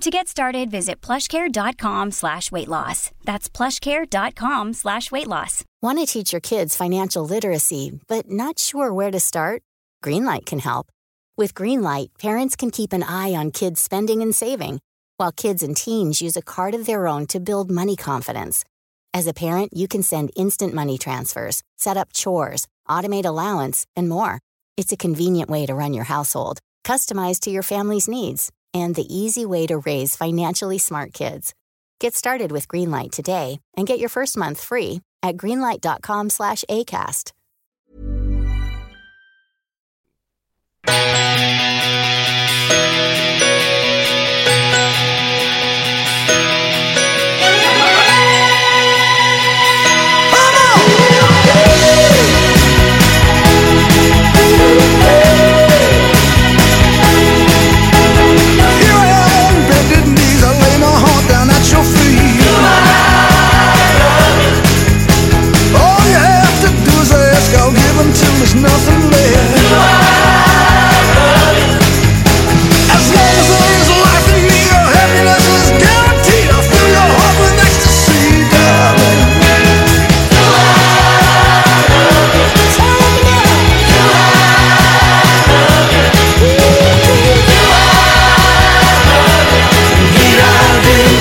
To get started, visit plushcare.com slash weight loss. That's plushcare.com slash weight loss. Want to teach your kids financial literacy, but not sure where to start? Greenlight can help. With Greenlight, parents can keep an eye on kids' spending and saving, while kids and teens use a card of their own to build money confidence. As a parent, you can send instant money transfers, set up chores, automate allowance, and more. It's a convenient way to run your household, customized to your family's needs, and the easy way to raise financially smart kids. Get started with Greenlight today and get your first month free at greenlight.com slash ACAST. Here I am, bended knees, I lay my heart down at your feet. All you have to do is ask, I'll give until there's nothing left. As long as there is life in me, your happiness is guaranteed. I'll fill your heart with ecstasy, darling.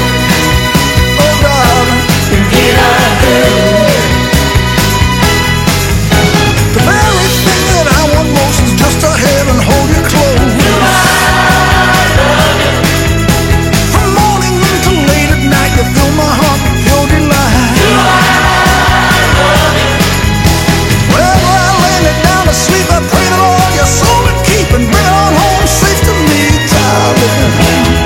Oh, darling. The very thing that I want most is just to have and hold you close. From morning until late at night, you fill my heart with pure delight. Wherever I lay me down to sleep, I pray the Lord your soul to keep and bring on home safe to me, darling.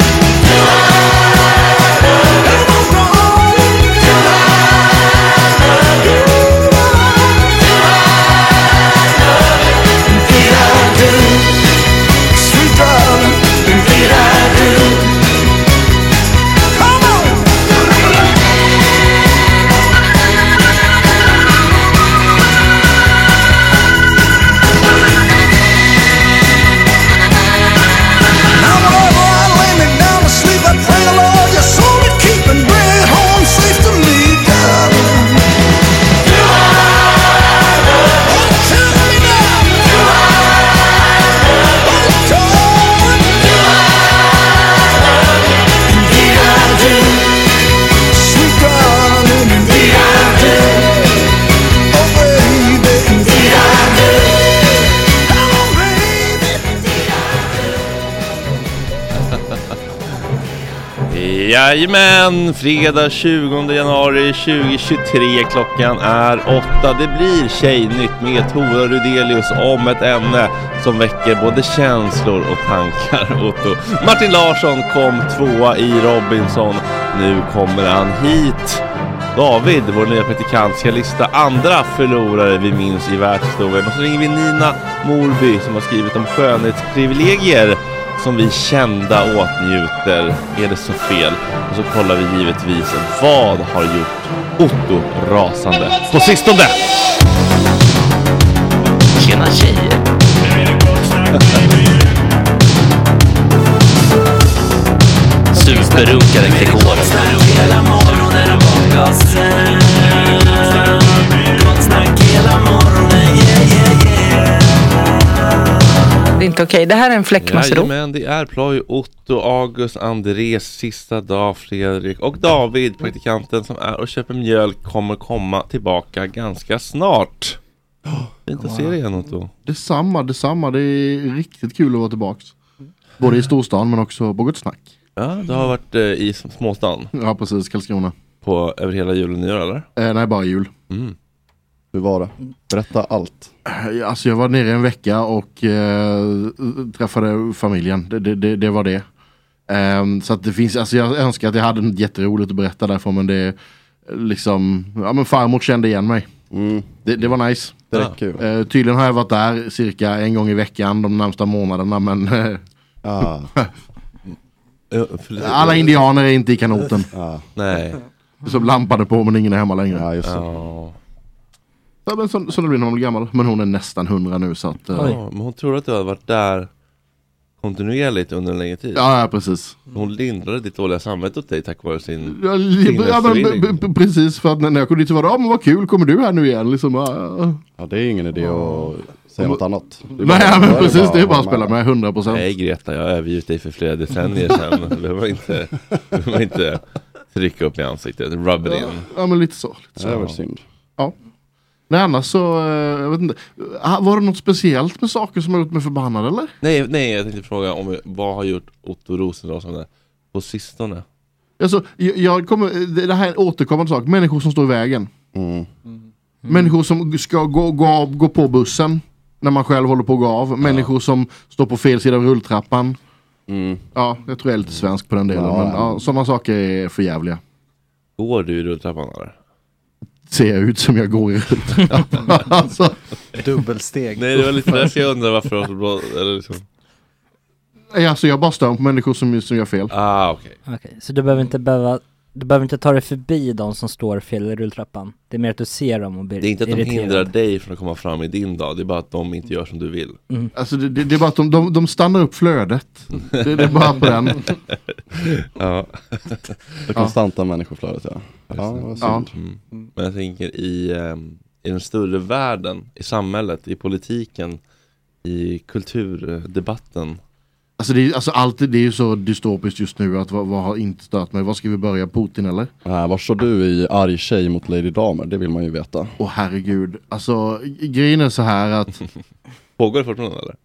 Sweet darling, indeed I do. Come on. Now whenever I lay me down to sleep, I pray the Lord your soul to keep and bring it home safe to me, darling. Oh, tell me now. Oh, darling. Indeed I do. Sweet darling, indeed I do. Oh, baby, indeed I do. Come on, baby, indeed I do. Jajamän! Fredag 20 januari 2023. Klockan är åtta. Det blir Tjejnytt med Tora Rudelius om ett ämne som väcker både känslor och tankar. Otto. Martin Larsson kom tvåa i Robinson. Nu kommer han hit. David, vår nya praktikant, ska lista andra förlorare vi minns i världshistorien. Och så ringer vi Nina Morby som har skrivit om skönhetsprivilegier som vi kända åtnjuter. Är det så fel? Och så kollar vi givetvis vad har gjort Otto rasande på sistone? Tjena tjejer! Superrunkaren Gregor. Det inte okej. Det här är en fläckmussro. Jajamän, det är ploj Otto, August, Andres, sista dag, Fredrik och David, praktikanten som är och köper mjölk, kommer komma tillbaka ganska snart. Fint att se dig igen Otto. Detsamma, detsamma. Det är riktigt kul att vara tillbaks. Både i storstan men också på Gott Snack. Ja, du har varit eh, i småstan Ja precis, Karlskrona. på över hela jul och nyår eller? Eh, nej, bara jul. Mm. Hur var det? Berätta allt. Eh, Alltså jag var nere en vecka och eh, träffade familjen. Det, det, det, det var det. Ehm, så att det finns, alltså jag önskar att jag hade något jätteroligt att berätta därifrån men det är liksom, ja men farmor kände igen mig. Det, det var nice. Mm. Det räcker ju. Eh, tydligen har jag varit där cirka en gång i veckan de närmsta månaderna men eh, Ah, Eh, för- alla indianer är inte i kanoten. Nej. Som lampade på men ingen är hemma längre. ja, just det. Ja. Ja, men så, så det blir när man blir gammal. Men hon är nästan 100 nu så att... eh, Ja, men hon tror att du har varit där kontinuerligt under en längre tid. ja, ja, precis. Hon lindrade ditt dåliga samvete åt dig tack vare sin... Ja, ja, men, Sinnesförvirring. b- b- precis, för att när när jag kom dit så var det, ja men vad kul, kommer du här nu igen? Liksom, ja, ja. Ja, det är ingen idé att säga något annat. Det är bara- Nej, då men är precis, det är bara att spela vara med 100 procent. Nej Greta, jag har övergivit dig för flera decennier sedan. Du behöver inte, du behöver inte trycka upp i ansiktet, rub it in. Ja, men lite så. Lite Det så. är väl synd. Ja. Nej, annars så, eh, jag vet inte. Ah, Var det något speciellt med saker som har gjort mig förbannad eller? Nej, nej, jag tänkte fråga om vad har gjort Otto Rosendahl som det på sistone? Alltså, jag, jag kommer, det det här är en återkommande sak, människor som står i vägen. Mm. Människor som ska gå, gå, av- gå på bussen när man själv håller på att gå av. Människor som står på fel sida av rulltrappan. Mm. Ja, jag tror jag är lite svensk på den delen. Ja, men ja. ja, sådana saker är för jävliga. Går du i rulltrappan eller? Ser jag ut som jag går i rulltrappan? alltså, Dubbelsteg. Nej, det var lite därför jag undrade varför det var så bra, eller liksom. nej, alltså, jag bara stör på människor som, som gör fel. Ah, okej. Okej, så du behöver inte behöva du behöver inte ta dig förbi de som står fel i rulltrappan. Det är mer att du ser dem och blir Det är inte att de irriterad. hindrar dig från att komma fram i din dag, det är bara att de inte gör som du vill. Alltså, det, det, det är bara att de, de, de stannar upp flödet. Det, det är bara på den. Ja. Det konstanta människoflödet ja. Ja, det var synd. Mm. Men jag tänker i, ehm, i den större världen, i samhället, i politiken, i kulturdebatten. Alltså, det, är- alltså allt det är ju så dystopiskt just nu att vad, vad har inte stört mig? Vad ska vi börja? Putin eller? Nej, var står du i arg tjej mot Lady Damer? Det vill man ju veta. Åh herregud. Alltså grejen är så här att Pågår det fortfarande eller?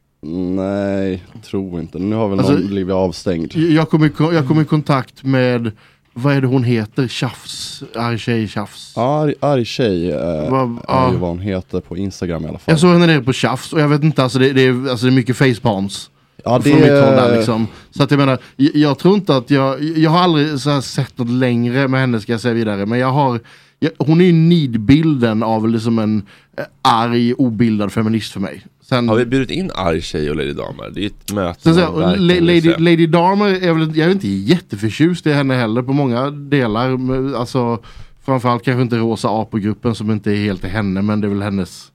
Nej, tror inte. Nu har väl Alltså- någon blivit avstängd. Jag kom, i, ko- jag kom i kontakt med, vad är det hon heter? Tjafs, arg tjej tjafs. Arg, arg tjej eh, Vad- är ju ja. vad hon heter på Instagram i alla fall. Jag såg henne nere på tjafs och jag vet inte, alltså det, det, är, alltså det är mycket facepalms. ja, från mitt håll där liksom. Så att jag menar, jag, jag tror inte att jag, jag har aldrig så här sett något längre med henne ska jag säga vidare. Men jag har, jag, hon är ju nidbilden av liksom en eh, arg, obildad feminist för mig. Sen, Har vi bjudit in arg tjej och Lady Damer? Det är ju ett möte Sen så, man här, verkligen liksom- La- vill Lady, se. Lady Dahmer är väl, jag är inte jätteförtjust i henne heller på många delar. Men, Alltså, framförallt kanske inte Rosa Apogruppen som inte är helt henne men det är väl hennes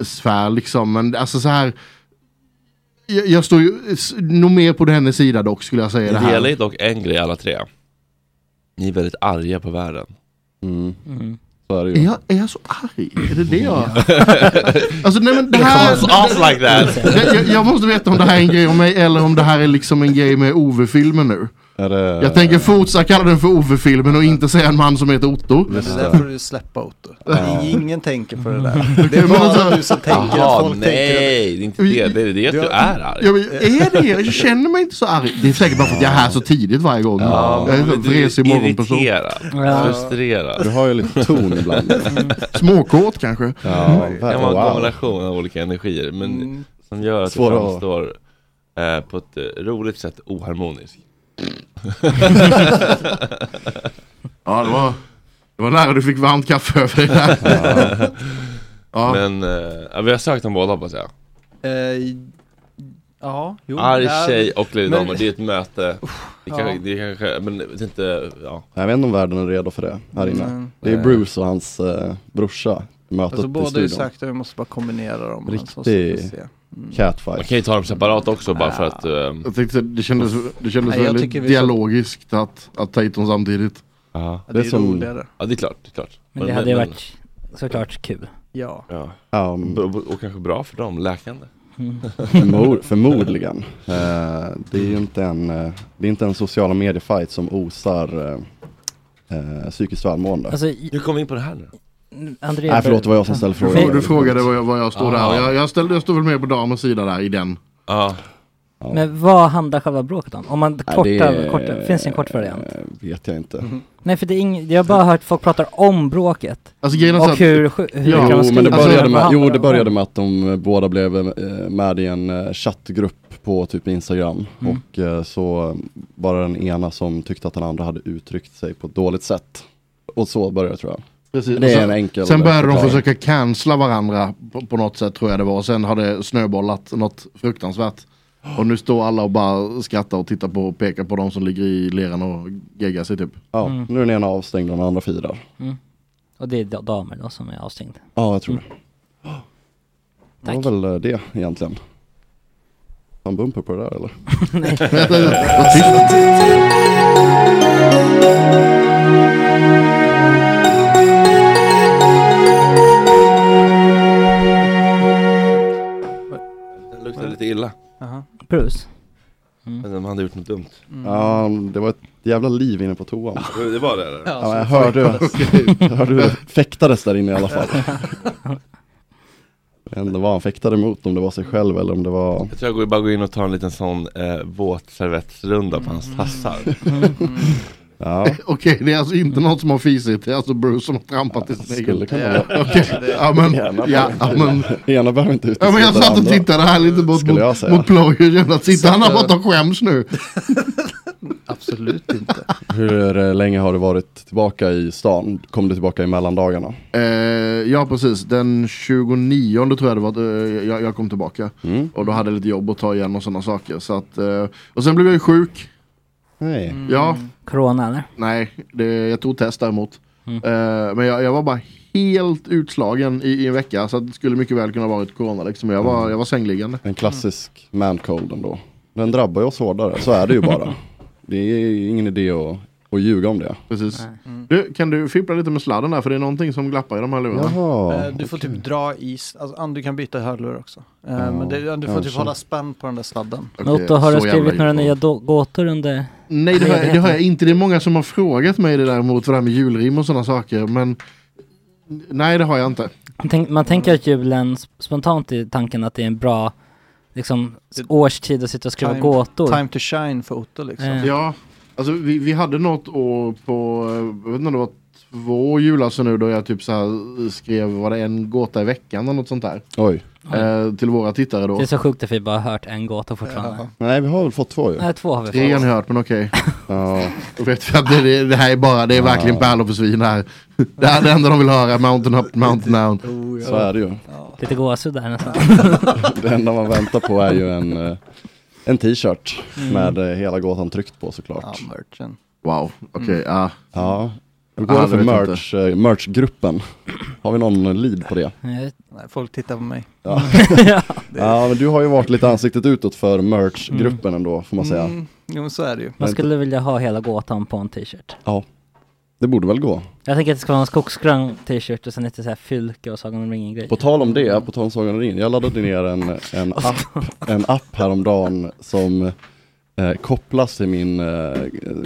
sfär liksom. Men alltså så här. Jag, jag står ju s- nog mer på hennes sida dock skulle jag säga. Det Ni delar ju här. dock en grej alla tre. Ni är väldigt arga på världen. Mm. Mm. Så är det Är ju. jag, är jag så arg? Är det det jag... alltså nej men det här... off like that! Jag, jag- jag måste veta om det här är en grej om mig eller om det här är liksom en grej med Ove-filmen nu. Är det... Jag tänker fortsätta kalla den för Ove-filmen och inte säga en man som heter Otto. Men det där får du släppa Otto. Ingen tänker på det där. Det Men är alltså- bara du som tänker att Jaha, folk nej! tänker att... Det är inte det, det är det att du är arg. Ja, men är det det? Jag känner mig inte så arg. Det är säkert bara för att jag är här så tidigt varje gång. Ja, jag är men en du är vresig morgonperson. irriterad, Ja. Du frustrerad. har ju lite ton ibland. Småkåt kanske. Ja, Det kan vara en wow. kombination av olika energier Mm. men som gör att du Svåra att- framstår eh, på ett eh, roligt sätt oharmonisk. Ja, det var, det var nära du fick varmt kaffe över dig där. Ja. Men eh, ja, vi har sökt dem båda hoppas jag. Eh, Ja, jo. Arg där- tjej och Lady men- Damer, det är ett möte. Det kanske, ja. det kanske, men det är inte, ja. Jag vet inte om världen är redo för det här inne. Mm. Det är Bruce och hans eh, brorsa. Mötet Alltså i båda är ju studion. sakta, vi måste bara kombinera dem. alltså, Riktig- Så ska vi se. Mm. Man Catfight. kan ju ta dem separat också bara för att ehm, Mm. Jag tyckte det kändes, det kändes Nej, jag väldigt tycker vi- dialogiskt att, att ta hit dem samtidigt. Ja, Ja, det är Det är som- roligare. det är klart, det är klart. Men det hade ju varit såklart kul. Ja. Ja, Um, och, och kanske bra för dem, läkande. Mm. Förmod, förmodligen. Eh, det är ju inte en, eh, det är inte en sociala mediefight som osar eh, eh, psykiskt välmående. Alltså, du kom in på det här nu. André, Nej, förlåt, det var jag som ställde Du, frågan. frå- du frågade var jag, var jag står Ah. där. Jag, jag, ställde, jag står väl med på damens sida där i den. Men vad handlar själva bråket om? Om man kortar, det är- kortar finns det en kort variant? vet jag inte. Nej för det är ing- jag har bara hört folk prata om bråket. Alltså, grejen är så och att- hur, sju- hur jo, kan man men det skriva Alltså, började vad med, handlar jo, det om? började med att de eh, båda blev eh, med i en eh, chattgrupp på typ Instagram. Mm. Och eh, så var det den ena som tyckte att den andra hade uttryckt sig på ett dåligt sätt. Och så började det tror jag. Precis. Det är Och en enkel sen började de förklaring. försöka cancella varandra på, på något sätt tror jag det var. Sen har det snöbollat något fruktansvärt. Och nu står alla och bara skrattar och tittar på och pekar på de som ligger i leran och geggar sig typ. Ja, Mm. nu är den ena avstängd och den andra firar. Mm. Och det är da- damer då som är avstängda. Ja, jag tror det. Tack. Det var väl eh, det egentligen. Har han bumper på det där eller? Det luktar lite illa. Prus. Men de hade gjort något dumt. Ja, det var ett jävla liv inne på toan. Det var det eller? Ja, men jag hörde, jag hörde hur det fäktades där inne i alla fall. Jag vet inte vad han fäktade mot, om det var sig själv eller om det var... Jag tror jag går, bara går in och tar en liten sån eh, våtservettsrunda på hans tassar. Mm. Mm. Ja. Okej, det är alltså inte någon som har fisit. Det är alltså Bruce som har trampat i sin egen. Skulle kunna vara. Okej, ja men. Ena Ja, ja, behöver men. inte- Ena behöver inte Ja men utesluta jag satt och andra. tittade här lite mot, Skulle jag mot, säga. mot plågen. Att sitta han har borta och skäms nu. Absolut inte. Hur eh, länge har du varit tillbaka i stan? Kom du tillbaka i mellandagarna? Eh, ja precis, den 29 tror jag det var att eh, jag, jag kom tillbaka. Mm. Och då hade jag lite jobb att ta igen och sådana saker. Så att, eh, och sen blev jag ju sjuk. Mm. Nej. Ja, Corona eller? Mm. nej, det, jag tog test däremot. Eh, men jag, jag var bara helt utslagen i, i en vecka. Så att det skulle mycket väl kunna varit corona liksom. Jag Mm. var, jag var sängliggande. En klassisk mancold ändå. Den drabbar ju oss hårdare, så är det ju bara. Det är ju ingen idé att, att ljuga om det. Precis. Du, kan du fippla lite med sladden där? För det är någonting som glappar i de här lurarna. Jaha. Eh, du får typ dra i, s- alltså, and- du kan byta hörlurar också. Eh, Ja, men det, du får typ kanske. hålla spänn på den där sladden. Okej, Men Otto, har du så jävla skrivit några djupt. nya då- gåtor under Nej det har, jag, det har jag ledigheten? inte. Det är många som har frågat mig det däremot. Vad det här med julrim och sådana saker. Men nej det har jag inte. Man, tänk, man tänker att julen, sp- spontant i tanken att det är en bra liksom, s- årstid att sitta och skriva Time- gåtor. Time to shine för Otto liksom. Eh. Ja, alltså vi, vi hade något år på, eh, jag vet inte om det var två julafton nu då jag typ så här skrev, var det en gåta i veckan eller något sånt där? Oj. Eh, till våra tittare då. Det är så sjukt att vi bara har hört en gåta fortfarande. Nej, vi har väl fått två ju. Nej, två har vi Tre har fått. ni hört men okej. Ja. Då vet vi att det, det, det här är bara, det är verkligen pärlor för svin här. Det här är det enda de vill höra, mountain up, mountain down. Oh, ja. Så är det ju. Lite gåshud där nästan. Det enda man väntar på är ju en, eh, en t-shirt med eh, hela gåtan tryckt på Mm. ja, Mm. såklart. merchen. Wow, okej. ah. Ja. Hur Ja, går det det för vet jag merch, eh, merchgruppen? Har vi någon lead på det? Nej, Nej, folk tittar på mig. Ja. Mm. ja, men du har ju varit lite ansiktet utåt för merchgruppen ändå, får man säga. Mm, jo, men så är det ju. Mm. Man Men- skulle vilja ha hela gåtan på en t-shirt. Ja, det borde väl gå. Jag tänker att det ska vara en skogsgrön t-shirt och sen lite så här fylke och Sagan om ringen-grejer. På tal om det, på tal om Sagan om ringen, jag laddade ner en, en, app, en app häromdagen som eh, kopplas till min, eh,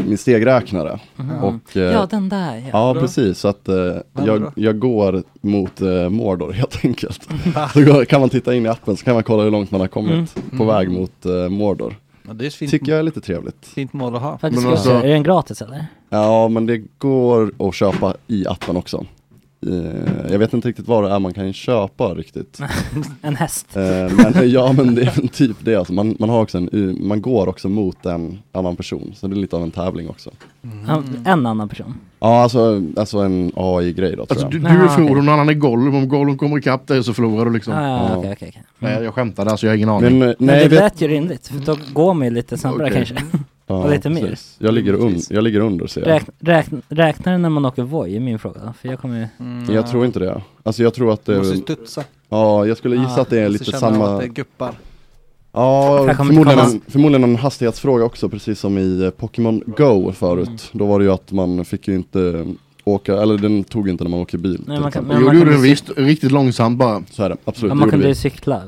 min stegräknare. Och, eh, Mm-hmm. Ja, den där ja. Ja, precis. Så att eh, Vad jag, bra. jag går mot eh, Mordor helt enkelt. så går, kan man titta in i appen så kan man kolla hur långt man har kommit Mm. på väg mot eh, Mordor. Ja, det är ett fint, Tycker jag är lite trevligt. fint mål att ha. Faktiskt, Men jag säga, alltså- är den gratis eller? Ja, men det går att köpa i appen också. Eh, jag vet inte riktigt vad det är man kan köpa riktigt. En häst. Eh, men, ja men det är väl typ det alltså. man, man, har också en, man går också mot en annan person, så det är lite av en tävling också. En- En annan person. Ja alltså, alltså en AI-grej då tror Alltså jag. du, du Ah, är okej. Frodon och han är Gollum, om Gollum kommer ikapp dig så förlorar du liksom. Ah, Ja. ja, okej, okej, okej. Nej jag skämtade alltså, jag har ingen aning. Men, eh, Men nej, det vet- lät ju rimligt, för då går man ju lite snabbare Okej. kanske. ja, och lite mer. precis. Jag ligger, un, jag ligger under ser jag. Räkn, räkn, räknar det när man åker Voi är min fråga då? För jag kommer ju... Jag tror inte det. Alltså jag tror att Du det, måste ju studsa. ja jag skulle gissa Ah, att det är Så lite känner samma. man att det guppar. Ja, Jag kommer förmodligen inte en, förmodligen en hastighetsfråga också, precis som i eh, Pokémon Go förut. Mm. Då var det ju att man fick ju inte eh, åka, eller den tog inte när man åker bil. Nej, till man kan- exempel. men- jo, man du gjorde kunde den se- visst, riktigt långsamt bara. Så är det, absolut. Ja, det man gjorde kunde vi. ju cykla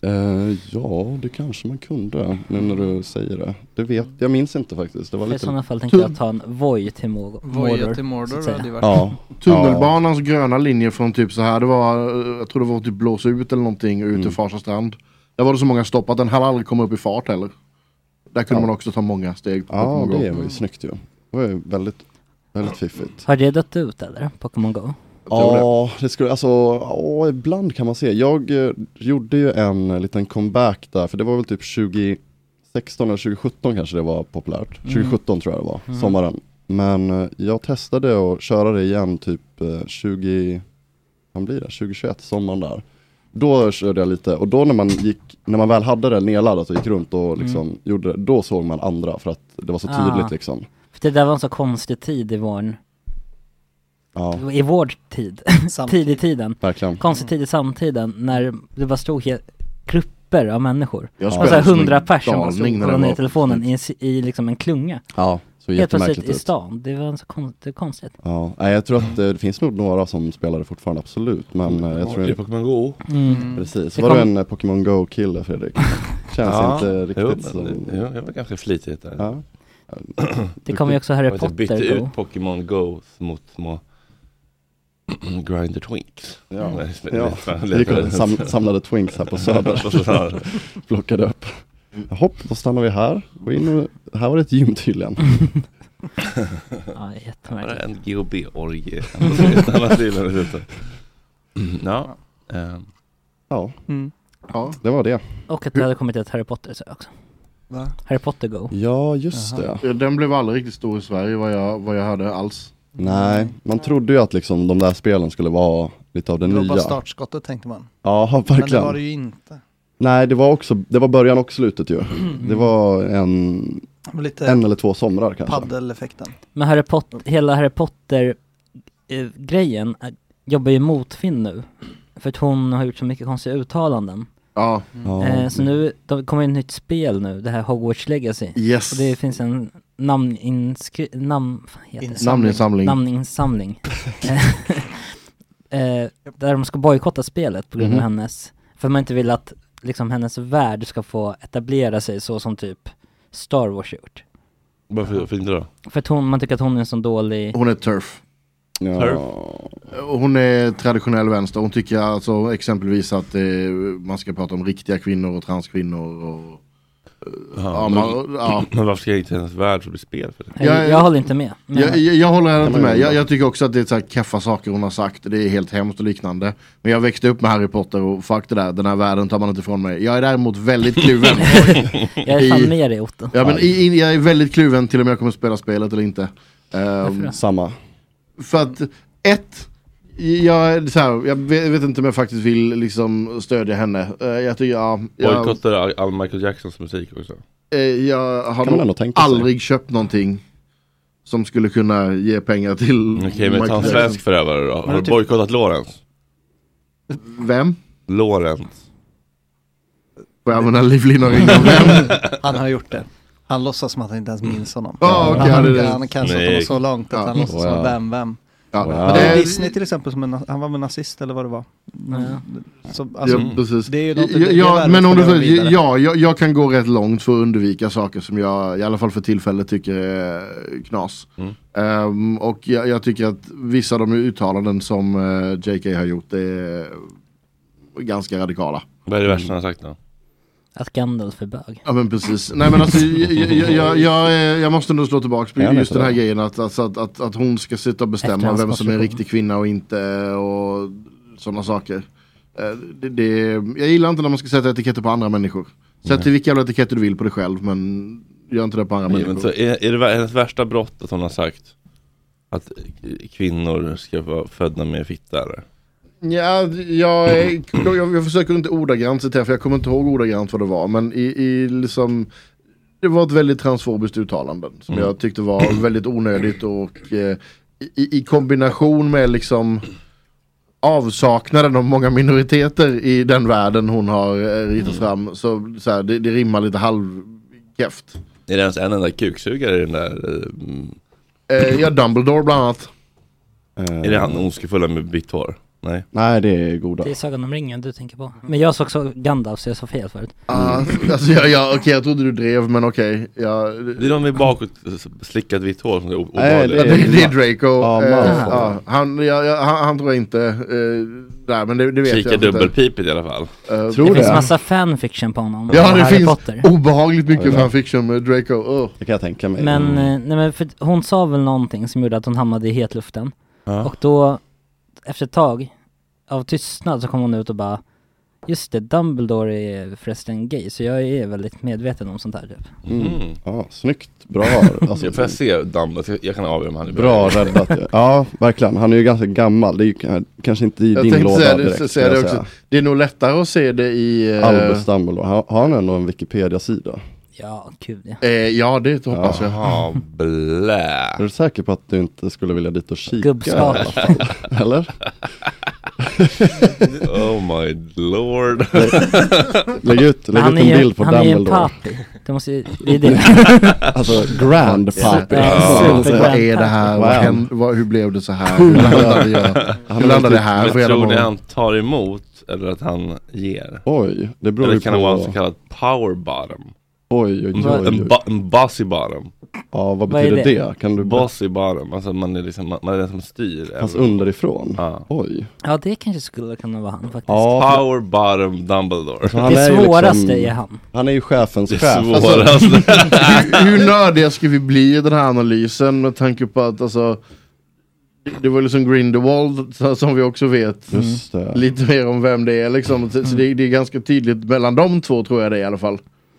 väl? Eh, ja, det kanske man kunde nu när du säger det. Det vet, jag minns inte faktiskt. Det var För I lite... sådana fall tänker jag ta en Voi till Mordor. Voya till Mordor hade ju varit... Ja. Tunnelbanans gröna linje från typ så här, det var, eh, jag tror det var typ blås ut eller någonting och Mm. ut till Farsta strand. Där var det så många stopp att den hade aldrig kommit upp i fart heller. Där kunde Ja. man också ta många steg på Ja, Pokémon Go. det var ju snyggt ju. Det var ju väldigt, väldigt fiffigt. Har det dött ut eller? Pokémon Go? Ja, det skulle, alltså, ja, ibland kan man se. Jag eh, gjorde ju en eh, liten comeback där, för det var väl typ 2016 eller 2017 kanske det var populärt. Mm. 2017 tror jag det var, Mm. sommaren. Men eh, jag testade att köra det igen typ eh, 20, vad blir det, 2021, sommaren där. Då körde jag lite och då när man gick, när man väl hade det nedladdat och gick runt och liksom Mm. gjorde det, då såg man andra för att det var så tydligt Ah. liksom. För det där var en så konstig tid i vår, Ja. i vår tid. tid i tiden. Verkligen. Konstig tid i samtiden när det bara stod he- grupper av människor. Jag Jag spelade som en hundra personer bara stod galning när och det ner i var- telefonen i, en si- i liksom en klunga. Ja, så Helt plötsligt jättemärkligt i ut. stan. Det var en så kon- det var konstigt. Ja, nej, jag tror att eh, det finns nog några som spelar det fortfarande, absolut. Men eh, jag Ja, tror... Mm. det är Pokémon Go. Mm. Precis. Det Var kom- du en eh, Pokémon Go-kille Fredrik? Känns Ja, inte riktigt jo, som... men- jo, jag var ganska flitig där. Ja. Det kommer ju också Harry Och att jag Potter bytte Go. ut Pokémon Go mot små Grinder Twinks. Ja, Nej, ja. fan, Vi gick och sam, samlade twinks här på Söder. Plockade upp. Hopp, då stannar vi här. Gå in och, här var det ett gym tydligen. Ja, Bara jättemärkligt. en GHB-orgie. Stanna till här ute. Ja. ehm. Ja. Mm. ja, det var det. Och att det hade kommit ett Harry Potter så också. Va? Harry Potter Go. Ja, just det. Eh, Den blev aldrig riktigt stor i Sverige vad jag, vad jag hörde alls. Nej, man trodde ju att liksom de där spelen skulle vara lite av det, Det var nya. bara startskottet tänkte man. Ja, Men det verkligen. var det ju inte. Nej, det var också, det var början och slutet ju. Det var en, Mm. Lite en eller två somrar kanske. Paddeleffekten. Men Harry Potter, hela Harry Potter-grejen eh, jobbar ju mot Finn nu. För att hon har gjort så mycket konstiga uttalanden. Ja. Eh, så nu, det kommer ju ett nytt spel nu, det här Hogwarts Legacy. Yes. Och det finns en namninskri... Namn... vad heter det? Insamling. Namninsamling. Namninsamling. eh, eh, där de ska bojkotta spelet på grund av Mhm. hennes... För man inte vill att liksom hennes värld ska få etablera sig så som typ Star Wars gjort. Varför varför inte då? För att hon, man tycker att hon är en sån dålig... Hon är turf. Ja. Turf. Hon är traditionell vänster. Hon tycker alltså exempelvis att eh, man ska prata om riktiga kvinnor och transkvinnor. Och, Ja, men- men, ja. men varför ska inte hennes värld få bli spel? För det? Jag, jag håller inte med. Men- Jag, jag, jag håller henne inte men- med. Jag, jag tycker också att det är så här keffa saker hon har sagt. Det är helt hemskt och liknande. Men jag växte upp med Harry Potter och fuck det där. Den här världen tar man inte ifrån mig. Jag är däremot väldigt kluven. Jag är fan med dig Otto. Ja, men i, i, jag är väldigt kluven till om jag kommer spela spelet eller inte. Ehm, Samma. för att, ett, jag, är så här, jag vet, vet inte om jag faktiskt vill liksom stödja henne. Eh, jag tycker, ja, jag, Bojkottar all, all Michael Jacksons musik också? eh, jag har Kan man ändå nog tänka sig. aldrig köpt någonting som skulle kunna ge pengar till Okej, men ta en Michael svensk förövare då. Har Men du typ- bojkottat Lorentz? Vem? Lorentz. Får jag använda livlinan och ringa vem? Han har gjort det. Han låtsas som att han inte ens minns honom. Ja, okej, ja, det är han, det. han kanske inte var Nej. så långt att Ja. han låtsas som Wow. vem, vem. Ja. Wow. Men det är Eh, Disney till exempel, som en, han var väl nazist eller vad det var? Så, alltså, ja, precis. det är ju Ja, något- det- det är ja, värt men att om du leva säger, vidare. ja, jag, jag kan gå rätt långt för att undvika saker som jag i alla fall för tillfället tycker är knas. Mm. Ehm, och jag, jag tycker att vissa av de uttalanden som eh, JK har gjort är ganska radikala. Vad är det värsta han har sagt då? Att Gandalf är bög. Ja men precis. Nej men alltså jag, jag, jag, jag, är- jag måste nog slå tillbaka på Är han just inte den här det? grejen att, alltså, att, att, att hon ska sitta och Efter bestämma hans vem som är en konstruktion. riktig kvinna och inte och sådana saker. Eh, Det, det, jag gillar inte när man ska sätta etiketter på andra människor. Sätt vilka jävla etiketter du vill på dig själv men gör inte det på andra Nej, men så människor. är, är det vä- hennes värsta brott att hon har sagt att eh, kvinnor ska vara födda med fitta eller? Ja, jag, är- jag, jag försöker inte ordagrant citera för jag kommer inte ihåg ordagrant vad det var men i, i liksom Det var ett väldigt transfobiskt uttalande som jag tyckte var väldigt onödigt och eh, i, i kombination med liksom avsaknaden av många minoriteter i den världen hon har eh, ritat fram så, så här, det, det rimmar lite halvkeft. Är det ens en enda kuksugare i den där? eh, mm, Eh, ja, Dumbledore bland annat. Eh, Är det han ondskefulla med vitt hår? Nej. Nej, det är goda. Det är Sagan om ringen du tänker på. Men jag såg också Gandalf så jag sa fel förut. Ah, alltså jag, jag, okej, jag trodde du drev men okej. Jag, Det är de med bakåt s- slickat vitt hår som är o- Nej, det, obehagligt. är, det, är Draco. Ja, eh, Malfoy. ja, han, ja, ja, han, han tror jag inte eh, där, men det, det vet Kika jag inte. dubbelpipigt i alla fall. Eh, det finns massa fanfiction på honom. Ja, om det Harry finns Potter. obehagligt Ja, mycket det är fanfiction med Draco. Oh. Det kan jag tänka mig. Mm. Men, Mm. eh, nej, men för hon sa väl någonting som gjorde att hon hamnade i hetluften. Och då, efter ett tag, av tystnad så kom hon ut och bara Just det, Dumbledore är förresten gay, så jag är väldigt medveten om sånt här typ. Mm. Ja, snyggt, bra. Alltså, jag får jag se Dumbledore, jag kan avgöra om han är Bra räddat. ja. Ja, verkligen. Han är ju ganska gammal. Det är ju k- kanske inte i Jag din tänkte låda säga det- direkt. säga skulle det jag också. Det är nog lättare att se det i... eh, Albus Dumbledore. Har har han ändå en Wikipedia-sida? Ja, kul ja. eh, ja, det hoppas jag. Ja, blä. Är du säker på att du inte skulle vilja dit och kika? Gubbskap. i alla fall? Eller? Oh my lord. Lägg ut, lägg Han ut en är ju- bild på han är ju en Dumbledore. papi. Det måste ju- det är det. alltså grand Eh, Alltså, Ja, papi. precis. Vad är det här? Vad händer, vad, hur blev det så här? Hur landade jag? Hur landade det typ här? Men Får jag reda tror ni på- han tar emot eller att han ger? Oj, det beror Eller ju kan det på- vara en så kallad power bottom? Oj, oj, En- En, oj, oj. ba- en bossy bottom. Ja, vad betyder är det? Kan du... Bossy bottom, alltså man är liksom, man, man är den som styr. Fast över- underifrån? Oj. Ja, det kanske skulle kunna vara han faktiskt. Power bottom Dumbledore. Så Alltså, han Det är ju liksom- svåraste är han. Han är ju chefens Det chef. Alltså, svåraste. hur, hur nördiga ska vi bli i den här analysen med tanke på att alltså det var liksom Grindelwald så- som vi också vet Mm. Just det. Mm. lite mer om vem det är liksom. Så så det, det är ganska tydligt mellan de två tror jag det är i alla fall.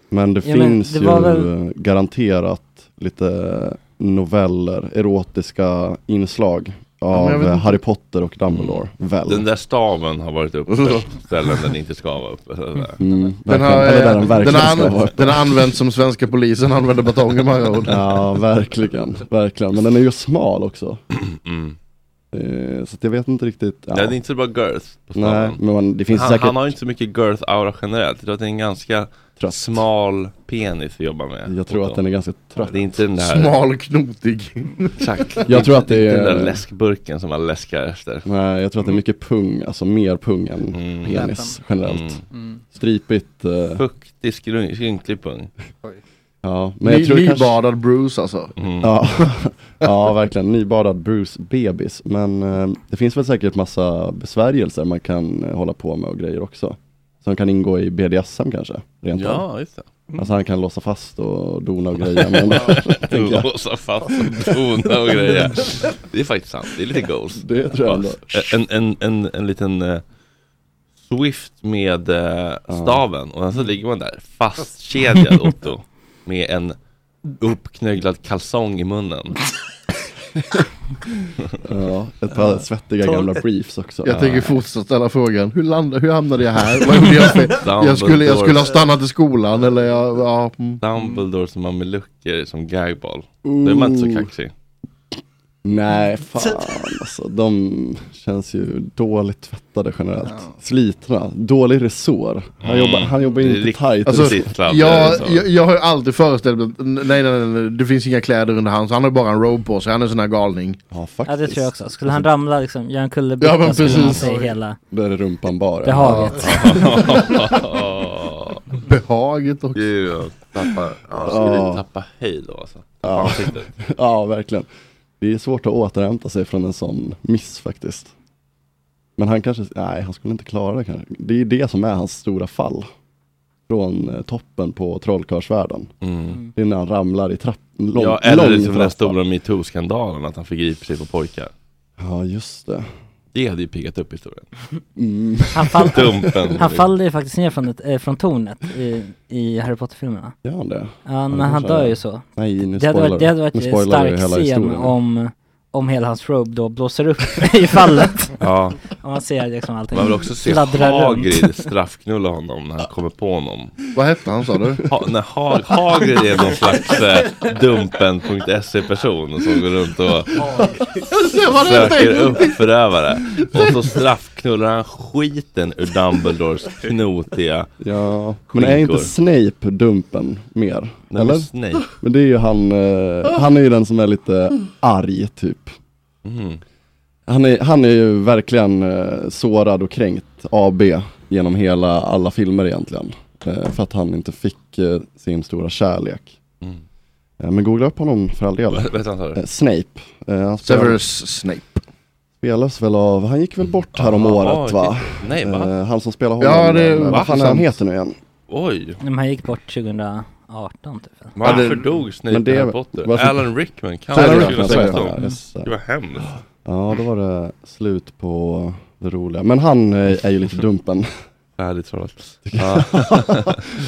Men det Ja, men finns det ju var väl- garanterat lite noveller, erotiska inslag men av jag vet eh, inte. Harry Potter och Dumbledore, väl? Den där staven har varit uppe på ställen den inte ska vara uppe. Mm, Den verkligen. har, Eller där eh, den den, verkligen har, ska vara. an- den har använts som svenska polisen använder batonger med andra ord. Ja, verkligen, verkligen. Men den är ju smal också. Mm. Eh, Så att jag vet inte riktigt. Ja. Nej, det är inte bara girth på Nej, staven. men man- det finns han, säkert- han har ju inte så mycket girth-aura generellt. Jag tror att det är en ganska smal penis vi jobbar med. Jag tror att den är ganska trött. Det är inte den där... Smal, knotig. Exakt. Jag tror att det Den där är... läskburken som man läskar efter. Nej, jag tror Mm. att det är mycket pung, alltså mer pung än penis Läppen. generellt. Mm. Mm. Stripigt. eh, Fuktig, skrunk- skrynklig pung. Ja, men Ny, jag tror det kanske... nybadad Bruce alltså. Mm. Ja. ja, verkligen. Nybadad Bruce bebis. Men eh, det finns väl säkert massa besvärjelser man kan eh, hålla på med och grejer också. Som kan ingå i BDSM kanske? Rent Ja, av. just det. Mm. Alltså han kan låsa fast och dona och greja. Men, tänker jag. Låsa fast och dona och grejer. Det är faktiskt sant, det är lite goals. Det tror jag ändå. En, en, en, en liten eh, Swift med eh, staven och sen så ligger man där fastkedjad Otto med en uppknöglad kalsong i munnen. ja, ett par svettiga gamla briefs också. Jag tänker fortsätta ställa frågan, hur, landade, hur hamnade jag här? Vad gjorde jag för? Jag skulle, jag skulle ha stannat i skolan eller jag, ja. mm. Dumbledore som mamelucker som gagball. Då är man inte så kaxig. Nej, fan alltså. De känns ju dåligt tvättade generellt. Slitna, dålig resår. Han jobbar, Mm. han jobbar Mm. Det är inte riktigt tajt. Alltså, Sittladd, jag, eller så. jag, jag har ju alltid föreställt mig, att, nej, nej nej nej det finns inga kläder under han så han har bara en robe på sig, han är en sån här galning. Ja Ja, det tror jag också. Skulle han ramla liksom, göra en kullerbytta Ja, men skulle han precis. se hela Där är rumpan bara. behaget. Behaget också. Gud, jag tappar, ja, jag skulle tappa höjd då alltså. Ja. Ansiktet. ja, verkligen. Det är svårt att återhämta sig från en sån miss faktiskt. Men han kanske, nej han skulle inte klara det kanske. Det är det som är hans stora fall. Från eh, toppen på trollkarlsvärlden. Det är när han ramlar i trapp, lång, Mm. ja, eller lång liksom den här trappa. stora metoo-skandalen, att han förgriper sig på pojkar. Ja, just det. Det hade ju piggat upp historien. Mm. Han, fall, Dumpen. han faller ju faktiskt ner från, ett, eh, från tornet i, i Harry Potter-filmerna. Gör han det? Ja, men det han kanske dör är- ju så. Nej, nu det, hade spoilar varit, det du. hade varit Nu en spoilar du stark hela scen historien. om, om hela hans robe då blåser upp i fallet. Ja. Och man ser liksom allting Man vill också se fladdra Hagrid runt. straffknulla honom när han kommer på honom. Vad hette han sa du? Ha, nej, ha, Hagrid är någon slags eh, Dumpen.se-person som går runt E och söker upp förövare. Och så straffknullar han skiten ur Dumbledores knotiga Ja, men är inte skinkor. Snape dumpen mer? men eller? Snape. Men det är ju han, eh, han är ju den som är lite arg typ. Mm. Han är, han är ju verkligen eh, sårad och kränkt, AB, genom hela, alla filmer egentligen. Eh, för att han inte fick eh, sin stora kärlek. Mm. Eh, men googla upp honom för all del. Vad- vad heter han, sa du? Eh, Snape. Eh, han spelar- Severus Snape. Spelas väl av, han gick väl bort här om Ah, året okej. va? Nej, va? Eh, han som spelar honom, Ja, det- eh, va? vad fan är han heter nu igen? Oj. Men han gick bort 2018 typ. Varför Ja, det- dog Snape men det- Harry Potter? varför- Alan Rickman, Alan cancer Rickman, sorry. 2016. Ja, just det. Mm. Det var hemskt. Ja, då var det slut på det roliga. Men han eh, är ju lite dumpen. Ärligt talat. Ja.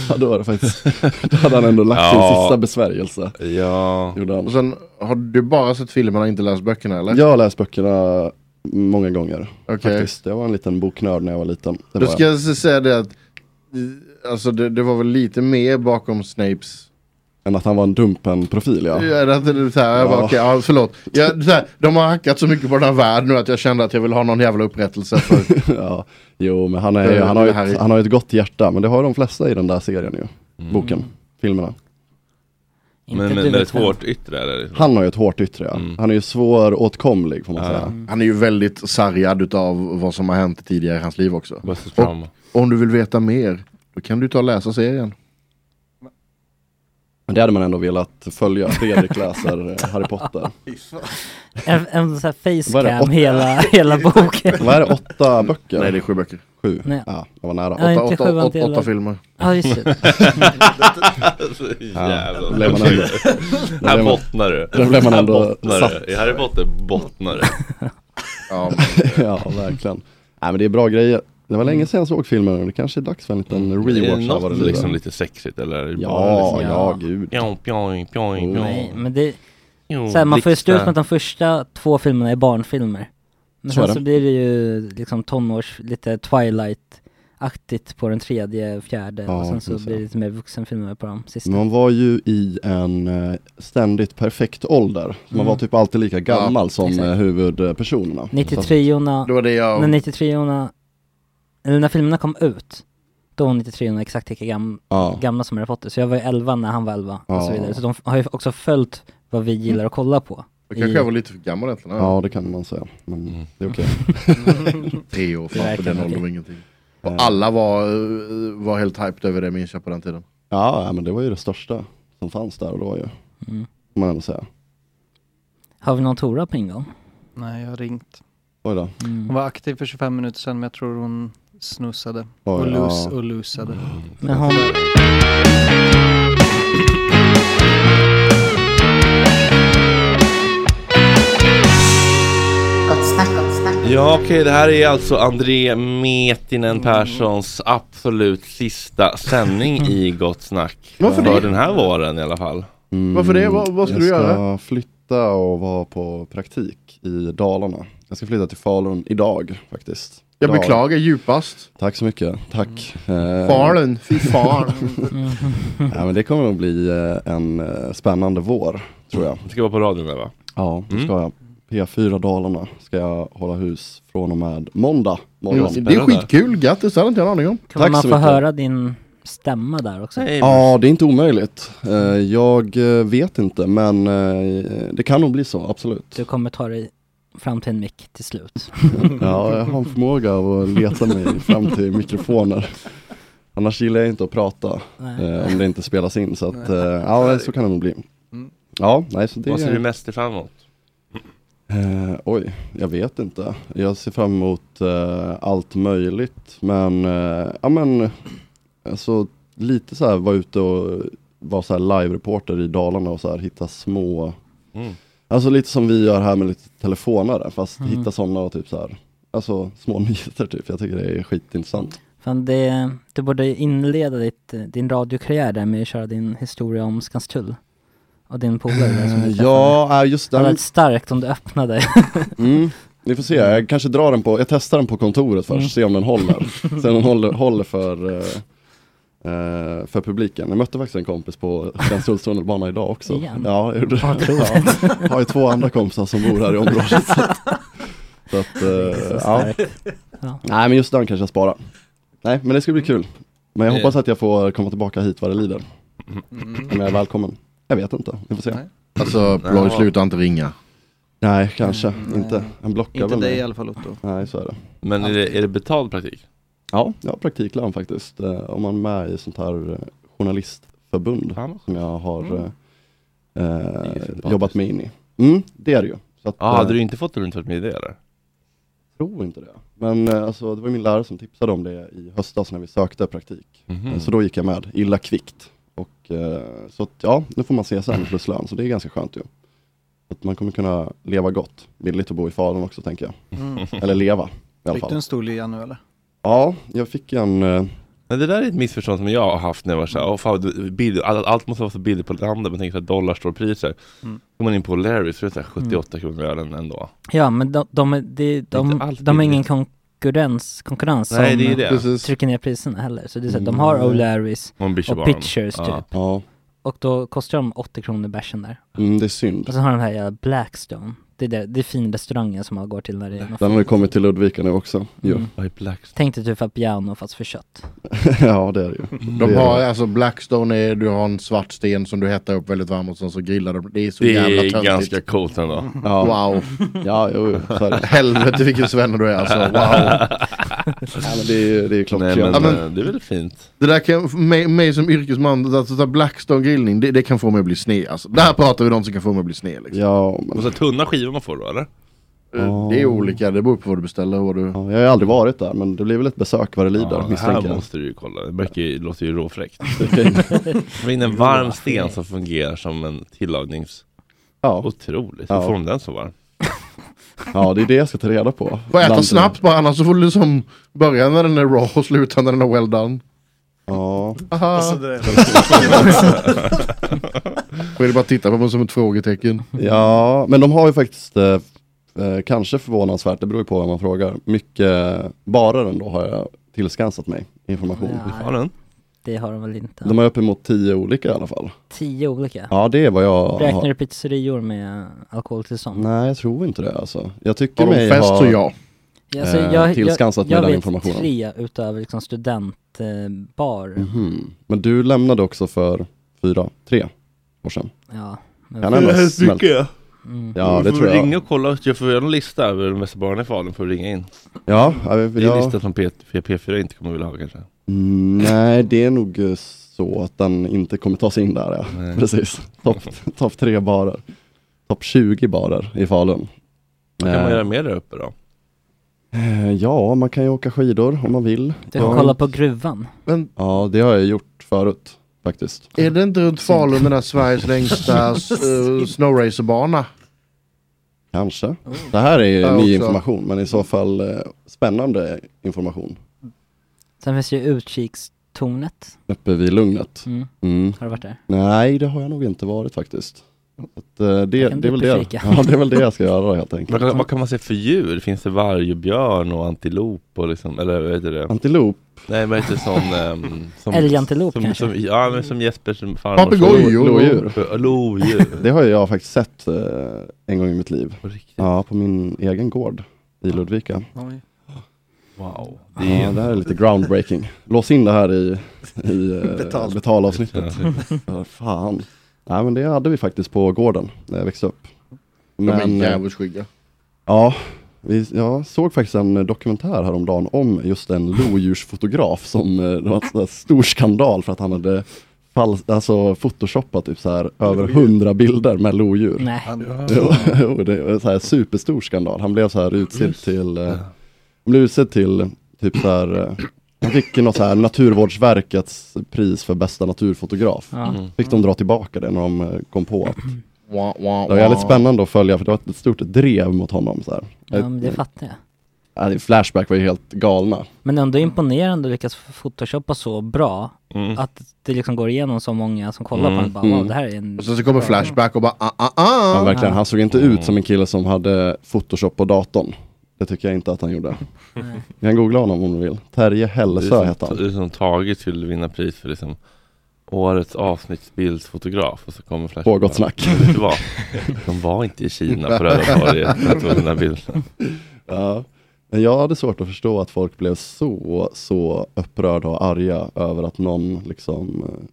ja, då var det faktiskt. Då hade han ändå lagt sin sista besvärjelse. Ja. Gjorde han. Och sen har du bara sett filmerna och inte läst böckerna eller? Jag har läst böckerna många gånger. Okej. Faktiskt. Jag var en liten boknörd när jag var liten. Det Då var ska jag s- säga det att eh, Alltså det, det var väl lite mer bakom Snapes jag. Än att han var en dumpen-profil ja. Ja, det, det, så här, jag bara, Ja. okej, ja, förlåt. Jag, så här, de har hackat så mycket på den här världen nu att jag kände att jag vill ha någon jävla upprättelse. För, ja. Jo, men han, är, ju- För han, har ju Harry. ett, han har ju ett gott hjärta. Men det har ju de flesta i den där serien ju. Boken, filmerna. Men, men det är ett hårt yttre eller? Mm. Han har ju ett hårt yttre ja. Han är ju svåråtkomlig får man säga. Han är ju väldigt sargad utav vad som har hänt tidigare i hans liv också. Och, trauma. om du vill veta mer, då kan du ta och läsa serien. Men det hade man ändå velat följa. Fredrik läser eh, Harry Potter. En, en sån här Vad är det, facecam åtta? hela, hela boken. Vad är det, åtta böcker? Nej, det är sju böcker. Sju? Nej. Ja, jag var nära. Ja, inte sjuan till alla. Ja, just det. Så Ja, jävla då blev man ändå, då Här blev man- bottnar du. Då blev man Här ändå bottnar du. satt. I Harry Potter bottnar du. ja, ja, verkligen. Nej, men det är bra grejer. Det var Mm. länge sedan jag såg filmen, men det kanske är dags för en liten Är det rewatch av vad något det lider. liksom lite sexigt eller? är det Ja, bara liksom- ja, gud. Oh. Pjong, pjong, pjong, pjong. Nej, men det... Jo, Såhär, man får ju stå ut blixtar. med att de första två filmerna är barnfilmer. Men Så är sen det. så blir det ju liksom tonårs, lite Twilight-aktigt på den tredje, fjärde Ja, Mm. och sen så precis. blir det lite mer vuxenfilmer på de sista. Man var ju i en eh, ständigt perfekt ålder. Man Mm. var typ alltid lika gammal Ja, som exakt. eh, huvudpersonerna. 93orna, Det var det jag- när 93orna, eller när filmerna kom ut, då var 93orna exakt lika gam, Ja. gamla som Harry Potter. Så jag var ju 11 när han var 11 och så Ja. vidare. Så de har ju också följt vad vi gillar att kolla på. Då i- kanske jag var lite för gammal egentligen. Ja, det kan man säga. Men Mm. det är okej. Tre år, Det fan verkar på den okej. åldern var ingenting. Eh. Och alla var, eh, var helt hyped över det minns jag på den tiden. Ja, ja, men det var ju det största som fanns där och då ju. Mm. Får man ändå säga. Har vi någon Tora på ingång? Nej, jag har ringt. Oj då. Mm. Hon var aktiv för 25 minuter sedan men jag tror hon snusade. Oj, och, lus, ja. och lusade. Men hon... Gott snack, gott snack. Ja okej, det här är alltså André Mm. Metinen Perssons absolut sista sändning i Gott Snack. Varför För det? den här våren i alla fall. Mm. Varför det? Vad- vad ska du Jag göra? ska flytta och vara på praktik i Dalarna. Jag ska flytta till Falun idag faktiskt. Jag Idag. beklagar djupast. Tack så mycket, tack. Mm. Eh, Falun, fy fan. ja, men det kommer nog bli eh, en eh, spännande vår, tror jag. Det ska vara på radion där va? Ja, det Mm. ska jag. P4 Dalarna ska jag hålla hus från och med måndag morgon. Mm, Det är skitkul, grattis, det hade inte jag en aning om. Kan man få höra din stämma där också? Ja, det är inte omöjligt. Eh, Jag eh, vet inte, men eh, det kan nog bli så, absolut. Du kommer ta dig fram till en mick till slut. Ja, jag har en förmåga av att leta mig fram till mikrofoner. Annars gillar jag inte att prata Nej. eh, om det inte spelas in. Så att, eh, ja, så kan det nog bli. Ja, nej, så det Vad ser du mest fram emot? Eh, oj, jag vet inte. Jag ser fram emot eh, allt möjligt. Men, eh, ja men, alltså, lite så här vara ute och vara så här live-reporter i Dalarna och så här hitta små, Mm. alltså lite som vi gör här med lite telefonare, fast Mm. hitta sådana och typ så här, alltså små nyheter typ. Jag tycker det är skitintressant. Fan, det, du borde inleda ditt, din radiokarriär där med att köra din historia om Skanstull. Och din polare där som du Eh, träffade. ja, äh, just Det hade den. varit starkt om du öppnade. Mm. Vi får se, jag kanske drar den på, jag testar den på kontoret först, Mm. se om den håller. Se om den håller, håller för, eh, eh, för publiken. Jag mötte faktiskt en kompis på Skanstulls tunnelbana idag också. Igen? Ja, jag gjorde Vad det. roligt. Ja, har ju två andra kompisar som bor här i området. Så att, så att så eh, ja. starkt. Ja. Nej men just den kanske jag sparar. Nej men det ska bli kul. Men jag Eh. hoppas att jag får komma tillbaka hit vad det lider. Om jag är välkommen. Jag vet inte, vi får se. Alltså, Ploy, Mm. Ja. sluta inte ringa. Nej, kanske inte. Han blockar Inte väl dig mig. i alla fall, Otto. Nej, så är det. Men är det, är det betald praktik? Ja, jag har praktiklön faktiskt. Eh, Om man är med i sånt här eh, journalistförbund som jag har Mm. eh, eh, jobbat mig in i. Mm, det är det ju. Så att, Ja, hade eh, du inte fått det om du inte varit med i det eller? tror inte det. Men eh, alltså, det var min lärare som tipsade om det i höstas när vi sökte praktik. Mhm. Eh, Så då gick jag med, illa kvickt. Och, eh, så att, ja, nu får man se sen plus lön, så det är ganska skönt ju. Så Att man kommer kunna leva gott, billigt att bo i Falun också tänker jag. Mm. Eller leva i alla Fick du fall. en stor lya nu eller? Ja, jag fick en... eh, Men det där är ett missförstånd som jag har haft när jag var såhär, åh fan, du- bild, allt, allt måste vara så billigt på landet, man tänker såhär dollar står priser. Mm. Går man in på Larrys så är det Mm. såhär 78 kronor ölen ändå. Ja men de, de, är- de, de, de, har ingen konkurrens, konkurrens Nej, som det är det. Precis. trycker ner priserna heller. Så det är så att de har O'Larrys Och en bitch och bar. Pitchers Ja. typ. Mm. Ja. Och då kostar de 80 kronor bärsen där. Mm, det är synd. Och så har de den här jävla Blackstone. Det är, där, det är fin restaurangen som man går till när det är något Den har ju kommit till Ludvika nu också. Jo. Mm. Tänk dig typ att Piano fast för kött. ja, det är det ju. Mm. De Det är har det. alltså Blackstone, är, du har en svart sten som du hettar upp väldigt varmt och sen så grillar de. Det är så Det jävla är töntigt. ganska coolt ändå. Ja. Wow. Ja, jo, jo. så är det. Helvete vilken svenne du är alltså. Wow. Ja, men det är ju det är ju klockrent. Nej men, Ja, men- eh, det är väl fint. Det där kan, för mig, mig som yrkesman, alltså, så här Blackstone grillning, det, det kan få mig att bli sned alltså. Där pratar vi om något som kan få mig att bli sned liksom. Ja, men... Och så här tunna skivor man får då eller? Ja. Det är olika, det beror på vad du beställer och vad du... Ja, jag har ju aldrig varit där, men det blir väl ett besök vad det lider, Ja, det misstänker här jag. måste du ju kolla, det verkar ju, låter ju råfräckt. Få in en varm sten som fungerar som en tillagnings... Ja. Otroligt, Ja. hur får de den så varm? Ja, det är det jag ska ta reda på. Får äta Bland- snabbt bara, annars så får du liksom börja när den är raw och sluta när den är well done. Ja. Aha. Och så där. Då är det bara att titta på mig som ett frågetecken. Ja, men de har ju faktiskt, eh, eh, kanske förvånansvärt, det beror ju på vem man frågar, mycket barer ändå har jag tillskansat mig information. Ja, den? Det har de väl inte. De har uppemot tio olika i alla fall. Tio olika. Ja, det är vad jag Räknar har. du pizzerior med alkoholtillstånd? Nej, jag tror inte det alltså. Jag tycker Har de mig fest ha så ja. Ja, alltså, eh, jag, jag, tillskansat mig jag den vet informationen. tre utav liksom studentbar. Mhm. Men du lämnade också för fyra, tre år sedan. Ja, men- Kan ändå Det här ha smält. tycker jag. Mm. Ja, det får tror vi jag. ringa och kolla, jag får göra en lista över de bästa barnen i Falun, får vi ringa in. Ja, ja, vi- Det är en ja. lista som P- P- P4 inte kommer vilja ha kanske. Mm, Nej, det är nog eh, så att den inte kommer ta sig in där. Ja. Nej. Precis. Topp top tre barer. Topp 20 barer i Falun. Vad kan man Eh, göra mer där uppe då? eh, Ja, man kan ju åka skidor om man vill. Du får Ja. kolla på gruvan. Men Ja, det har jag gjort förut faktiskt. är det inte runt Falun den där Sveriges längsta uh, snowracerbana? Kanske. Det här är Ja, ny också. information, men i så fall eh, spännande information. Sen finns ju utkikstornet. Uppe vid Lugnet. Mm. Mm. Har du varit där? Nej, det har jag nog inte varit faktiskt. Att, eh, det, kan det, är väl du det. kika. Ja, det är väl det jag ska göra helt enkelt. Vad kan, vad kan man se för djur? Finns det vargbjörn och antilop och liksom, eller vad heter det? Antilop? Nej men heter sån... ehm, som, Älgantilop som, kanske? Som, ja men som Jespers farmor Papegojor. Lodjur. Lodjur. Det har jag faktiskt sett eh, en gång i mitt liv. Ja, på min egen gård i Ludvika. Oj. Wow. Det är, ja, det här är lite groundbreaking. Lås in det här i, i eh, Betal. betalavsnittet. Ja, Fan. Nej men det hade vi faktiskt på gården när jag växte upp. De är Men, eh, jävligt skygga. ja, vi, jag såg faktiskt en dokumentär häromdagen om just en lodjursfotograf som, eh, det var en sån här stor skandal för att han hade fals- alltså photoshoppat typ så här över hundra bilder med lodjur. Nej. Jo, jo, det var en så här superstor skandal. Han blev så här utsedd till, eh, han blev utsedd till typ så här, eh, han fick något så här Naturvårdsverkets pris för bästa naturfotograf. Ja. Mm. Fick de dra tillbaka det när de eh, kom på att Wah, wah, det var jävligt wah. spännande att följa för det var ett stort drev mot honom. Så här. Eh, Ja, men det fattar jag. Ja, det- Flashback var ju helt galna. Men ändå imponerande att lyckas photoshoppa så bra Mm. att det liksom går igenom så många som kollar på Mm. den och bara wow, Mm. det här är en... Och sen så kommer Flashback och bara ah, ah, ah. Mm. Ja, verkligen. Han såg inte ut som en kille som hade Photoshop på datorn. Det tycker jag inte att han gjorde. Ni kan googla honom om du vill. Terje Hellesö Det är hette som, han. det är som Tage skulle vinna pris för liksom Årets avsnittsbildsfotograf och så kommer Flash Pågått snack. Vet du vad? De var inte i Kina på Röda torget när de tog den här bilden Ja. Men jag hade svårt att förstå att folk blev så, så upprörda och arga över att någon liksom eh,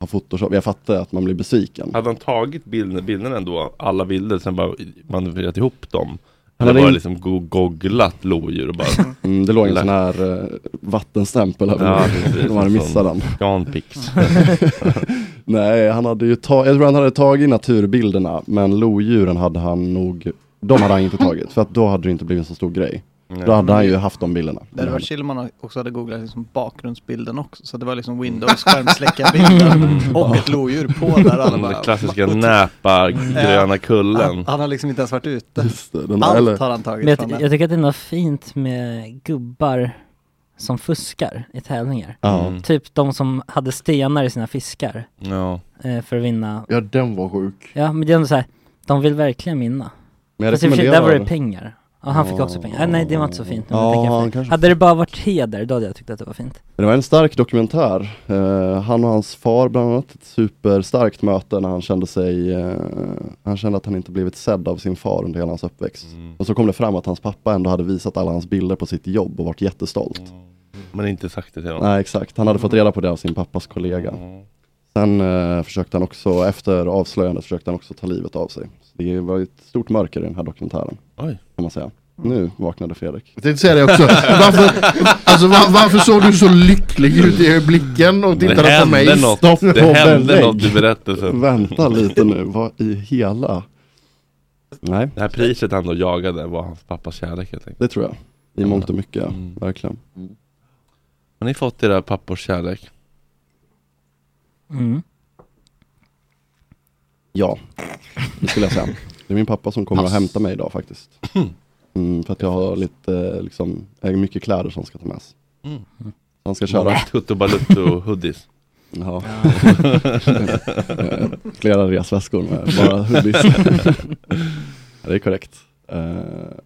har photoshop. Jag fattar att man blir besviken. Hade han tagit bilden, bilderna ändå, alla bilder, sen bara manövrerat ihop dem? Han Eller hade bara in- liksom go- googlat lodjur och bara... Mm, det låg en sån här eh, vattenstämpel här Ja, på precis. De hade missat den. Scanpix. Nej, han hade ju tagit, jag tror han hade tagit naturbilderna, men lodjuren hade han nog, de hade han inte tagit, för att då hade det inte blivit en så stor grej. Nej. Då hade han ju haft de bilderna. Det hade varit chill om man också hade googlat liksom bakgrundsbilden också. Så det var Mm. liksom Windows skärmsläckarbilden och ett lodjur på där. Alla Den där bara, klassiska näpa gröna kullen. Han, han har liksom inte ens varit ute. den Allt har han tagit Men från jag, den. jag tycker att det är något fint med gubbar som fuskar i tävlingar. Ja. Mm. Typ de som hade stenar i sina fiskar Ja. eh, för att vinna. Ja, den var sjuk. Ja, men det är ändå såhär, de vill verkligen vinna. Men jag Fast i och för sig, där var rekommenderar- det pengar. Ja, han fick också pengar. Ah, nej, det var inte så fint. nu när jag Ja, tänker efter. han kanske- Hade det bara varit heder, då hade jag tyckt att det var fint. Det var en stark dokumentär. Eh, han och hans far bland annat, ett superstarkt möte när han kände sig, eh, han kände att han inte blivit sedd av sin far under hela hans uppväxt. Mm. Och så kom det fram att hans pappa ändå hade visat alla hans bilder på sitt jobb och varit jättestolt. Mm. Men inte sagt det till honom. Mm. Nej exakt, han hade fått reda på det av sin pappas kollega. Sen eh, försökte han också, efter avslöjandet försökte han också ta livet av sig. Så det var ju ett stort mörker i den här dokumentären. Oj. Kan man säga. Nu vaknade Fredrik. Jag tänkte säga det också. Varför, alltså, var, varför såg du så lycklig ut i blicken och Det tittade på mig? hände något. Stopp Det på hände belägg. något i berättelsen. Vänta lite nu, vad i hela? Nej, Det här priset han då jagade var hans pappas kärlek helt enkelt. det tror jag. I mångt och mycket, ja. Mm. verkligen. Har ni fått era pappors kärlek? Mm. Ja, det skulle jag säga. Det är min pappa som kommer Pass. och hämtar mig idag faktiskt. Mm, för att jag har lite, eh, liksom, jag har mycket kläder som ska ta med sig. Mm. Han ska köra. Tutto Balutto hoodies. Ja. Eh, Flera resväskor med bara hoodies. det är korrekt. Eh,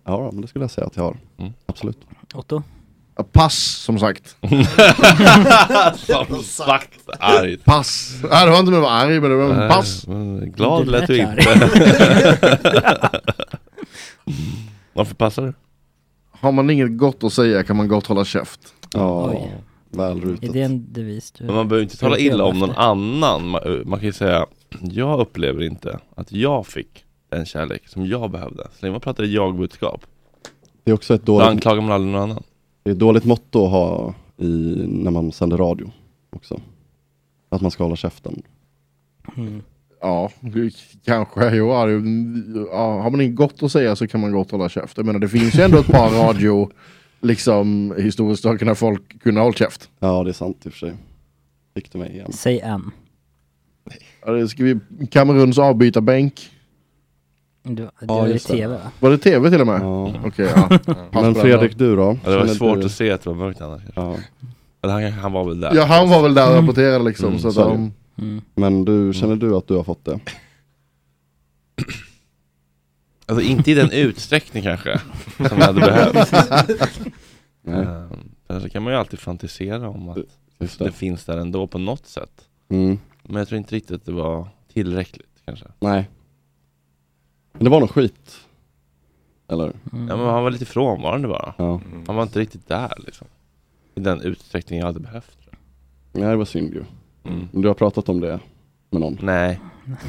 ja, men det skulle jag säga att jag har. Mm. Absolut. Otto? Pass som sagt. Som sagt argt. Pass. Nej, det var inte med att vara arg men det var Nej, pass. men Glad lät du inte. Varför passar du? Har man inget gott att säga kan man gott hålla käft. Ja, Oj. välrutet. Är det en devis du... Men man behöver inte tala illa om någon annan. eh, Man, man kan ju säga, jag upplever inte att jag fick den kärlek som jag behövde. Så länge man pratar i jag-budskap, Det är också ett då dåligt, anklagar man aldrig någon annan. det är ett dåligt motto att ha i, när man sänder radio också. Att man ska hålla käften. Mm. Ja, kanske. Jo, ja, det- ja, har man inget gott att säga så kan man gott hålla käft. Jag menar det finns ju ändå ett par radio liksom historiskt har kunnat folk kunna hålla käft. Ja, det är sant i och för sig. Fick du mig igen. Säg en. Ja, det Ska vi Kameruns avbytarbänk? Du, du Ja, är i just det. tv va? Var det tv till och med? Ja. Okej, ja. Pass Men på Fredrik, du då? Ja, det var Känner svårt du- att se att det var mörkt annars. Ja. Eller han, han var väl där. den. Ja, han var väl där och rapporterade liksom. Mm, så att så är det. de, Mm. Men du, känner du att du har fått det? Alltså inte i den utsträckning kanske, som jag hade behövt. Nej, Ehm, För så kan man ju alltid fantisera om att just det det. finns där ändå på något sätt. Mm. Men jag tror inte riktigt att det var tillräckligt kanske. Nej. Men det var nog skit. Eller? Mm. Ja, men han var lite frånvarande bara. Ja. Han var inte riktigt där liksom. I den utsträckning jag hade behövt. Nej, det var synd ju. Mm. Men Du har pratat om det med någon. Nej,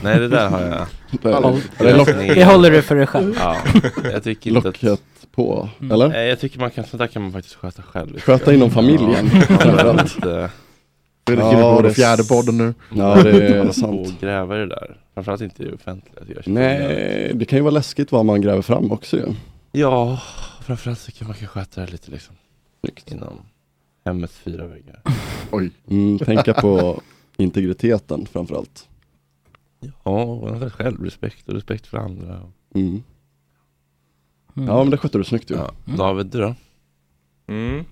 nej det där har jag. Det är- Håll- det är lock, Det håller du för dig själv. Ja, jag tycker inte att... locket på, Mm. eller? Nej, Eh, jag tycker man kan, sånt där kan man faktiskt sköta själv. Sköta inom familjen. Ja, eh, framförallt. inte Fredrik Ja, ja, det det är fjärde s- podden nu. Ja, det är hålla på sant. och gräva i det där. Framförallt inte i det offentliga. tycker jag. Nej, det kan ju vara läskigt vad man gräver fram också ju. Ja, framförallt så kan man kan sköta det lite liksom Snyggt. inom hemmets fyra väggar. Oj. Mm, tänka på integriteten framförallt. Ja, och någon slags självrespekt och respekt för andra. Mm. Mm. Ja, men det skötte du snyggt ju. Ja. David, du då? Mm.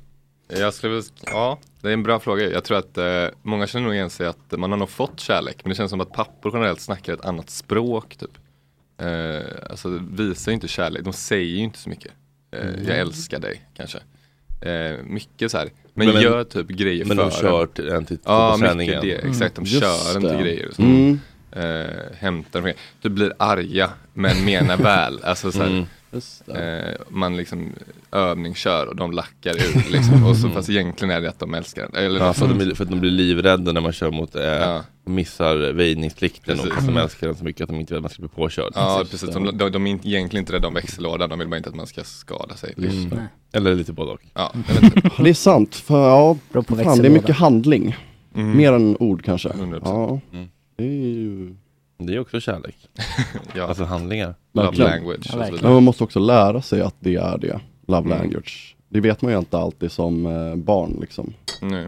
Jag skulle, väl sk- ja, det är en bra fråga. Jag tror att eh, många känner nog igen sig att man har nog fått kärlek, men det känns som att pappor generellt snackar ett annat språk typ. Eh, alltså visar ju inte kärlek, de säger ju inte så mycket. Eh, Jag älskar dig kanske. Eh, mycket så här, men, Men- gör typ grejer Men för de kör till, en till Ja, på mycket sändningen. det. Exakt, de Just kör inte det. grejer liksom. och så. Mm. Eh, hämtar de grejer. Du blir arga, men menar väl. Alltså så här, Eh, man liksom övningskör och de lackar ur liksom. och så, fast egentligen är det att de älskar den. Eller Ja, för, att de, blir- för att de blir livrädda när man kör mot, eh, missar väjningsplikten och Precis. att de Mm. älskar den så mycket att de inte vill att man ska bli påkörd. Ja precis, de, de, de är inte- egentligen inte rädda om växellådan, de vill bara inte att man ska skada sig. Liksom. Mm. Nej. Eller lite både och. Ja, Det är sant, för ja, Beror på fan, det är växellåda. mycket handling. Mm. Mer än ord kanske. 100%. Ja. Mm. Det är ju... Det är också kärlek. ja. Alltså handlingar. Verkligen. Men man måste också lära sig att det är det, love Mm. language. Det vet man ju inte alltid som eh, barn liksom. Nej.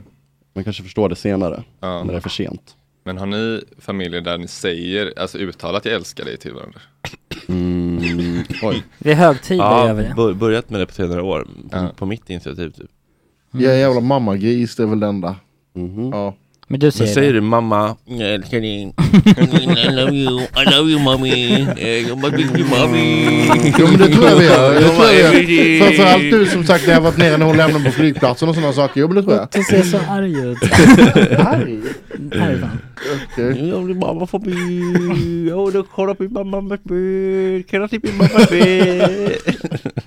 Man kanske förstår det senare, Ja. när det är för sent. Men har ni familjer där ni säger, alltså uttalat jag älskar dig typ? till varandra? Mm. Oj. Det är hög tid ja, att göra det. bör- börjat med det på senare år. På, på mitt initiativ typ. Jag är jävla mammagris, det är väl det enda. Mhm. Ja. Men Men säger du mamma, jag älskar dig, I love you, I love you mommy, Eh, jag bara big you mommy. Jo men det tror jag vi gör. Det Mamma, tror jag vi everyday. gör. Framförallt du som sagt när jag varit nere när hon lämnade på flygplatsen och sådana saker. Jo men det tror jag. Du ser så arg ut. Arg? Arg fan. Okej. Jag blir mamma förbi, jag vill kolla på min mamma förbi, kan jag se min mamma förbi?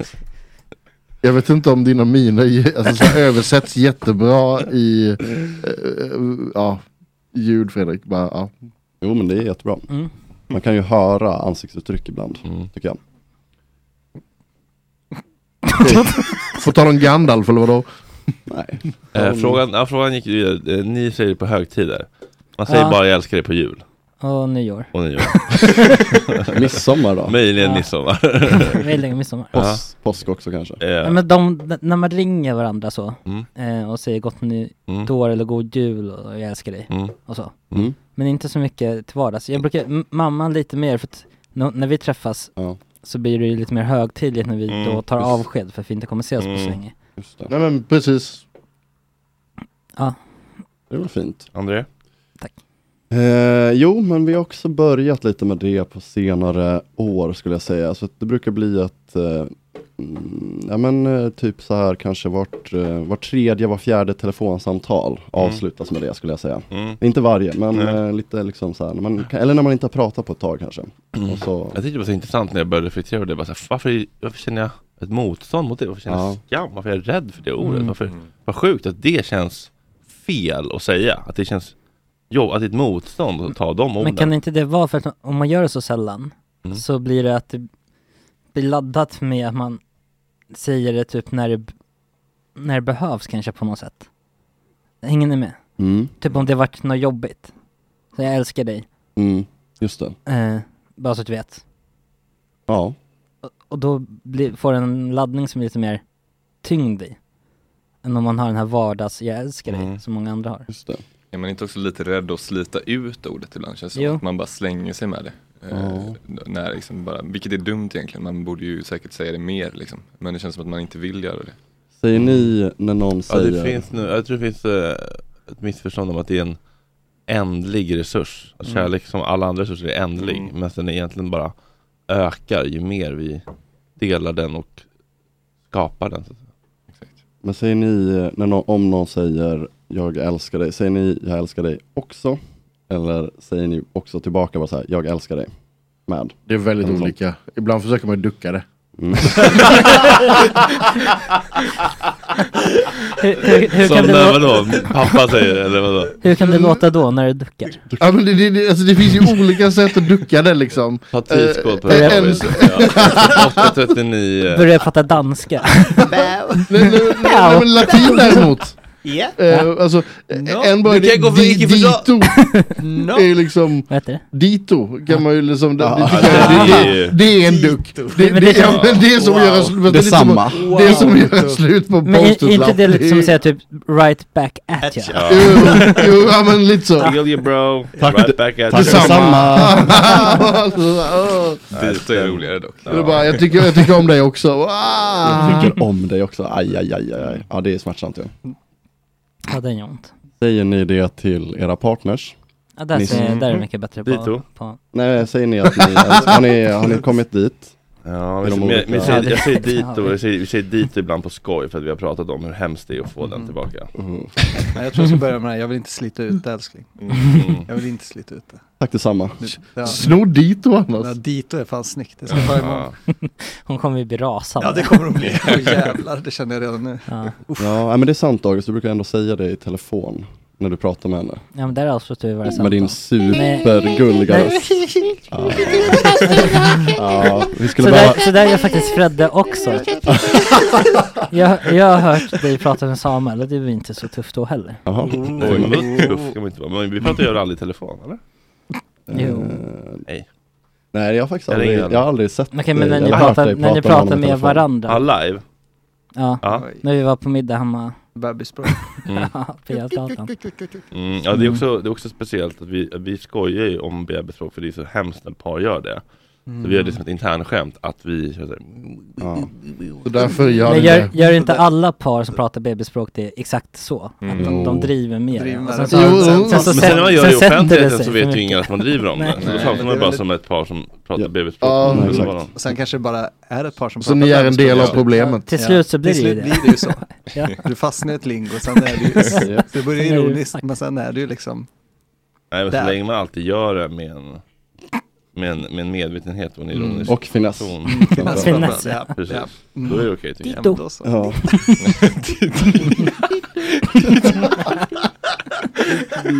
Jag vet inte om dina miner ge- alltså, så här översätts jättebra i eh, ja, ljud Fredrik. Bara, ja. Jo men det är jättebra. Mm. Man kan ju höra ansiktsuttryck ibland, Mm. tycker jag. Får ta någon Gandalf eller vadå? Nej. Eh, frågan, ja, frågan gick ju vidare, Eh, ni säger det på högtider. Man säger Ja. bara jag älskar dig på jul. Och nyår. Och nyår. Midsommar då? Möjligen Ja. midsommar. Möjligen midsommar. Pås, Påsk också kanske. Nej, men de, n- när man ringer varandra så Mm. eh, och säger gott nytt Mm. år eller god jul och jag älskar dig Mm. och så. Mm. Men inte så mycket till vardags. Jag brukar, m- mamman lite mer för att nå- när vi träffas så blir det ju lite mer högtidligt när vi Mm. då tar Just- avsked för att vi inte kommer ses på så Mm. länge. Nej men precis. Ja. Det är väl fint. André? Eh, jo, men vi har också börjat lite med det på senare år skulle jag säga. Så att det brukar bli att, eh, mm, ja men eh, typ så här kanske vart, eh, var tredje, var fjärde telefonsamtal avslutas med det skulle jag säga. Mm. Inte varje, men Nej. eh, lite liksom så här, när man, kan- eller när man inte har pratat på ett tag kanske. Mm. Och så, Jag tyckte det var så intressant när jag började reflektera över det. Bara så här, varför, varför känner jag ett motstånd mot det? Varför känner jag Ja. skam? Varför är jag rädd för det ordet? Mm. Varför, vad sjukt att det känns fel att säga. Att det känns jo, att det är ett motstånd att ta de orden. Men kan inte det vara för att om man gör det så sällan Mm. så blir det att det blir laddat med att man säger det typ när det, b- när det behövs kanske på något sätt. Hänger ni med? Mm. Typ om det varit något jobbigt. Så jag älskar dig. mm, just det. Eh, bara så att du vet. Ja. Och, och då blir, får det en laddning som är lite mer tyngd i. Än om man har den här vardags, jag älskar dig, som många andra har. Mm. Just det. Är man inte också lite rädd att slita ut ordet ibland känns det Jo. som? Att man bara slänger sig med det. Eh, Ja. när liksom bara, vilket är dumt egentligen, man borde ju säkert säga det mer liksom. Men det känns som att man inte vill göra det. Säger ni när någon ja, säger det finns nu, Jag tror det finns eh, ett missförstånd om att det är en ändlig resurs. Att Mm. kärlek som alla andra resurser är ändlig. Men den egentligen bara ökar ju mer vi delar den och skapar den. Så att säga. Men säger ni, eh, när nå- om någon säger jag älskar dig, säger ni jag älskar dig också? Eller säger ni också tillbaka bara så här, jag älskar dig? Med? Det är väldigt Eller något olika. Ibland försöker man ju ducka det. Mm. Hur, hur, hur, Som kan det lå- när vadå? Pappa säger det eller vadå? hur kan det låta då när du duckar? Mm. Ja, men det, det, det, alltså, det finns ju olika sätt att ducka det liksom. Ta tidskål på Eh, det här en- viset. Ja. Eh. 8.39. Börjar prata danska. Nej, nej, nej, nej, men latin däremot. Ja. Eh, alltså, eh, en bara Du kan gå för- di- icke förstå- dito. Är ju liksom, dito kan man ju liksom, det, det, tycker jag, Ja, det, det är det, ju- det är en duck. Det, Men det, det- ja, men det är som Wow. att göra slut, det är som Detsamma. att- det är som att göra Wow. slut på en Men är inte post-it-lapp. det lite som att är- säga typ right back at you? Ja. Jo, jo, ja men lite så. Feel you bro, Tack, right back at tack you. Detsamma. Dito är roligare dock. Det är bara, jag, tycker, jag tycker om dig också. Jag Ah. tycker om dig också, aj, aj, aj, aj, aj. Ja det är smärtsamt ju. Ja, den gör ont. Säger ni det till era partners? Ja, där, Ni- ser, där är du mycket bättre på... Dito. på Nej, säger ni att ni, har, ni, har ni kommit dit? Ja, I men, de men, olika- men, jag säger- jag säger dit Ja. och, jag säger, vi säger dit ibland på skoj för att vi har pratat om hur hemskt det är att få den tillbaka. Nej, jag tror jag ska börja med det här. Jag vill inte slita ut Mm. det älskling. Mm. Jag vill inte slita ut det. Tack detsamma. Ja. Snor dito annars. Ja, dito är fan snyggt. Det ska jag ta imorgon. Hon kommer ju bli rasande. Ja det kommer de bli. Åh jävlar, det känner jag redan nu. Ja, Ja, nej, men det är sant August, du brukar ändå säga det i telefon när du pratar med henne. ja men där avslutar vi varje Med din Mm. supergulliga röst. Ja. ja, vi skulle så, behöva... där, så där gör faktiskt Fredde också. jag, jag har hört dig prata med Samuel och det är väl inte så tufft då heller. Jaha. Mm. Oj, vad tuff kan man inte vara. Men vi pratar ju aldrig i telefon eller? Jo. Nej. Nej, jag har faktiskt Jag aldrig, ringer jag har aldrig sett Okej, men dig. när Jag ni har hört pratar- dig när ni prata honom pratar i med telefon. varandra. Ah, live? Ah. Ja, Ja. när vi var på middag hemma. Bebisspråk. Mm. Ja, på Götgatan. Mm, ja, det är, också, det är också speciellt att vi, vi skojar ju om bebisspråk för det är så hemskt när par gör det. Så vi gör det som ett internskämt att vi kör så här, Så därför gör Men ni gör, det. gör inte alla par som pratar bebisspråk det är exakt så? Att de, Mm. de driver med Driver det. med Och det. Sen så, Jo, sen, Men så, sen när man gör sen det i sätter offentligheten sig för så vet ju mycket. ingen att man driver om det. Så då Nej. framstår Det man är bara väl- som ett par som pratar bebisspråk. Mm. Ja, Det är exakt. bara- Och sen kanske det bara är ett par som Så ni är en bebisspråk. del av Ja. problemet. Till slut så blir Till det ju slut det. blir det ju så. Ja. Du fastnar i ett lingo, sen är det ju, Ja. så det börjar Sen är det ju ironiskt, men sen är det ju liksom, Nej, men så Där. länge man alltid gör det med en, med en, med en medvetenhet och en ironisk Och finess. ton. Finess. Finess, ja. Precis. Ja. Då är det okej tycker jag. ja, men då så. Ja.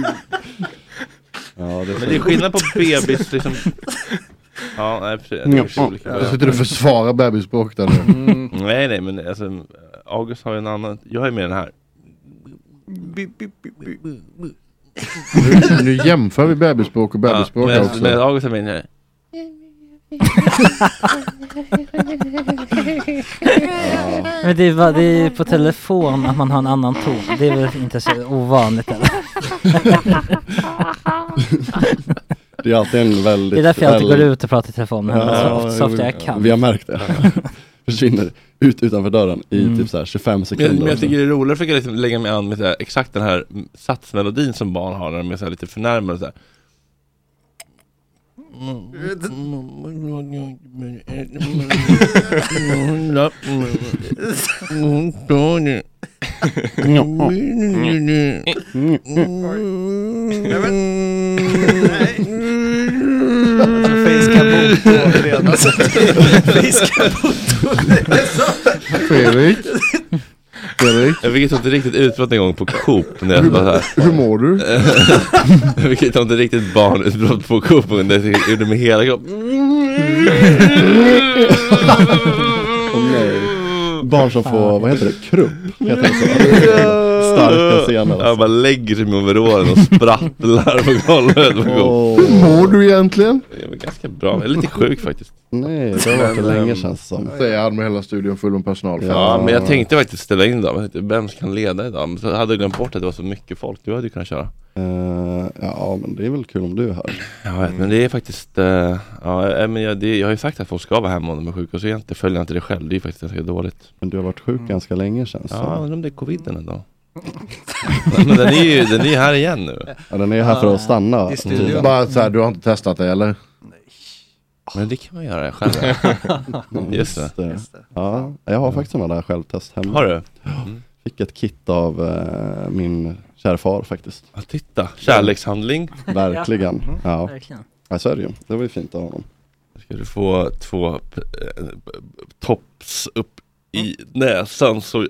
ja, det är Men det är sant. skillnad på bebis liksom. Ja, nej precis. Det är kanske olika. Mm. Så sitter du och försvarar bebisspråk där nu. Mm. Nej, nej, men alltså August har ju en annan. Jag är med den här. Bi- bi- bi- bi- bi- bi. nu. Nu jämför vi bebisspråk och bebisspråk men, också. men August är med den här. Men det är, va- det är ju på telefon att man har en annan ton. Det är väl inte så ovanligt eller? Det är alltid en väldigt... Det är därför jag alltid går väldigt- ut och pratar i telefon med henne så ofta- så ofta jag kan. Vi har märkt det. Försvinner ut utanför dörren i Mm. typ så här 25 Men, sekunder. men jag tycker det är roligare att försöka liksom lägga mig an med så här, exakt den här satsmelodin som barn har när de är så här lite förnärmade så här. Mm, Mm. Mm. Alltså, Mm. Facecam-bot återigen. alltså. Facecam-bot. Det är så- Fredrik, Fredrik, Jag fick ett sånt riktigt utbrott en gång på Coop när jag var så här. hur mår du? Jag fick ett sånt riktigt barnutbrott på Coop och det gjorde mig hela kroppen. Åh, nej. Barn som får, vad heter det, krupp? Heter det så? Starka scener. alltså. Jag bara lägger sig med overallen och sprattlar på golvet på Coop. Hur Åh, mår du egentligen? Jag var ganska bra, jag är lite sjuk faktiskt. nej, det har varit Men, länge ehm, känns det som. Säger han med hela studion full av personal. Ja, men jag tänkte faktiskt ställa in idag. Jag tänkte, Vem kan leda idag? Men så hade jag glömt bort att det var så mycket folk. Du hade ju kunnat köra. Eh, ja, men det är väl kul om du är här. Jag vet, men det är faktiskt... eh, ja, eh, men jag, det, jag har ju sagt att folk ska vara hemma om de är sjuka. Så egentligen följer jag inte det själv. Det är faktiskt ganska dåligt. Men du har varit sjuk ganska länge känns det Ja, jag som. undrar om det är coviden idag. Nej, men den är ju den är ju här igen nu. Ja, den är här för att stanna. Mm. I studion. tydligen. Bara så här, du har inte testat det eller? Men det kan man göra själv. Just det. Just det. Ja, jag har faktiskt sådana där självtest hemma. Mm. Har du? Mm. Fick ett kit av eh, min kära far faktiskt. Ja, titta. Kärlekshandling. Verkligen. Ja, Verkligen. ja så är det ju. Det var ju fint av honom. Då ska du få två p- eh, p- tops upp i näsan så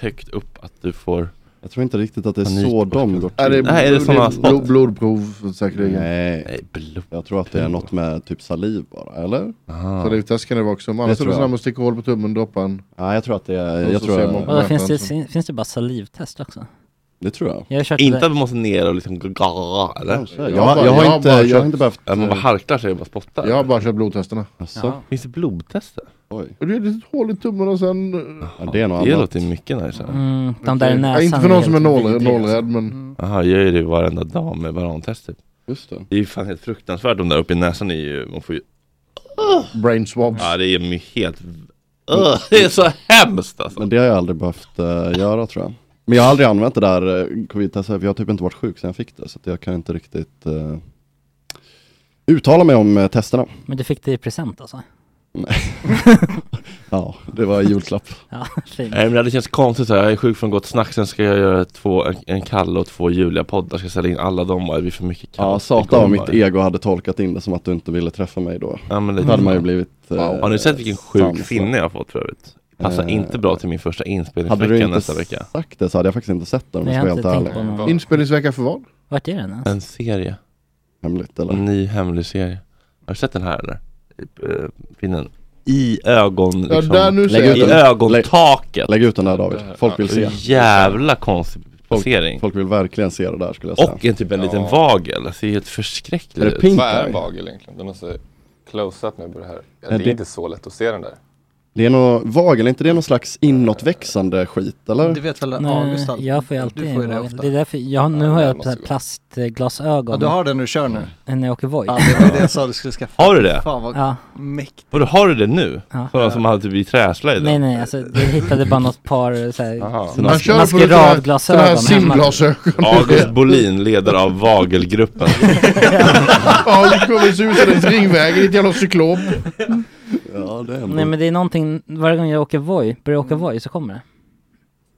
högt upp att du får... Jag tror inte riktigt att det är Panik så på de skolan. går Är till. det, Nej, är det såna blod- spott? blodprov säkerligen? Nej, Nej, blod. jag tror att det är något med typ saliv bara, eller? Aha. Så det test kan det vara också. Om Annars är tror det jag. sådana man sticker hål på tummen, droppan. Nej, jag tror att det är, Och jag så tror ser man- jag, Och då finns det, Vänta, fin- finns det bara salivtest också? det tror jag. Jag har kört Inte att man måste ner och liksom gagga, eller? Kanske. Jag, Jag har bara- jag, jag har har inte, bara jag kört- har inte behövt... eh, Ja, man bara harklar sig och bara spottar. Jag har bara kört blodtesterna. Alltså, Finns det blodtester? oj. Och Det är ett litet hål i tummen och sen... Ja, det är något Det annat. låter ju mycket nice. här. Mm, de där i näsan Ja, inte för någon som är helt Mm. noll, vidriga, nollrädd men... Jaha, jag gör det varenda dag med varantester. Just det. Det är ju fan helt fruktansvärt. De där uppe i näsan är ju... Man får ju Brain swabs. ja, det är ju helt... Ugh, det är så hemskt alltså! Men det har jag aldrig behövt eh, göra tror jag. Men jag har aldrig använt det där uh, covid-testet, för jag har typ inte varit sjuk sedan jag fick det. Så att jag kan inte riktigt eh, uttala mig om eh, testerna. alltså. Men du fick det i present alltså? ja, det var julklapp. Ja, fint. Nej men det känns konstigt så här. jag är sjuk från Gott Snack, sen ska jag göra två, en, en Kalle och två Julia-poddar, ska jag ställa in alla dem och det blir för mycket Kalle. Ja, satan vad mitt e- ego hade tolkat in det som att du inte ville träffa mig då. Ja, men då lite hade så. man ju blivit... eh, Har ni sett vilken sjuk sams. finne jag har fått för övrigt? Passar Eh, inte bra till min första Hade du inspelningsvecka inte nästa vecka. sagt det så hade jag faktiskt inte sett den om Nej, jag jag ska vara har helt inte tänkt på ärlig. någon. eh, Inspelningsvecka för vad? Vart är den ens? En serie. Hemligt eller? En ny hemlig serie. Har du sett den här eller? Eh, Pinnen. I ögon... liksom. Ja, där nu ser jag I den. ögontaket. Lägg ut den där David, folk vill se. Jävla konstig Folk- placering. Folk vill verkligen se det där skulle jag säga. Och en typ en liten Ja. vagel. Ser helt förskräcklig ut. Vad är vagel egentligen? Den har så close-up nu på det här. Ja, det Ja, är det- inte så lätt att se den där. Det är någon vagel, är inte det någon slags inåtväxande skit eller? Du vet väl Nej, August alltid? Jag får ju Du alltid får ju en det vagel. ofta. Det är därför, jag, nu har jag så här plastglasögon. Ja, du har den när du kör nu? När jag åker Voi. Ja, det var det jag sa du skulle skaffa. Har du det? Fan vad Ja. mäktigt. Vadå, har du det nu? Ja. Sådana som hade typ i träslöjden? Nej nej, alltså jag hittade bara något par så här, Han kör på maskeradglasögon sådana här hemma. simglasögon. August Bolin, ledare av Vagelgruppen. Ja, det kommer se ut som en ringväg, ett jävla cyklop. Ja, det är Nej men det är någonting, varje gång jag åker Voi, börjar jag åka Voi så kommer det.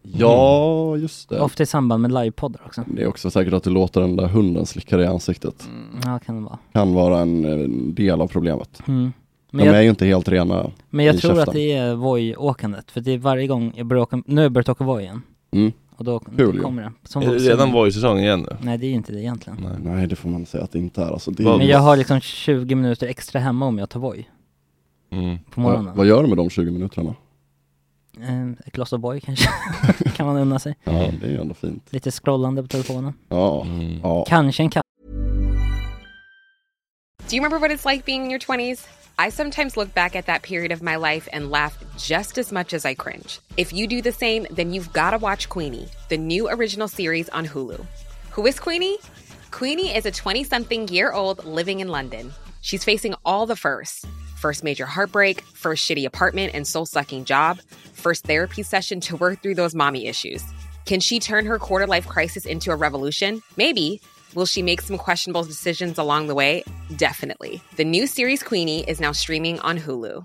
Ja, Mm. just det. Ofta i samband med livepoddar också. Det är också säkert att du låter den där hunden slicka dig i ansiktet. Mm, Ja, kan det vara. Kan vara en, eh, del av problemet. Mm. Men De jag- är ju inte helt rena Men jag i tror att käften. det är Voi-åkandet, för det är varje gång jag börjar åka, nu har jag börjat åka Voi igen. Mm. Och då, Kul då ju. kommer det. Är det redan Voi-säsong igen nu? Nej det är ju inte det egentligen. Nej. Nej, det får man säga att det inte är. Alltså, det är Men jag har liksom 20 minuter extra hemma om jag tar Voi. Mm. På morgonen. Vad, vad gör du med de 20 minuterna? Eh, ett glas O'boy kanske, kan man unna sig. Ja, det är ju ändå fint. Lite scrollande på telefonen. Ja, Mm. ja. Kanske en kaffe. Do you remember what it's like being in your 20s? I sometimes look back at that period of my life and laugh just as much as I cringe. If you do the same, then you've got to watch Queenie, the new original series on Hulu. Who is Queenie? Queenie is a 20 something year old living in London. She's facing all the firsts first major heartbreak, first shitty apartment and soul sucking job, first therapy session to work through those mommy issues. Can she turn her quarter life crisis into a revolution? Maybe. Will she make some questionable decisions along the way? Definitely. The new series Queenie is now streaming on Hulu.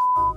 a-"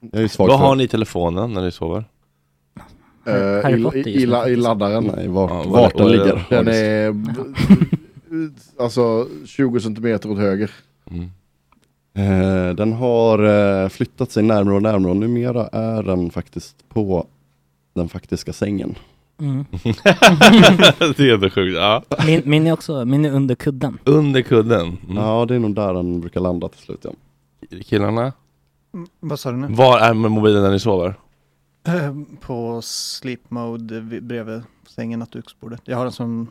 Jag är ju svag Vad för- har ni i telefonen när ni sover? Eh, Harry i- Potter just i, nu i, la- I faktiskt. laddaren. Nej, vart- Ja, vart den och- ligger. Den är b- alltså 20 centimeter åt höger. Mm. Eh, den har eh, flyttat sig närmare och närmare och numera är den faktiskt på den faktiska sängen. Mm. det är ändå sjukt, ja. Min, min är också, min är under kudden. Under kudden. Mm. Ja, det är nog där den brukar landa till slut. Ja. Killarna? Mm, Vad sa du nu? Var är med mobilen när ni sover? Eh, På sleep mode eh, vid- bredvid sängen, nattduksbordet. Jag har den som,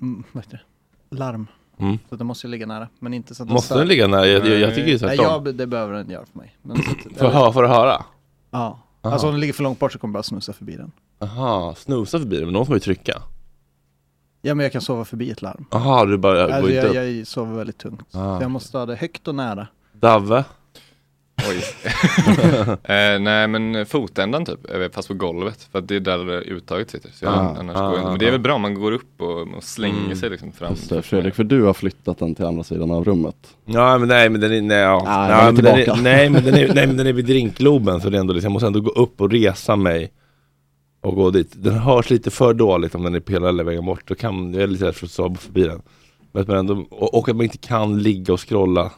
mm, vad heter det, larm. Mm. Så den måste ju ligga nära, men inte så att Måste stör. den ligga nära? Jag- jag- jag tycker Nej, ju tvärtom. jag, det behöver den göra för mig. Men så att- För att hö- för att höra? Ja. Aha. Alltså om den ligger för långt bort så kommer jag bara snusa förbi den. Aha, snusa förbi den, men någon får ju trycka. Ja men jag kan sova förbi ett larm. Aha, du bara går Alltså inte upp. jag, jag sover väldigt tungt. Ah. Så jag måste ha det högt och nära. Dave? Oj. eh, nej men fotändan typ, eh, fast på golvet. För att det är där uttaget sitter. Så jag, Ah, annars ah, går jag inte. Men det är väl ah. bra om man går upp och, och slänger Mm. sig liksom fram. Just det, Fredrik, för du har flyttat den till andra sidan av rummet. Ja men nej men den är, nej, ja. Nej, Ja, den är men den är, tillbaka. nej men den är, nej men den är vid drinkgloben så det är ändå liksom, jag måste ändå gå upp och resa mig och gå dit. Den hörs lite för dåligt om den är pelad hela vägen bort. Då kan, jag är lite rädd för att Saab förbi den. Men att man ändå, och, och att man inte kan ligga och scrolla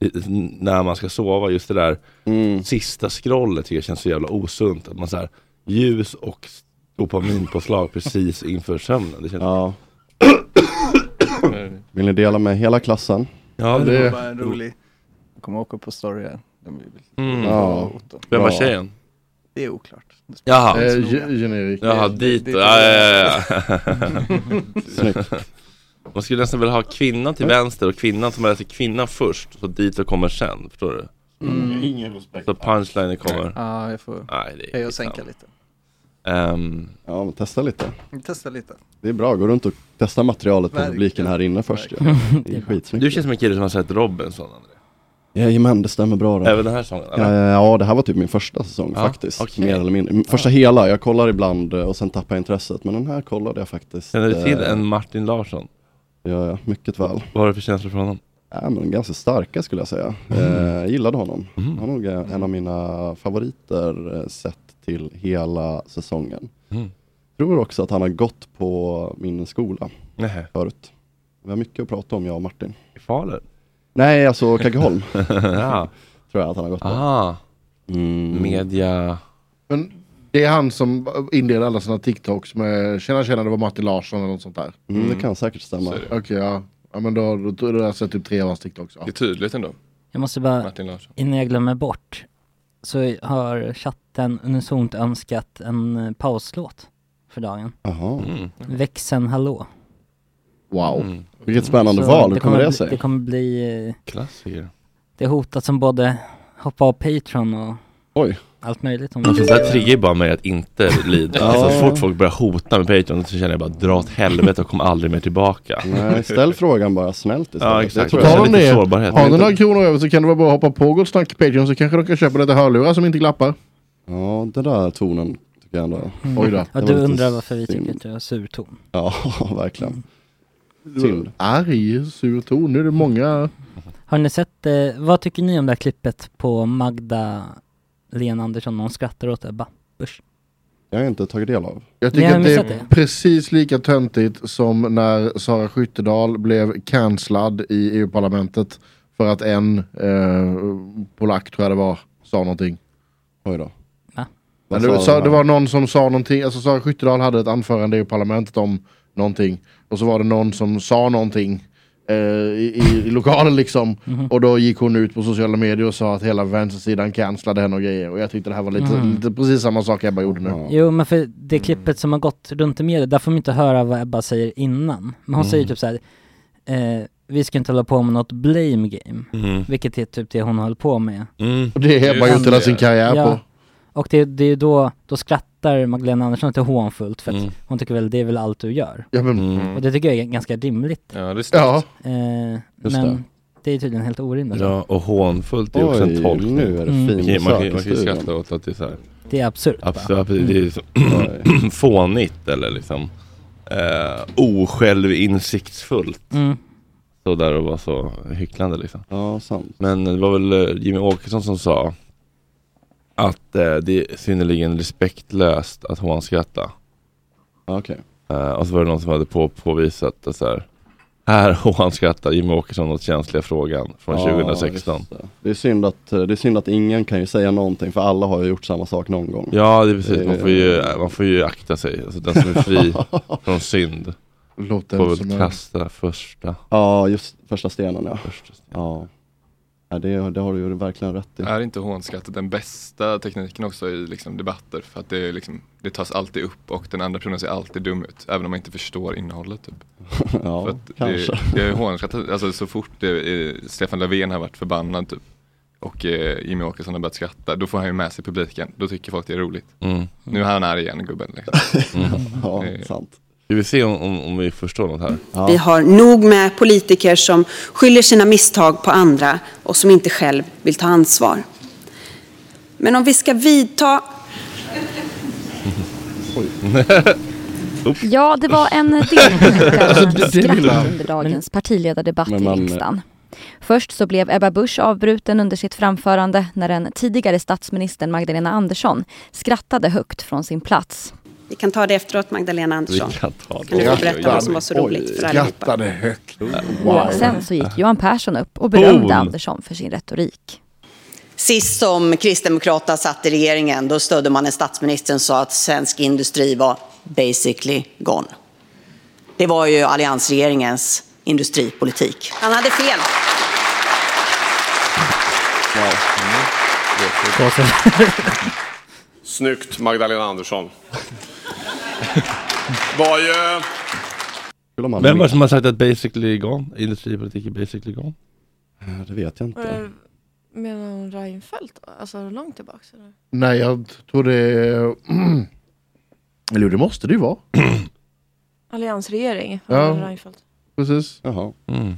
i- när man ska sova. Just det där Mm. sista scrollet tycker jag känns så jävla osunt. Att man så här, ljus och dopaminpåslag precis inför sömnen. Det känns Ja. Vill ni dela med hela klassen? Ja, det var bara en rolig. Jag kommer åka upp på story här. Den blir väl- Mm. Ja. Vem var tjejen? Det är oklart. Det spelar Jaha. inte så noga. Jaha, Eh, Det- dit. det- då. Ja, ja, ja. ja. Snyggt. Man skulle nästan vilja ha kvinnan till vänster och kvinnan som läser kvinnan först, så dit och kommer sen. Förstår du? Mm. Ingen respekt. Så punchlinen kommer. Ja, jag får Nej, det är höja och skitsamma. sänka lite. Ehm, Ja, men testa lite. Testa lite. Det är bra, gå runt och testa materialet på Verkligen. publiken här inne först. Ja. Det är skitsnyggt. du känns som en kille som har sett Robinson. André. Jajamän, det stämmer bra. Då. Även den här säsongen, Ja, eller? ja, ja, det här var typ min första säsong Ja, faktiskt. okej. Mer eller mindre. Första hela, jag kollar ibland eh, och sen tappar jag intresset. Men den här kollade jag faktiskt. Känner du till eh, en Martin Larsson? Ja, ja, mycket väl. Vad har du för känslor för honom? Mm. Ja, men ganska starka skulle jag säga. Eh, jag gillade honom. Han är nog eh, en av mina favoriter eh, sett till hela säsongen. Mm. Tror också att han har gått på min skola Nähä. förut. Vi har mycket att prata om jag och Martin. I Falun? Nej, alltså Kaggeholm. Ja. Tror jag att han har gått på. Ah. Mm. Media... Men det är han som inleder alla sina TikToks med Tjena tjena det var Martin Larsson eller något sånt där. Mm, det kan säkert stämma. Okej ja. ja. men då, då, då, har jag sett typ tre av hans TikToks. Ja. Det är tydligt ändå. Jag måste bara, Martin Larsson. innan jag glömmer bort, så har chatten unisont önskat en eh, pauslåt för dagen. Jaha. Mm. Växeln Hallå. Wow. Vilket spännande Så val, hur kommer det bli- sig? Det kommer bli... eh, Klassiker. Det är hotat som både hoppa av Patreon och Oj. allt möjligt. Om Alltså, det där triggar ju bara mig att inte lida. Ja. Alltså, så fort folk börjar hota med Patreon så känner jag bara dra åt helvete och kom aldrig mer tillbaka. Nej, ställ frågan bara snällt istället. Ja, exakt. tror På tal om jag är det, lite sårbarhet. Har du några kronor över så kan du väl bara hoppa på Gott Snack Patreon så kanske de kan köpa lite hörlurar som inte glappar. Ja, den där tonen tycker jag ändå. Mm. Oj då. Ja, du Det var lite undrar varför vi tycker synd. att du har surton. Ja, verkligen. Synd. Arg, sur ton. Nu är det många. Har ni sett, eh, vad tycker ni om det här klippet på Magda Lena Andersson när hon skrattar åt Ebba Busch? Jag har inte tagit del av. Jag Ni tycker har att det är missat det? precis lika töntigt som när Sara Skyttedal blev cancellad i EU-parlamentet för att en eh, polack, tror jag det var, sa någonting. Oj då. Va? Men Vad det, sa sa, de det här? var någon som sa någonting, alltså Sara Skyttedal hade ett anförande i parlamentet om någonting. Och så var det någon som sa någonting eh, i, i, i lokalen liksom. Mhm. Och då gick hon ut på sociala medier och sa att hela vänstersidan cancellade henne och grejer. Och jag tyckte det här var lite, Mm. lite precis samma sak Ebba gjorde nu. Jo men för Mm. det klippet som har gått runt i media, där får man inte höra vad Ebba säger innan. Men hon Mm. säger typ så här, eh, vi ska inte hålla på med något blame game. Mm. Vilket är typ det hon höll på med. Mm. Och det har Ebba gjort hela sin karriär på. Och det, det är då, då skrattar Magdalena Andersson lite hånfullt för att Mm. hon tycker väl det är väl allt du gör. Ja, men, Och det tycker jag är ganska rimligt. Ja, det är snyggt. Ja. Eh, Just men det. det. är tydligen helt orimligt. Ja, och hånfullt är ju också Oj, en tolkning. nu är det Man fin kan- Man kan- besök i man kan ju studion. skratta åt att det är så här. Mm. Det är absurt bara. Absurt, det är ju så Mm. fånigt eller liksom eh, osjälvinsiktsfullt. Mm. Så där och vara så hycklande liksom. Ja, sant. Men det var väl eh, Jimmy Åkesson som sa att eh, det är synnerligen respektlöst att hånskratta. Okej. Eh, och så var det någon som hade på, påvisat att så här, här hånskrattar Jimmy Åkesson åt känsliga frågan från Ja, 2016. just det. Det är, synd att, det är synd att ingen kan ju säga någonting för alla har ju gjort samma sak någon gång. Ja, det är precis. Det- Man får ju, man får ju akta sig. Alltså, den som är fri från synd Låt den får som väl är- kasta första. Ja, just första stenen ja. Ja, ja det, det har du ju verkligen rätt i. Är inte hånskrattet den bästa tekniken också i liksom debatter? För att det, är liksom, det tas alltid upp och den andra personen ser alltid dum ut. Även om man inte förstår innehållet. Typ. Ja, för att kanske. Det, det är hånskrattat, alltså så fort det, eh, Stefan Löfven har varit förbannad typ, och eh, Jimmy Åkesson har börjat skratta, då får han ju med sig publiken. Då tycker folk det är roligt. Mm. Nu är han arg igen gubben. Liksom. Ja, Eh, sant. Vi vill se om, om, om vi förstår något här. Vi har nog med politiker som skyller sina misstag på andra och som inte själv vill ta ansvar. Men om vi ska vidta Ja, det var en del Alltså, det- det skratt vill jag. Alltså, under dagens partiledardebatt Men i man- eh, riksdagen. Först så blev Ebba Busch avbruten under sitt framförande när den tidigare statsministern Magdalena Andersson skrattade högt från sin plats. Vi kan ta det efteråt, Magdalena Andersson. Vi kan ta det. Kan du få berätta vad som Oj, Mm. var så oj, roligt för allihopa? Skrattade högt. Och sen så gick Johan Persson upp och berömde Boom. Andersson för sin retorik. Sist som Kristdemokraterna satt i regeringen, då stödde man en statsminister som sa att svensk industri var basically gone. Det var ju alliansregeringens industripolitik. Han hade fel. Snyggt Magdalena Andersson. Var ju... Vem var det som har sagt att basically gone? Industripolitik är basically gone? Eh, Det vet jag inte. Var- Menar hon Eh, Reinfeldt? Alltså långt tillbaks? Eller? Nej, jag tror det är... Eller jo, det måste det ju vara. Alliansregering? Ja. Ja. Reinfeldt. Mm. Precis. Jaha. Mm.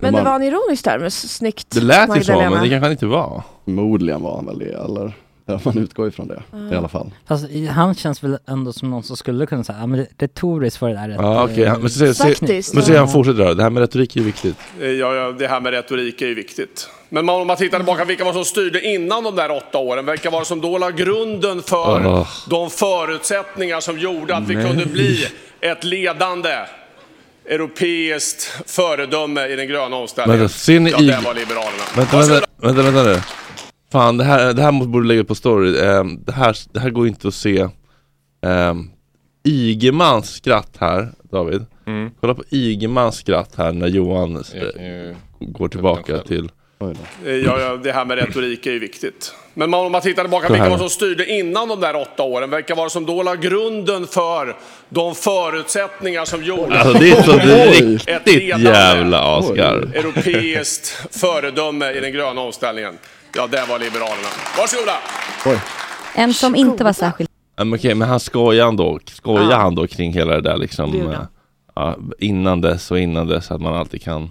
Men man- det var en ironisk term, s- snyggt Det lät ju så, Magdalena. men det kanske han inte var. Förmodligen var han väl det, eller? Ja, man utgår ifrån det i alla fall. Fast i- han känns väl ändå som någon som skulle kunna säga, ja men retoriskt var det där rätt. Ja okej, eh, han- men så säger- tekniskt." men så säger han fortsätter då. det här med retorik är ju viktigt. Eh, Ja, ja, det här med retorik är ju viktigt. Men man- om man tittar tillbaka, vilka var det som styrde innan de där åtta åren? Vilka var det som då la grunden för Åh. de förutsättningar som gjorde att vi Nej. kunde bli ett ledande europeiskt föredöme i den gröna omställningen? Vänta, ser ni ja, i... det var Liberalerna. Vänta, vänta, vänta, vänta nu. Fan, det här, det här måste- borde lägga upp på story. Ehm, det, här, det här går inte att se. Um, Ygemans skratt här, David. Mm. Kolla på Ygemans skratt här när Johan eh, går tillbaka till... Eh, Ja, ja, det här med retorik är ju viktigt. Men man- om man tittar tillbaka, Så här. vilka var det som styrde innan de där åtta åren? Vilka var det som då la grunden för de förutsättningar som gjorde Alltså det är så att vi kunde bli riktigt ett ledande jävla Oscar. Europeiskt föredöme i den gröna omställningen. Ja, det var Liberalerna. Varsågoda! En som inte var särskilt Ja, men okej, men han skojar ändå, skojar Ja. han då kring hela det där Det liksom eh, gjorde han. ja, innan dess och innan dess att man alltid kan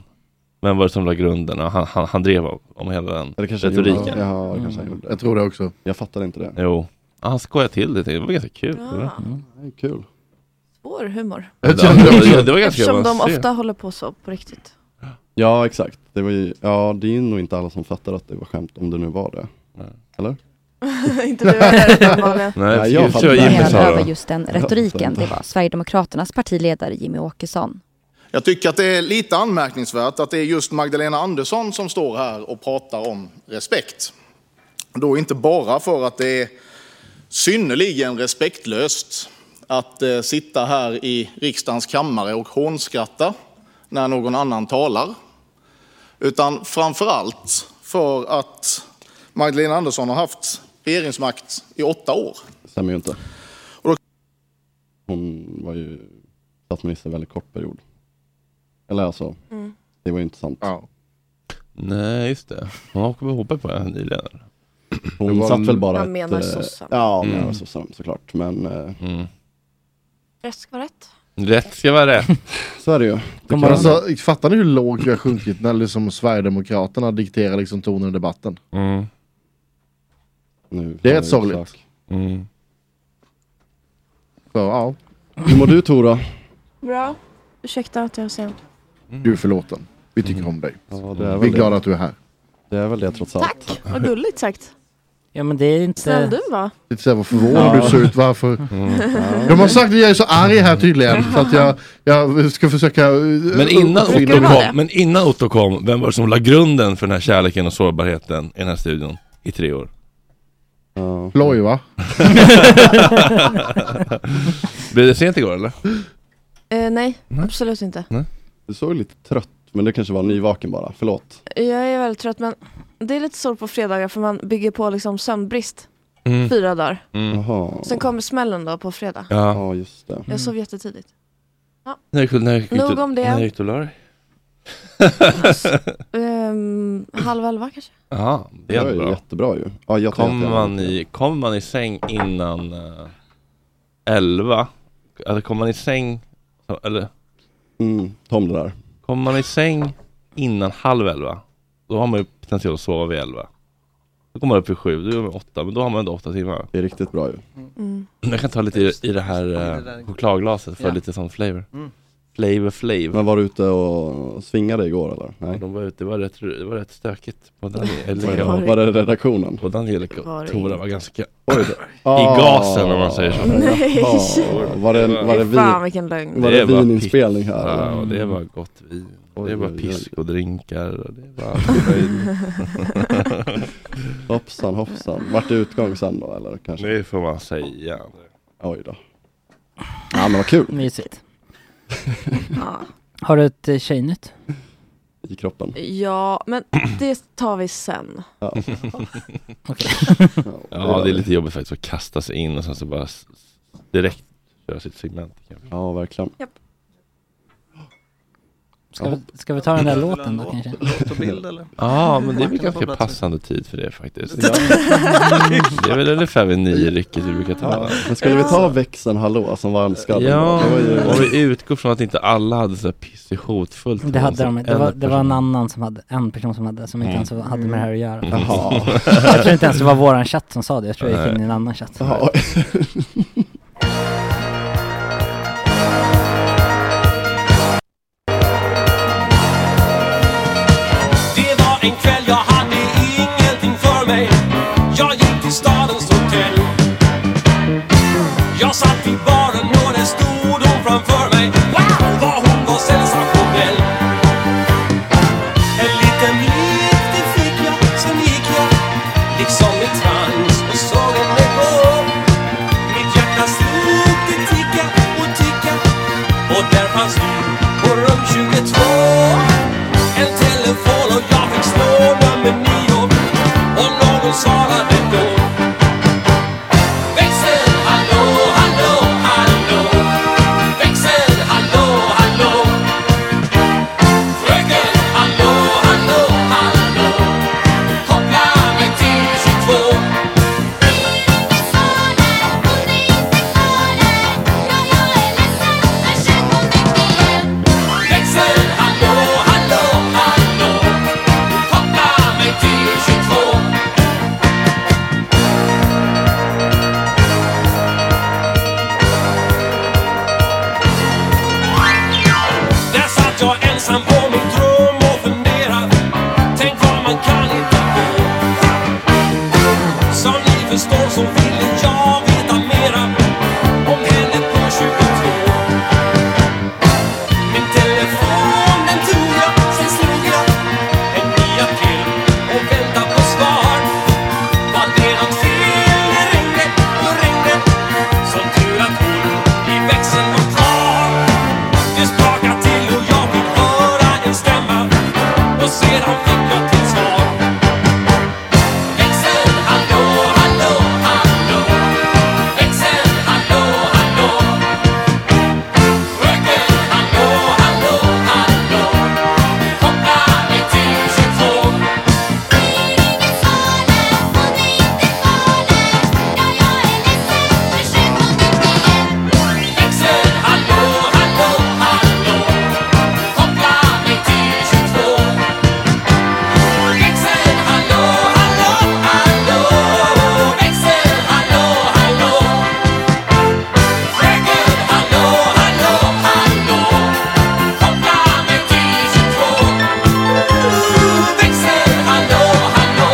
Vem var det som la grunden? Ja, Han, han, han drev om hela den kanske han retoriken Mm. gjorde. Ja, det kanske han gjorde. Jag tror det också. Jag fattar inte det. Jo, Ja, han skojade till det, det var ganska kul Ja. eller? Mm. Det är kul. Svår humor. Ja, det var- det var ganska Eftersom de avancerat. ofta håller på så på riktigt. Ja, exakt. Det, var ju, ja, det är nog inte alla som fattar att det var skämt, om det nu var det. Eller? inte du heller uppenbarligen. Nej, jag jag fattar. imponerad Ja. över just den retoriken. Det var Sverigedemokraternas partiledare Jimmy Åkesson. Jag tycker att det är lite anmärkningsvärt att det är just Magdalena Andersson som står här och pratar om respekt. Då inte bara för att det är synnerligen respektlöst att eh, sitta här i riksdagens kammare och hånskratta när någon annan talar, utan framför allt för att Magdalena Andersson har haft regeringsmakt i åtta år. Det stämmer ju inte. Hon var ju statsminister en väldigt kort period. Eller alltså, Mm. det var ju inte sant. Nej just det, hon åkte på hoppet på en ny ledare Hon satt väl bara Han menar eh, sossarna. Ja, hon Mm. menar sossarna såklart. Men eh, Rätt ska vara rätt. Rätt ska vara rätt så är det ju. Men alltså, fattar ni hur lågt vi har sjunkit när liksom Sverigedemokraterna dikterar liksom tonen i debatten? Mm. Nu Det är får rätt vi sorgligt. besök. Mm. Så, ja. Hur mår du Tora? Bra. Ursäkta att jag säger Mm. Du är förlåten. Vi tycker om dig. det är väl vi är det. glada att du är här. Det är väl det trots allt. Tack, vad gulligt sagt. Ja men det är inte... Snäll du var. Lite såhär vad förvånad Ja. du ser ut, varför? Mm. Mm. Ja. De har sagt att jag är så arg här tydligen, så att jag, jag ska försöka... eh, Men innan, uppfinna Otto mig. kom, men innan Otto kom, vem var det som la grunden för den här kärleken och sårbarheten i den här studion i tre år? Ploy va? Blev det sent igår eller? Eh, nej, absolut inte. Du såg lite trött, men det kanske var nyvaken bara. Förlåt. Jag är väldigt trött men det är lite sår på fredagar för man bygger på liksom sömnbrist Mm. fyra dagar. Jaha. Sen kommer smällen då på fredag. Ja, just det. Jag sov jättetidigt. När gick, när gick, Nog om det. När gick du och la dig? Ehm, halv elva kanske? Ja, det Det är var ju bra. jättebra ju. Ja, jätte, kommer, jätte- man i, kommer man i säng innan eh, 11? Eller kommer man i säng... Eller? Mm, tom det där. Kommer man i säng innan halv 11? Då har man ju potential att sova vid 11. Då kommer man upp vid 7, då är man 8, men då har man ändå 8 timmar. Det är riktigt bra ju. Mm. Jag kan ta lite i, i det här eh, chokladglaset för Ja. lite sån flavor. Mm. Flavor Flav. Men var du ute och och svingade igår eller? Nej? De var ute, det var rätt, det var rätt stökigt på Var det- Daniel. var det redaktionen? På Angelica Var och det Tora inte? var ganska Oj då. i gasen om man säger så. Nej. Ja, Ah. Var det- var det vin- Fan, vilken lögn. var det var vininspelning pitt. här? Ja, och det var gott vin. Oj, det var oj, oj. pisk och drinkar och det var allt möjligt. hoppsan hoppsan. Vart det utgång sen då eller kanske? Det får man säga. Oj då. Ja men vad kul. Mysigt. Har du ett eh, tjejnytt? I kroppen. Ja, men det tar vi sen. Ja. Ja, det är lite jobbigt faktiskt att kasta sig in och sen så bara s- s- direkt köra sitt segment. kanske. Ja, verkligen. Ska, vi, ska vi ta den där låten då låt- kanske? låt och bild, eller? Ja, men det är väl Marken ganska på plats. passande tid för det faktiskt. Det är väl ungefär vid nio rycket vi brukar ta. Ja, men skulle vi ta växeln hallå som var önskat? Ja, Det var ju- om vi utgår från att inte alla hade så här piss i hotfullt. Det hade de inte. Det En var, det var en person- annan som hade, en person som hade, som inte Mm. ens hade med det här att göra. Mm. Jaha. Jag tror inte ens det var våran chatt som sa det. Jag tror jag gick in i en annan chatt. Jaha. Det var en kväll jag hade ingenting för mig Jag gick till stadens hotell Jag satt i baren och där stod hon framför mig Wow, vad hon var sensationell En liten blick det fick jag, sen gick jag Liksom i trans och såg henne gå Mitt hjärta slog, det ticka och ticka Och där fanns du på rum 22 en telefon och jag fick slå nummer nio och någon svarade då. Växel, hallå, hallå, hallå. Växel, hallå, hallå. Fröken, hallå, hallå, hallå. Koppla mig till 22. Växel, hallå, hallå, hallå. Koppla mig till 22. Där satt jag ensam på min trum och funderade. Tänk vad man kan hitta på. Som ni förstår så ville jag veta mera om henne på 22. Min telefon den tog jag, sen slog jag en nia till och väntade på svar. Var det något fel? Det ringde och ringde. Som tur att hon i växeln var kvar. Det sprakade till och jag fick höra en stämma och sedan fick jag till svar. Växeln, hallå, hallå, hallå. Växeln, hallå, hallå. Fröken, hallå, hallå, hallå. Koppla mig till 22. Växeln, hallå, hallå, hallå. Koppla mig till 22. Växeln, hallå, hallå, hallå. Växeln, hallå, hallå. Fröken, hallå, hallå, hallå. Koppla mig till 22. Växeln, hallå, hallå.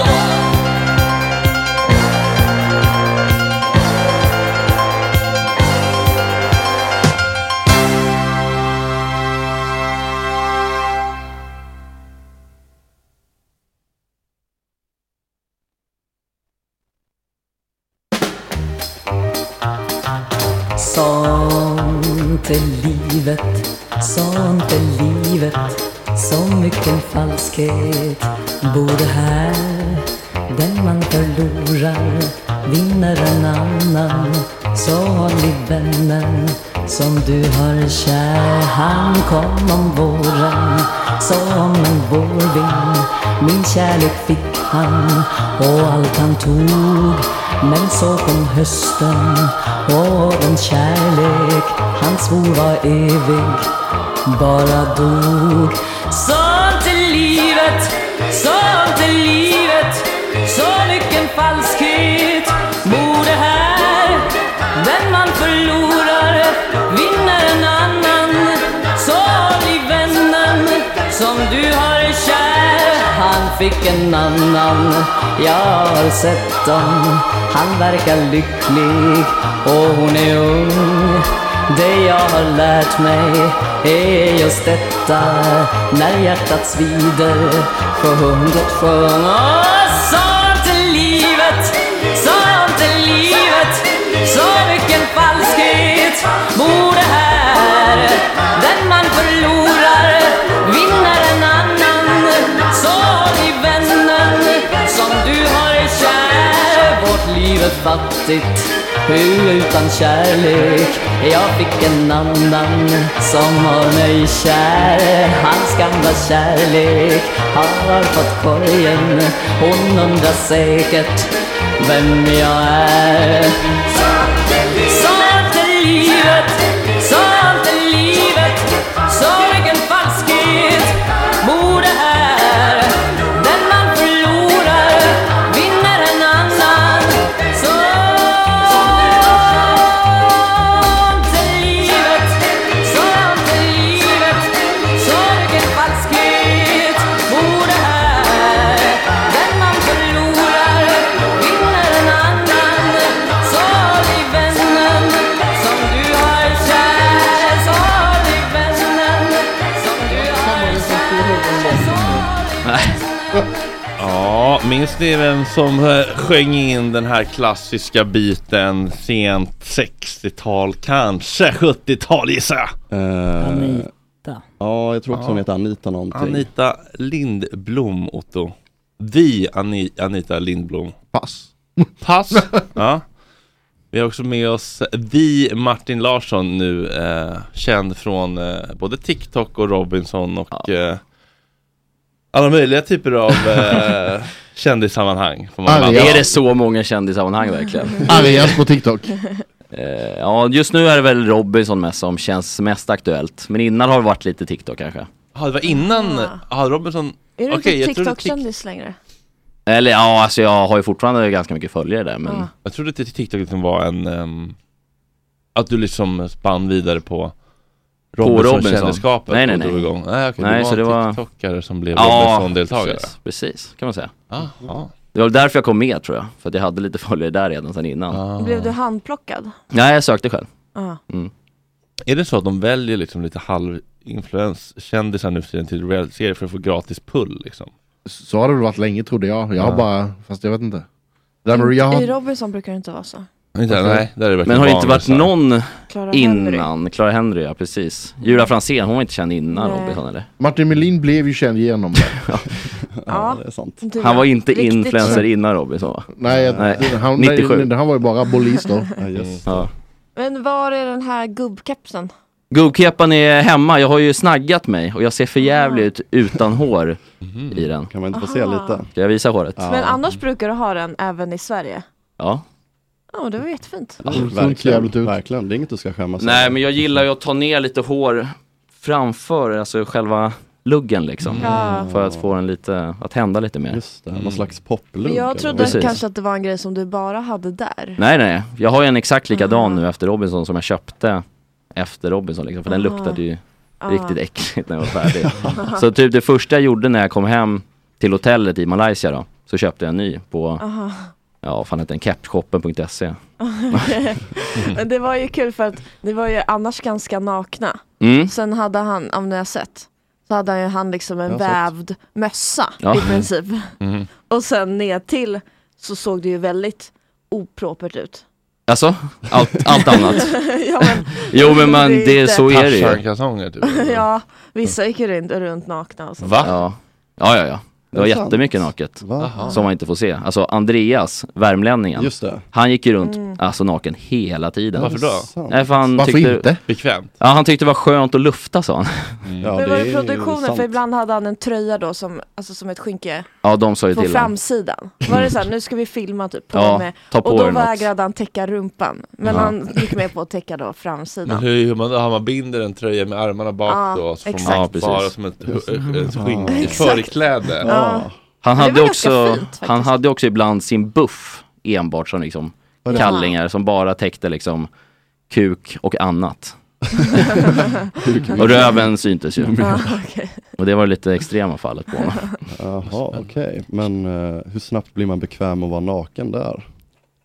Sånt är livet, sånt är livet Så mycken falskhet bor här Den man förlorar vinner en annan Så håll i vännen som du har kär Han kom om våren som en vårvind Min kärlek fick han och allt han tog men så kom hösten och den kärlek han svor var evig bara dog. Sånt är livet, sånt är livet Så mycken falskhet bor det här Den man förlorar vinner en annan Så fick en annan Jag har sett dem Han verkar lycklig och hon är ung Det jag har lärt mig är just detta När hjärtat svider får hundet sjunga Sånt är livet, sånt är livet Så mycket falskhet bor det här Den man förlorar vinner en annan Så håll i vännen som du har är kär Vårt liv är fattigt hur utan kärlek Jag fick en annan som har mig kär Hans gamla kärlek har fått korgen Hon undrar säkert vem jag är Sånt är livet, sånt är livet Så vilken falskhet bor det här Den man förlorar vinner en annan Sånt är livet, sånt är livet Så vilken falskhet bor det här Den man förlorar vinner en annan Så i vännen som du har kär Så i vännen som du har kär Ja, minns ni vem som eh, sjöng in den här klassiska biten sent 60-tal, kanske 70-tal gissar jag? Eh, Anita. Ja, jag tror också Ja. hon heter Anita någonting. Anita Lindblom, Otto. Vi Ani- Anita Lindblom. Pass. Pass. ja. Vi har också med oss vi Martin Larsson nu, eh, känd från eh, både TikTok och Robinson och eh, alla möjliga typer av eh, kändissammanhang. får man Är väl- det så många kändissammanhang verkligen? Argast på TikTok. Eh, Ja, just nu är det väl Robinson mest som känns mest aktuellt. Men innan har det varit lite TikTok kanske. Ja, det var innan, ja Robinson, Är du Okej, jag inte trodde TikTok-kändis längre? Eller ja, alltså jag har ju fortfarande ganska mycket följare där men... Ja. jag trodde att TikTok liksom var en, ehm, att du liksom spann vidare på Robinson-kändisskapet Nej, nej, och nej. drog igång. Nej, okej, det var en TikTokare som blev Robinson-deltagare. Precis, precis, kan man säga. Ah, ah. Det var därför jag kom med tror jag, för att jag hade lite följare där redan sedan innan. Ah. Blev du handplockad? Nej, jag sökte själv. Ja. Är det så att de väljer liksom lite halvinfluenskändisar nu för tiden till realityserier för att få gratis pull liksom? Så har det väl varit länge trodde jag. Jag har Ja. bara, fast jag vet inte. Det där med, jag I har, Robinson brukar det inte vara så. Inte, Alltså, nej, där är det verkligen men har det inte varit barnlösa. någon Clara Mm. innan? Clara Henry, ja precis. Julia Franzén, hon var inte känd innan Nej. Robinson eller? Martin Melin blev ju känd genom det. Ja, det är sant. Du Han var inte Riktigt influencer känd. innan Robinson va? Nej, jag, Han, 97. nej, han var ju bara bollis då. Ja. Men var är den här gubbkepsen? Gubbkepan är hemma, jag har ju snaggat mig och jag ser för jävligt ut utan hår Mhm. i den. Kan man inte få se Aha. lite? Ska jag visa håret? Ja. Men annars brukar du ha den även i Sverige. ja. Ja, det var jättefint. Alltså, Ja, verkligen, verkligen, det är inget du ska skämmas Nej men jag gillar ju att ta ner lite hår framför, alltså själva luggen liksom. Ja. För att få den lite, att hända lite mer. Just det, någon slags Men poplugg. jag trodde kanske att det var en grej som du bara hade där. Nej nej, jag har ju en exakt likadan Mm. nu efter Robinson som jag köpte efter Robinson liksom, för den Aha. luktade ju Ah. riktigt äckligt när jag var färdig. så typ det första jag gjorde när jag kom hem till hotellet i Malaysia då, så köpte jag en ny på, Aha. ja fan hette den, capshoppen.se. Men det var ju kul för att det var ju annars ganska nakna. Mm. Sen hade han, om ni har sett, så hade han ju han liksom en Jag har vävd mössa Ja. i princip. Mm. Och sen ner till så såg det ju väldigt opropert ut. Alltså, allt, allt annat. ja, men, jo men man, Det är det, inte- så är det ju. Tarzan-kalsonger typ. ja, vissa gick ju runt, runt nakna och sånt. Va? Ja, ja, ja. ja. Det Är var det sant? jättemycket naket Aha. som man inte får se. Alltså Andreas, värmlänningen, Just det. han gick ju runt Mm. alltså naken hela tiden. Varför då? Är det sant? Nej, för han Varför tyckte, inte? Bekvämt. Ja, han tyckte det var skönt att lufta sa han. Men var det produktionen? För ibland hade han en tröja då som, alltså som ett skynke Ja, de sa ju på till honom. framsidan. Var det så här, nu ska vi filma typ på Ja, dem med. ta på och då er något. vägrade han täcka rumpan. Men Ja. han gick med på att täcka då Men framsidan. hur hur man, har man binder en tröja med armarna bak Ja, då så får exakt. man Ja, bara precis. som ett, ett Ja. skinn, ett Exakt. förkläde. Ja. Han Det hade, var också, ganska fint, faktiskt. han hade också ibland sin buff enbart som liksom Vad är det? kallingar som bara täckte liksom kuk och annat. Kuk. och röven syntes ju. Ja, okej. Och det var det lite extrema fallet på honom. Jaha, okej. Men eh, hur snabbt blir man bekväm att vara naken där?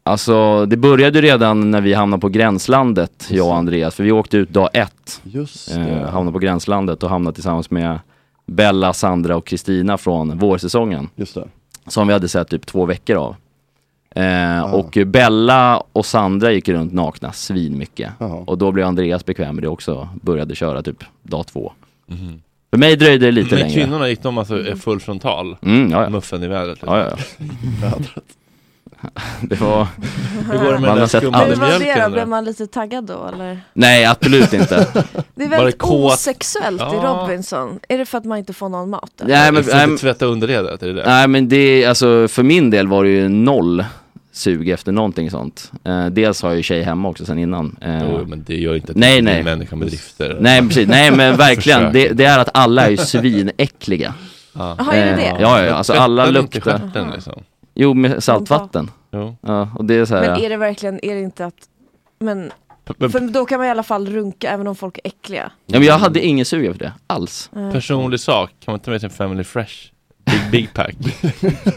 Alltså det började ju redan när vi hamnade på gränslandet, jag och Andreas. För vi åkte ut dag ett. Just det. Eh, hamnade på gränslandet och hamnade tillsammans med Bella, Sandra och Kristina från vårsäsongen. Just det. Som vi hade sett typ två veckor av. Eh, Och Bella och Sandra gick runt nakna svinmycket. Och då blev Andreas bekväm med det också. Började köra typ dag två. Mm. Mhm. För mig dröjde det lite Men längre. kvinnorna gick de alltså eh, full frontal? Mm, ja, ja. Muffen i vädret? Ja, ja, ja. Det var... Hur går det med den man där har sett skumma aldrig- Hur var det Det då, blev man lite taggad då eller? Nej, absolut inte. Det är Var väldigt det kåt? osexuellt i Ja. Robinson. Är det för att man inte får någon mat? eller? Nej, men- Får inte nej, men- tvätta underredet, är det det? Nej men det, alltså för min del var det ju noll sug efter någonting sånt. Eh, dels har jag ju tjej hemma också sen innan. Eh, Jo, men det gör inte att nej, du är nej. en människa med drifter. Nej precis, nej men verkligen. Det, Försök. det är att alla är ju svinäckliga. Jaha, är det det? Eh, Ja, ja, alltså Men alla tvättar du inte luktar. stjärten, liksom? Jo, med saltvatten. Jo. Ja, och det är så här, Men är det verkligen, är det inte att, men, men- för då kan man i alla fall runka även om folk är äckliga. ja, men jag hade ingen sug efter det, alls. Mm. Personlig sak, kan man ta med sin Family Fresh? Big, big pack.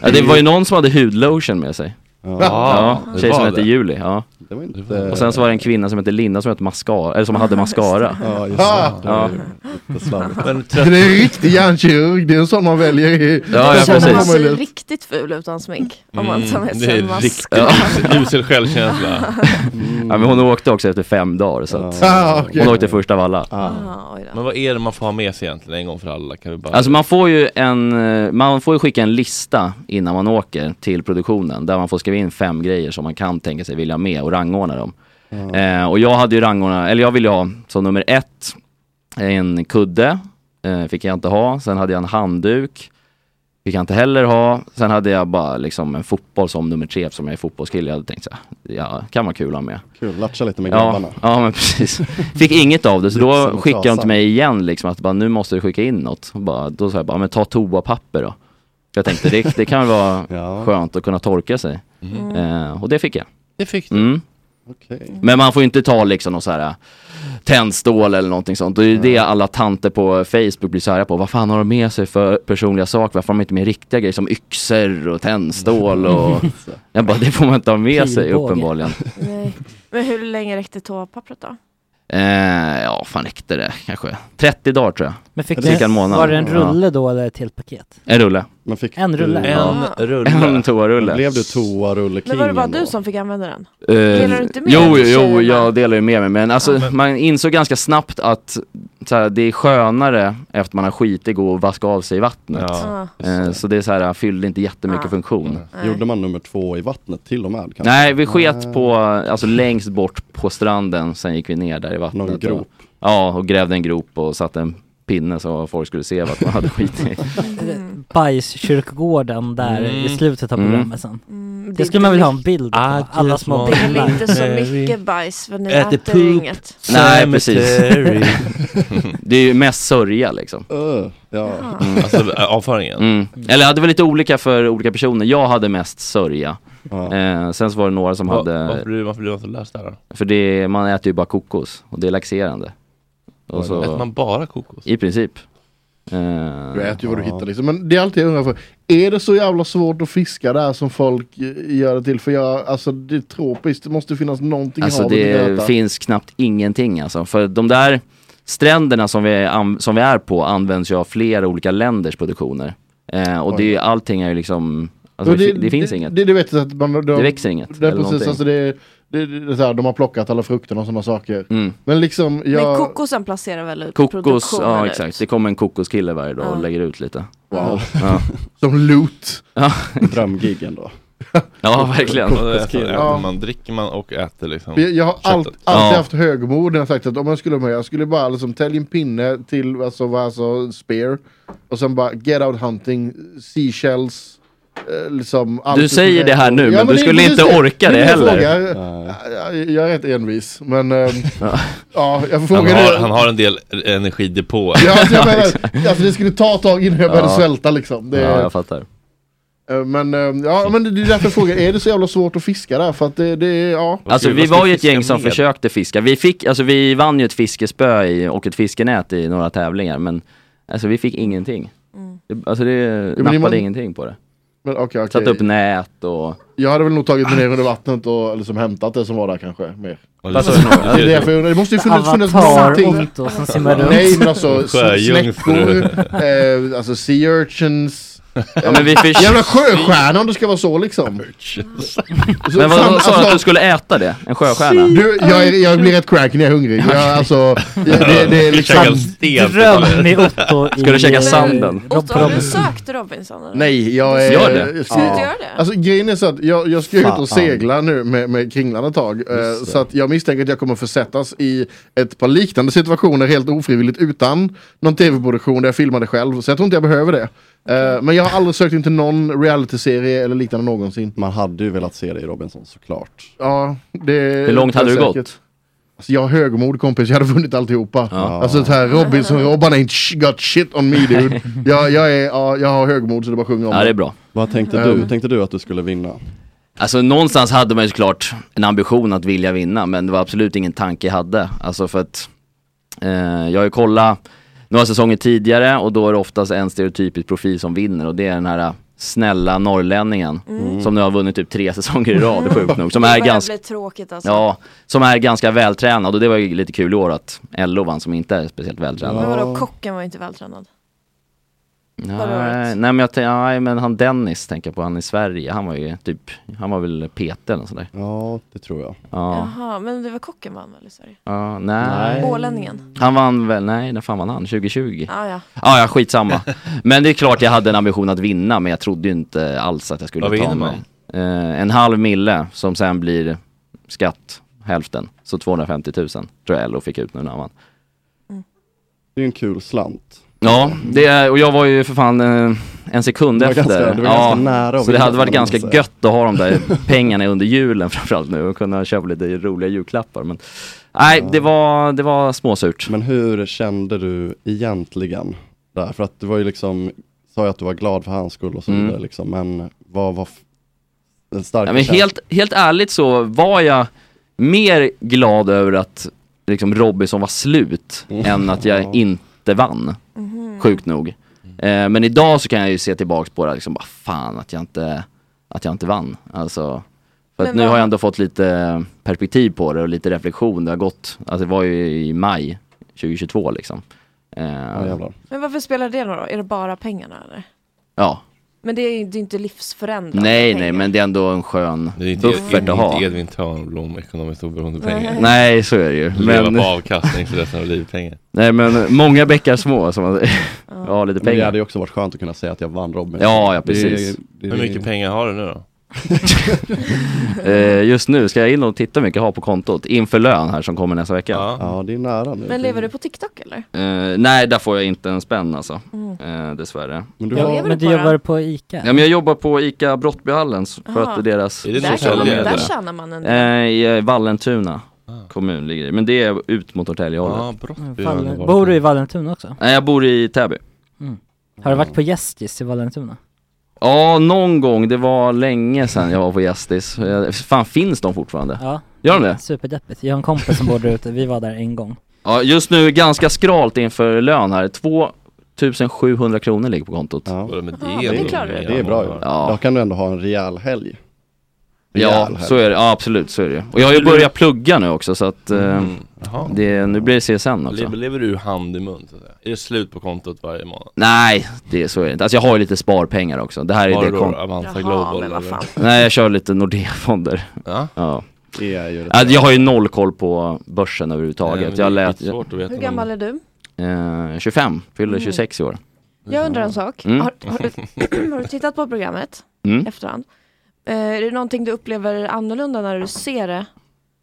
Ja, det var ju någon som hade hudlotion med sig. Ja. ja Det tjej var som det. hette Julie, ja. Det var inte- Och sen så var det en kvinna som hette Linda som, hette mascara, eller som hade mascara. Ja, just det. Det var ju lite slarvigt. Men Det är en riktig hjärnkirurg, det är en sån man väljer i. Ja, ja, sån precis. Mm, man Man ser väljer. riktigt ful utan smink om man tar med det sig är en riktigt- Ja. mascara. Usel självkänsla. Ja, men hon åkte också efter fem dagar så att Ah, okej. Ah. hon åkte först av alla. Men vad är det man får ha med sig egentligen en gång för alla? Kan vi bara... Ah. Alltså man får ju en, eh, man får ju skicka en lista innan man åker till produktionen där man får skriva in fem grejer som man kan tänka sig vilja ha med och rangordna dem. Eh, och jag hade ju rangordnat, eller jag ville ha som nummer ett en kudde, eh, fick jag inte ha. Sen hade jag en handduk, fick jag inte heller ha. Sen hade jag bara liksom en fotboll som nummer tre som jag är fotbollskille. Jag hade tänkt så här, ja, kan vara kul att ha med. Kul, latcha lite med Ja, grabbarna. ja men precis. Fick inget av det så Gipsen då och skickade de trasan. till mig igen liksom att bara, nu måste du skicka in något. Och Bara, då sa jag bara, men ta toapapper då. Jag tänkte det, det kan väl vara skönt att kunna torka sig. Mm. Eh, och det fick jag. Det fick du. Mm. Men man får ju inte ta liksom någon så här tändstål eller någonting sånt. Det är ju det alla tanter på Facebook blir så arga på. Vad fan har de med sig för personliga saker? Varför har de inte med riktiga grejer som yxor och tändstål och... Jag bara, det får man inte ha med sig Pilbåge. uppenbarligen. Nej. Men hur länge räckte toapappret då? Eh, ja, fan räckte det kanske? 30 dagar tror jag. Men fick Cirka du, en månad. var det en Ja. rulle då eller ett helt paket? En rulle. Men fick En rulle? du- En rulle. En toarulle. Blev du toarulle Men var det bara du som fick använda den? Eh, Delar du inte med jo, dig till jo, tjejerna? jag delar ju med mig. Men, alltså, man insåg ganska snabbt att så här, det är skönare efter man har skitit gå och vaska av sig i vattnet. Ja. Eh, så det är så här, fyllde inte jättemycket Ah. funktion. Gjorde man nummer två i vattnet till och med? Kanske? Nej, vi sket Nej. på, alltså längst bort på stranden, sen gick vi ner där i vattnet. Någon grop. Och, ja, och grävde en grop och satte en pinne så folk skulle se vad man hade skitit i. Bajskyrkogården där i Mm. slutet av Mm. programmet sen. Mm, det är det skulle man vilja ha en bild på, alla små Det är väl bilar. inte så mycket bajs för ni äter ju inget. Nej, Sam precis. Terry. det är ju mest sörja liksom. ja. Mm. Alltså ä, avföringen? Mm. Eller ja, det var lite olika för olika personer. Jag hade mest sörja. Eh, sen så var det några som Va- hade, Varför blev varför blev man så lös där då? för det, man äter ju bara kokos och det är laxerande. Och Oj, äter man bara kokos? I princip. Eh, Du äter ju vad du hittar liksom. Men det är alltid jag undrar för. Är det så jävla svårt att fiska där som folk eh, gör det till? För jag, alltså det är tropiskt, det måste finnas någonting i Alltså havet att det äta. finns knappt ingenting alltså. För de där stränderna som vi, är an- som vi är på används ju av flera olika länders produktioner. Eh, och det är ju, allting är ju liksom, alltså, Och det, det finns det, inget. Det, det vet jag att man, de, Det växer inget, Det, eller är precis, någonting. alltså det, det, det, är så här, de har plockat alla frukterna och sådana saker. Mm. Men liksom, jag... Men kokosen placerar väl ut Kokos, produktionen ja ut? exakt. Det kommer en kokoskille varje dag och lägger ut lite. Wow. Ja. Som loot. Ja. Drömgiggen då. Ja, verkligen. Och det äter- Ja. äter Man dricker man och äter liksom. Jag, jag har allt, köttet. alltid haft högmod när jag sagt att om jag skulle med, jag skulle bara liksom tälja en pinne till alltså, vad alltså spear och sen bara get out hunting, seashells, eh, liksom allt Du som säger är- det här nu, men men du det är skulle precis inte orka är det min heller. fråga. Jag, jag- jag är rätt envis, men ehm, ja, jag Han frågar har, det. han har en del energidepå. Ja, alltså, jag menar, alltså det skulle ta tag innan jag började Ja. svälta liksom. Det, Ja, jag fattar. eh, men, ehm, ja, men det är därför jag frågar, är det så jävla svårt att fiska där? För att det, det är, ja. Alltså vi var ju ett gäng som försökte fiska. Vi, fick, alltså, vi vann ju ett fiskespö i, och ett fiskenät i några tävlingar men Alltså vi fick ingenting. Mm. Det- Alltså det men nappade man- ingenting på det. Men okej, okej. Satt upp nät och... Jag hade väl nog tagit mig ner under vattnet och eller som hämtat det som var där kanske mer. Ja, det Alltså, sa du nog. det, är därför jag undrar. det måste ju funnits, funnits Avatar, någonting. Otto som simmar runt. Nej men alltså s- Sjöjungfru. snäckor, eh, alltså sea urchins. Eh, Ja, men vi fick- Jävla sjöstjärna om det ska vara så liksom. Så Men vad fan, vad sa du alltså- att du skulle äta det? En sjöstjärna? Du, jag, är- jag blir rätt cranky när jag är hungrig. Jag, alltså, det, det, det är liksom... Dröm med Otto i... eh, Ska du käka sanden? Rob Har du sökt Robinson? eller? Nej, jag är... Gör det? jag- Ska du inte göra det? Alltså grejen är så att jag, jag ska ut Fan. och segla nu med, med kringlan ett tag. eh, Just det. Så att jag misstänker att jag kommer försättas i ett par liknande situationer helt ofrivilligt utan någon tv-produktion där jag filmade själv. Så jag tror inte jag behöver det. Eh, Men jag har aldrig sökt in till någon realityserie eller liknande någonsin. Man hade ju velat se dig i Robinson såklart. Eh, Ja, det... Hur långt hade du gått? Alltså jag har högmod kompis, jag hade vunnit alltihopa. Ja. Alltså det här Robinson-Robban ain't sh- got shit on me dude. jag, jag, är, ja, jag har högmod så det Ehm, bara sjunger om Ja, det är bra. Vad tänkte Mm. du? Tänkte du att du skulle vinna? Alltså någonstans hade man ju såklart en ambition att vilja vinna men det var absolut ingen tanke jag hade. Alltså för att eh, jag har ju kollat några säsonger tidigare och då är det oftast en stereotypisk profil som vinner och det är den här eh, snälla norrlänningen Mm. som nu har vunnit typ tre säsonger i rad, sjukt nog. Som Det är börjar ganska bli tråkigt alltså. Ja, som är ganska vältränad och det var ju lite kul i år att LO vann som inte är speciellt vältränad. Men vadå, kocken var ju inte vältränad. Nej, nej, men jag tänk- nej, men han Dennis tänker jag på, han i Sverige, han var ju typ, han var väl PT eller sådär. Ja, det tror jag. Ja, Jaha, men det var kocken vann väl i Sverige? ja nej. Ålänningen. Han vann väl, nej när fan vann han? 2020? Ah, ja. Ah, ja, skitsamma. men det är klart jag hade en ambition att vinna, men jag trodde ju inte alls att jag skulle Vad ta vinner mig. man? Eh, en halv mille som sen blir skatt, hälften. Så 250 000 tror jag LO fick ut nu när han vann. Det är ju en kul slant. Ja, det, är- och jag var ju för fan eh, en sekund Det var efter. ganska- det var ja, ganska nära att så det vinna, hade varit kan man ganska säga. gött att ha de där pengarna under julen framförallt nu och kunna köpa lite roliga julklappar. Men nej, det var, det var småsurt. Men hur kände du egentligen? Där? För att du var ju liksom, sa ju att du var glad för hans skull och så Mm. vidare liksom, men vad var f- den starka Ja, men känslan? helt, helt ärligt så var jag mer glad över att liksom Robinson var slut Mm. än att jag inte vann. Mhm. Sjukt nog. Eh, men idag så kan jag ju se tillbaks på det liksom bara fan att jag inte, att jag inte vann. Alltså, för att Men nu vad- har jag ändå fått lite perspektiv på det och lite reflektion. Det har gått, alltså det var ju i maj 2022 liksom. Eh, ja, Men varför spelar det någon roll? Är det bara pengarna eller? Men det är ju det är inte livsförändrande. Nej, pengar. nej, men det är ändå en skön Det är inte, buffert inte att ha. Edvin Törnblom, ekonomiskt oberoende pengar. Nej, så är det ju. Leva Men- på avkastning för resten av livet pengar. Nej men många bäckar små som man ja lite Men det pengar. hade ju också varit skönt att kunna säga att jag vann Robin. Ja, ja, Det är- precis. det är- Hur mycket pengar har du nu då? Eh, just nu ska jag in och titta hur mycket jag har på kontot inför lön här som kommer nästa vecka. Ja, det är nära nu. Men lever du på TikTok eller? Eh, nej, där får jag inte en spänn alltså. Mm. Eh, dessvärre. Men du, har, men du jobbar på ICA? Ja, men jag jobbar på ICA Brottbyhallen s- för Aha. att det är deras Är det Där någon sociala kan man- medier. där tjänar man en Eh, I eh, Vallentuna kommun ligger det. Men det är ut mot Norrtäljehållet. Ja, Brottby Fall- Bor du i Vallentuna också? Nej, jag bor i Täby. Har du varit på Gästis i Vallentuna? Ja, någon gång. Det var länge sedan jag var på Gästis. Eh, Fan, finns de fortfarande? Ja. Gör de det? Superdeppigt. Jag har en kompis som bor där ute, vi var där en gång. Ja, just nu ganska skralt inför lön här. 2700 kronor ligger på kontot. Ja, men det Ja, är men det klarar du. Det är bra ju. Ja. Då kan du ändå ha en rejäl helg. Ja, Rejäl helg. så är det. Ja, absolut, så är det ju. Och jag har ju börjat plugga nu också så att eh, Mm. det, nu blir det CSN också. Lever, lever du hand i mun? Så att säga? Är det slut på kontot varje månad? Nej, det, så är det inte. Alltså jag har ju lite sparpengar också. Det här är Har det du då kon- Avanza Jaha, Global, men vad eller? fan. Nej, jag kör lite Nordea-fonder. Ja. ja. Det är ju det. Ja, Äh, jag har ju noll koll på börsen överhuvudtaget. Nej, men det jag är lät, skitsvårt att veta. Hur gammal är du? Eh, 25, fyller Mm. 26 i år. Jag undrar en sak. Mm. Har, har, du, har du tittat på programmet Mm. efterhand? Eh, är det någonting du upplever annorlunda när du ser det?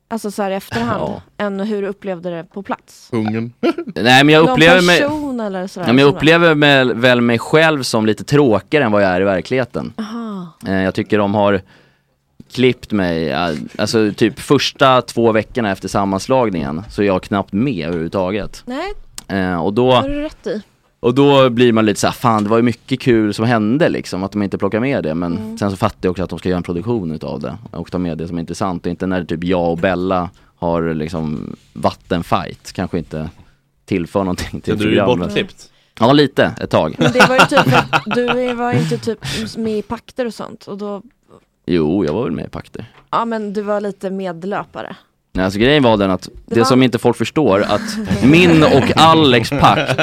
Alltså så här i efterhand, än hur du upplevde det på plats? Kungen. Nej men jag upplever Någon mig... person eller sådär? Ja, men jag som- upplever mig, väl mig själv som lite tråkigare än vad jag är i verkligheten. Aha. Eh, Jag tycker de har klippt mig, eh, alltså typ första två veckorna efter sammanslagningen så är jag knappt med överhuvudtaget. Nej, Eh, Och det då... har du rätt i. Och då blir man lite så här, fan det var ju mycket kul som hände liksom, att de inte plockar med det. Men Mm. sen så fattar jag också att de ska göra en produktion utav det och ta med det som är intressant. Och inte när typ jag och Bella har liksom vattenfight, kanske inte tillför någonting till Så du är programmet. bortklippt? Ja, lite. Ett tag. Men det var ju typ att du var ju inte typ med i pakter och sånt och då, Jo, jag var väl med i pakter. ja men du var lite medlöpare. Nej, alltså grejen var den att det, som inte folk förstår att min och Alex pakt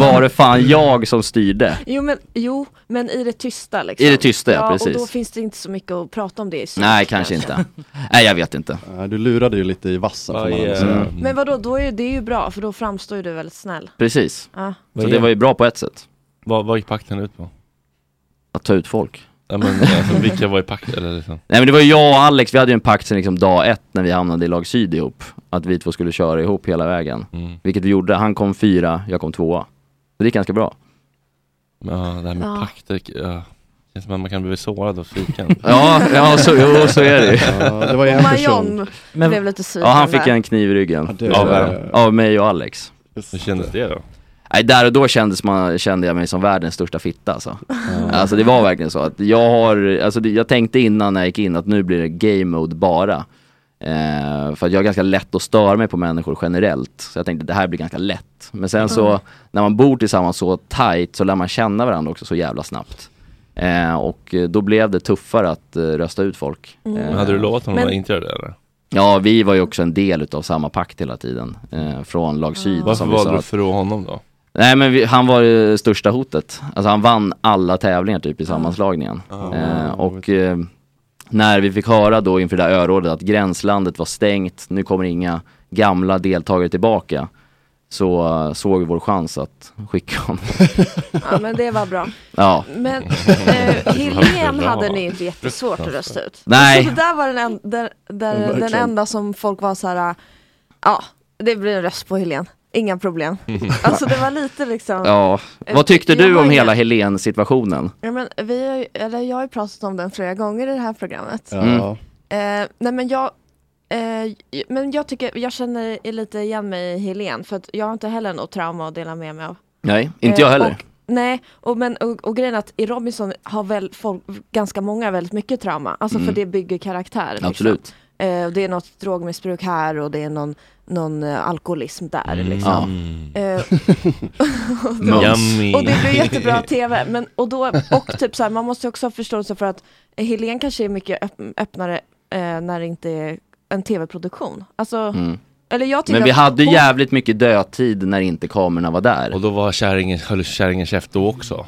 var det fan jag som styrde. Jo men, jo, men i det tysta liksom. I det tysta, ja, och då precis. finns det inte så mycket att prata om det i sak. Nej, kanske inte. Nej, jag vet inte. Mm. Du lurade ju lite i vassen får man ändå säga. Men vadå, då är ju, det är ju bra för då framstår ju du väldigt snäll. Precis. Ja. Så är- det var ju bra på ett sätt. Vad, vad gick pakten ut på? Att ta ut folk. Ja, men, alltså, vilka var i pakten? Eller, liksom? Nej men det var ju jag och Alex, vi hade ju en pakt sen liksom dag ett när vi hamnade i lag syd ihop. Att vi två skulle köra ihop hela vägen. Mm. Vilket vi gjorde. Han kom fyra, jag kom tvåa. Det gick ganska bra. Ja, det här med Ja. pakter, ja. Känns som att man kan bli sårad av fiken. Ja, ja, så- jo, så är det ju. Ja, det var ju en Och Marion person. blev lite sur. Ja, han fick där. en kniv i ryggen. det- av, eh, av mig och Alex. Hur kändes det då? Nej, där och då kändes man, kände jag mig som världens största fitta alltså. Alltså det var verkligen så att jag har, alltså det, jag tänkte innan när jag gick in att nu blir det game mode bara. Eh, för att jag är ganska lätt att störa mig på människor generellt. Så jag tänkte det här blir ganska lätt. Men sen så, Mm. när man bor tillsammans så tight så lär man känna varandra också så jävla snabbt. Eh, och eh, då blev det tuffare att eh, rösta ut folk. Mm. Eh, Men hade du lovat honom Men- att inte göra det eller? Ja, vi var ju också en del utav samma pakt hela tiden. Eh, från lag syd. Mm. Varför som vi valde sa du att- för honom då? Nej men vi, han var det största hotet. Alltså han vann alla tävlingar typ i sammanslagningen. Ah. eh, och eh, när vi fick höra då inför det där örådet att gränslandet var stängt, nu kommer inga gamla deltagare tillbaka. Så eh, såg vi vår chans att skicka honom. Ja men det var bra. Ja. Men eh, Helen bra. hade ni ju inte jättesvårt att rösta ut. Nej. Så det där var den, en, där, där, verkligen. den enda som folk var så här, ja det blir en röst på Helen, inga problem. Alltså det var lite liksom. ja. Vad tyckte du om hela Helen-situationen? Ja, men vi har ju, eller jag har ju pratat om den flera gånger i det här programmet. Ja. Mm. Eh, nej men jag, eh, men jag tycker, jag känner lite igen mig i Helen för att jag har inte heller något trauma att dela med mig av. Nej, inte jag Eh, heller. Och, nej, och, men, och, och grejen är att i Robinson har väl folk, ganska många väldigt mycket trauma, alltså Mm. för det bygger karaktär. liksom. Absolut. Eh, och det är något drogmissbruk här och det är någon, någon eh, alkoholism där Mm. liksom. Eh, och, då, Yummy. och det blir jättebra TV. Men, och, då, och typ så här, man måste ju också ha förståelse för att Helen kanske är mycket öpp- öppnare eh, när det inte är en TV-produktion. Alltså, Mm. eller jag tycker Men vi att hade hon- jävligt mycket dödtid när inte kamerorna var där. Och då var kärringen, höll kärringen käft då också.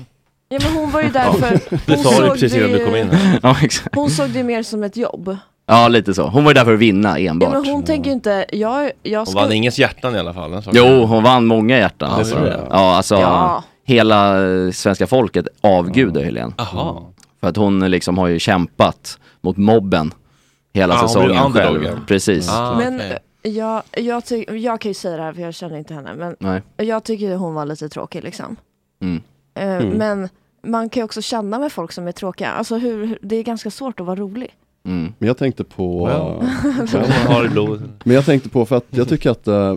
Ja men hon var ju där för Du hon sa det såg precis det innan du ju- kom in här. Ja, exakt. Hon såg det mer som ett jobb. Ja, lite så. Hon var ju där för att vinna Ja, enbart. men hon tänker ju inte, jag, jag Hon ska... vann ingens hjärtan i alla fall. den saken. Jo, hon vann många hjärtan. Ja, alltså. det tror jag. ja alltså Ja. hela eh, svenska folket avgudar Helen. För att hon eh, liksom har ju kämpat mot mobben hela Ah, hon säsongen blev underdogen. själv. Precis. Ah, men eh, jag, jag, ty- jag kan ju säga det här för jag känner inte henne, men Nej. jag tycker ju hon var lite tråkig liksom. Mm. Eh, Mm. Men man kan ju också känna med folk som är tråkiga, alltså hur, hur- det är ganska svårt att vara rolig. Men jag tänkte på... Well. Ja. Hon har det i blodet. Men jag tänkte på, för att jag tycker att det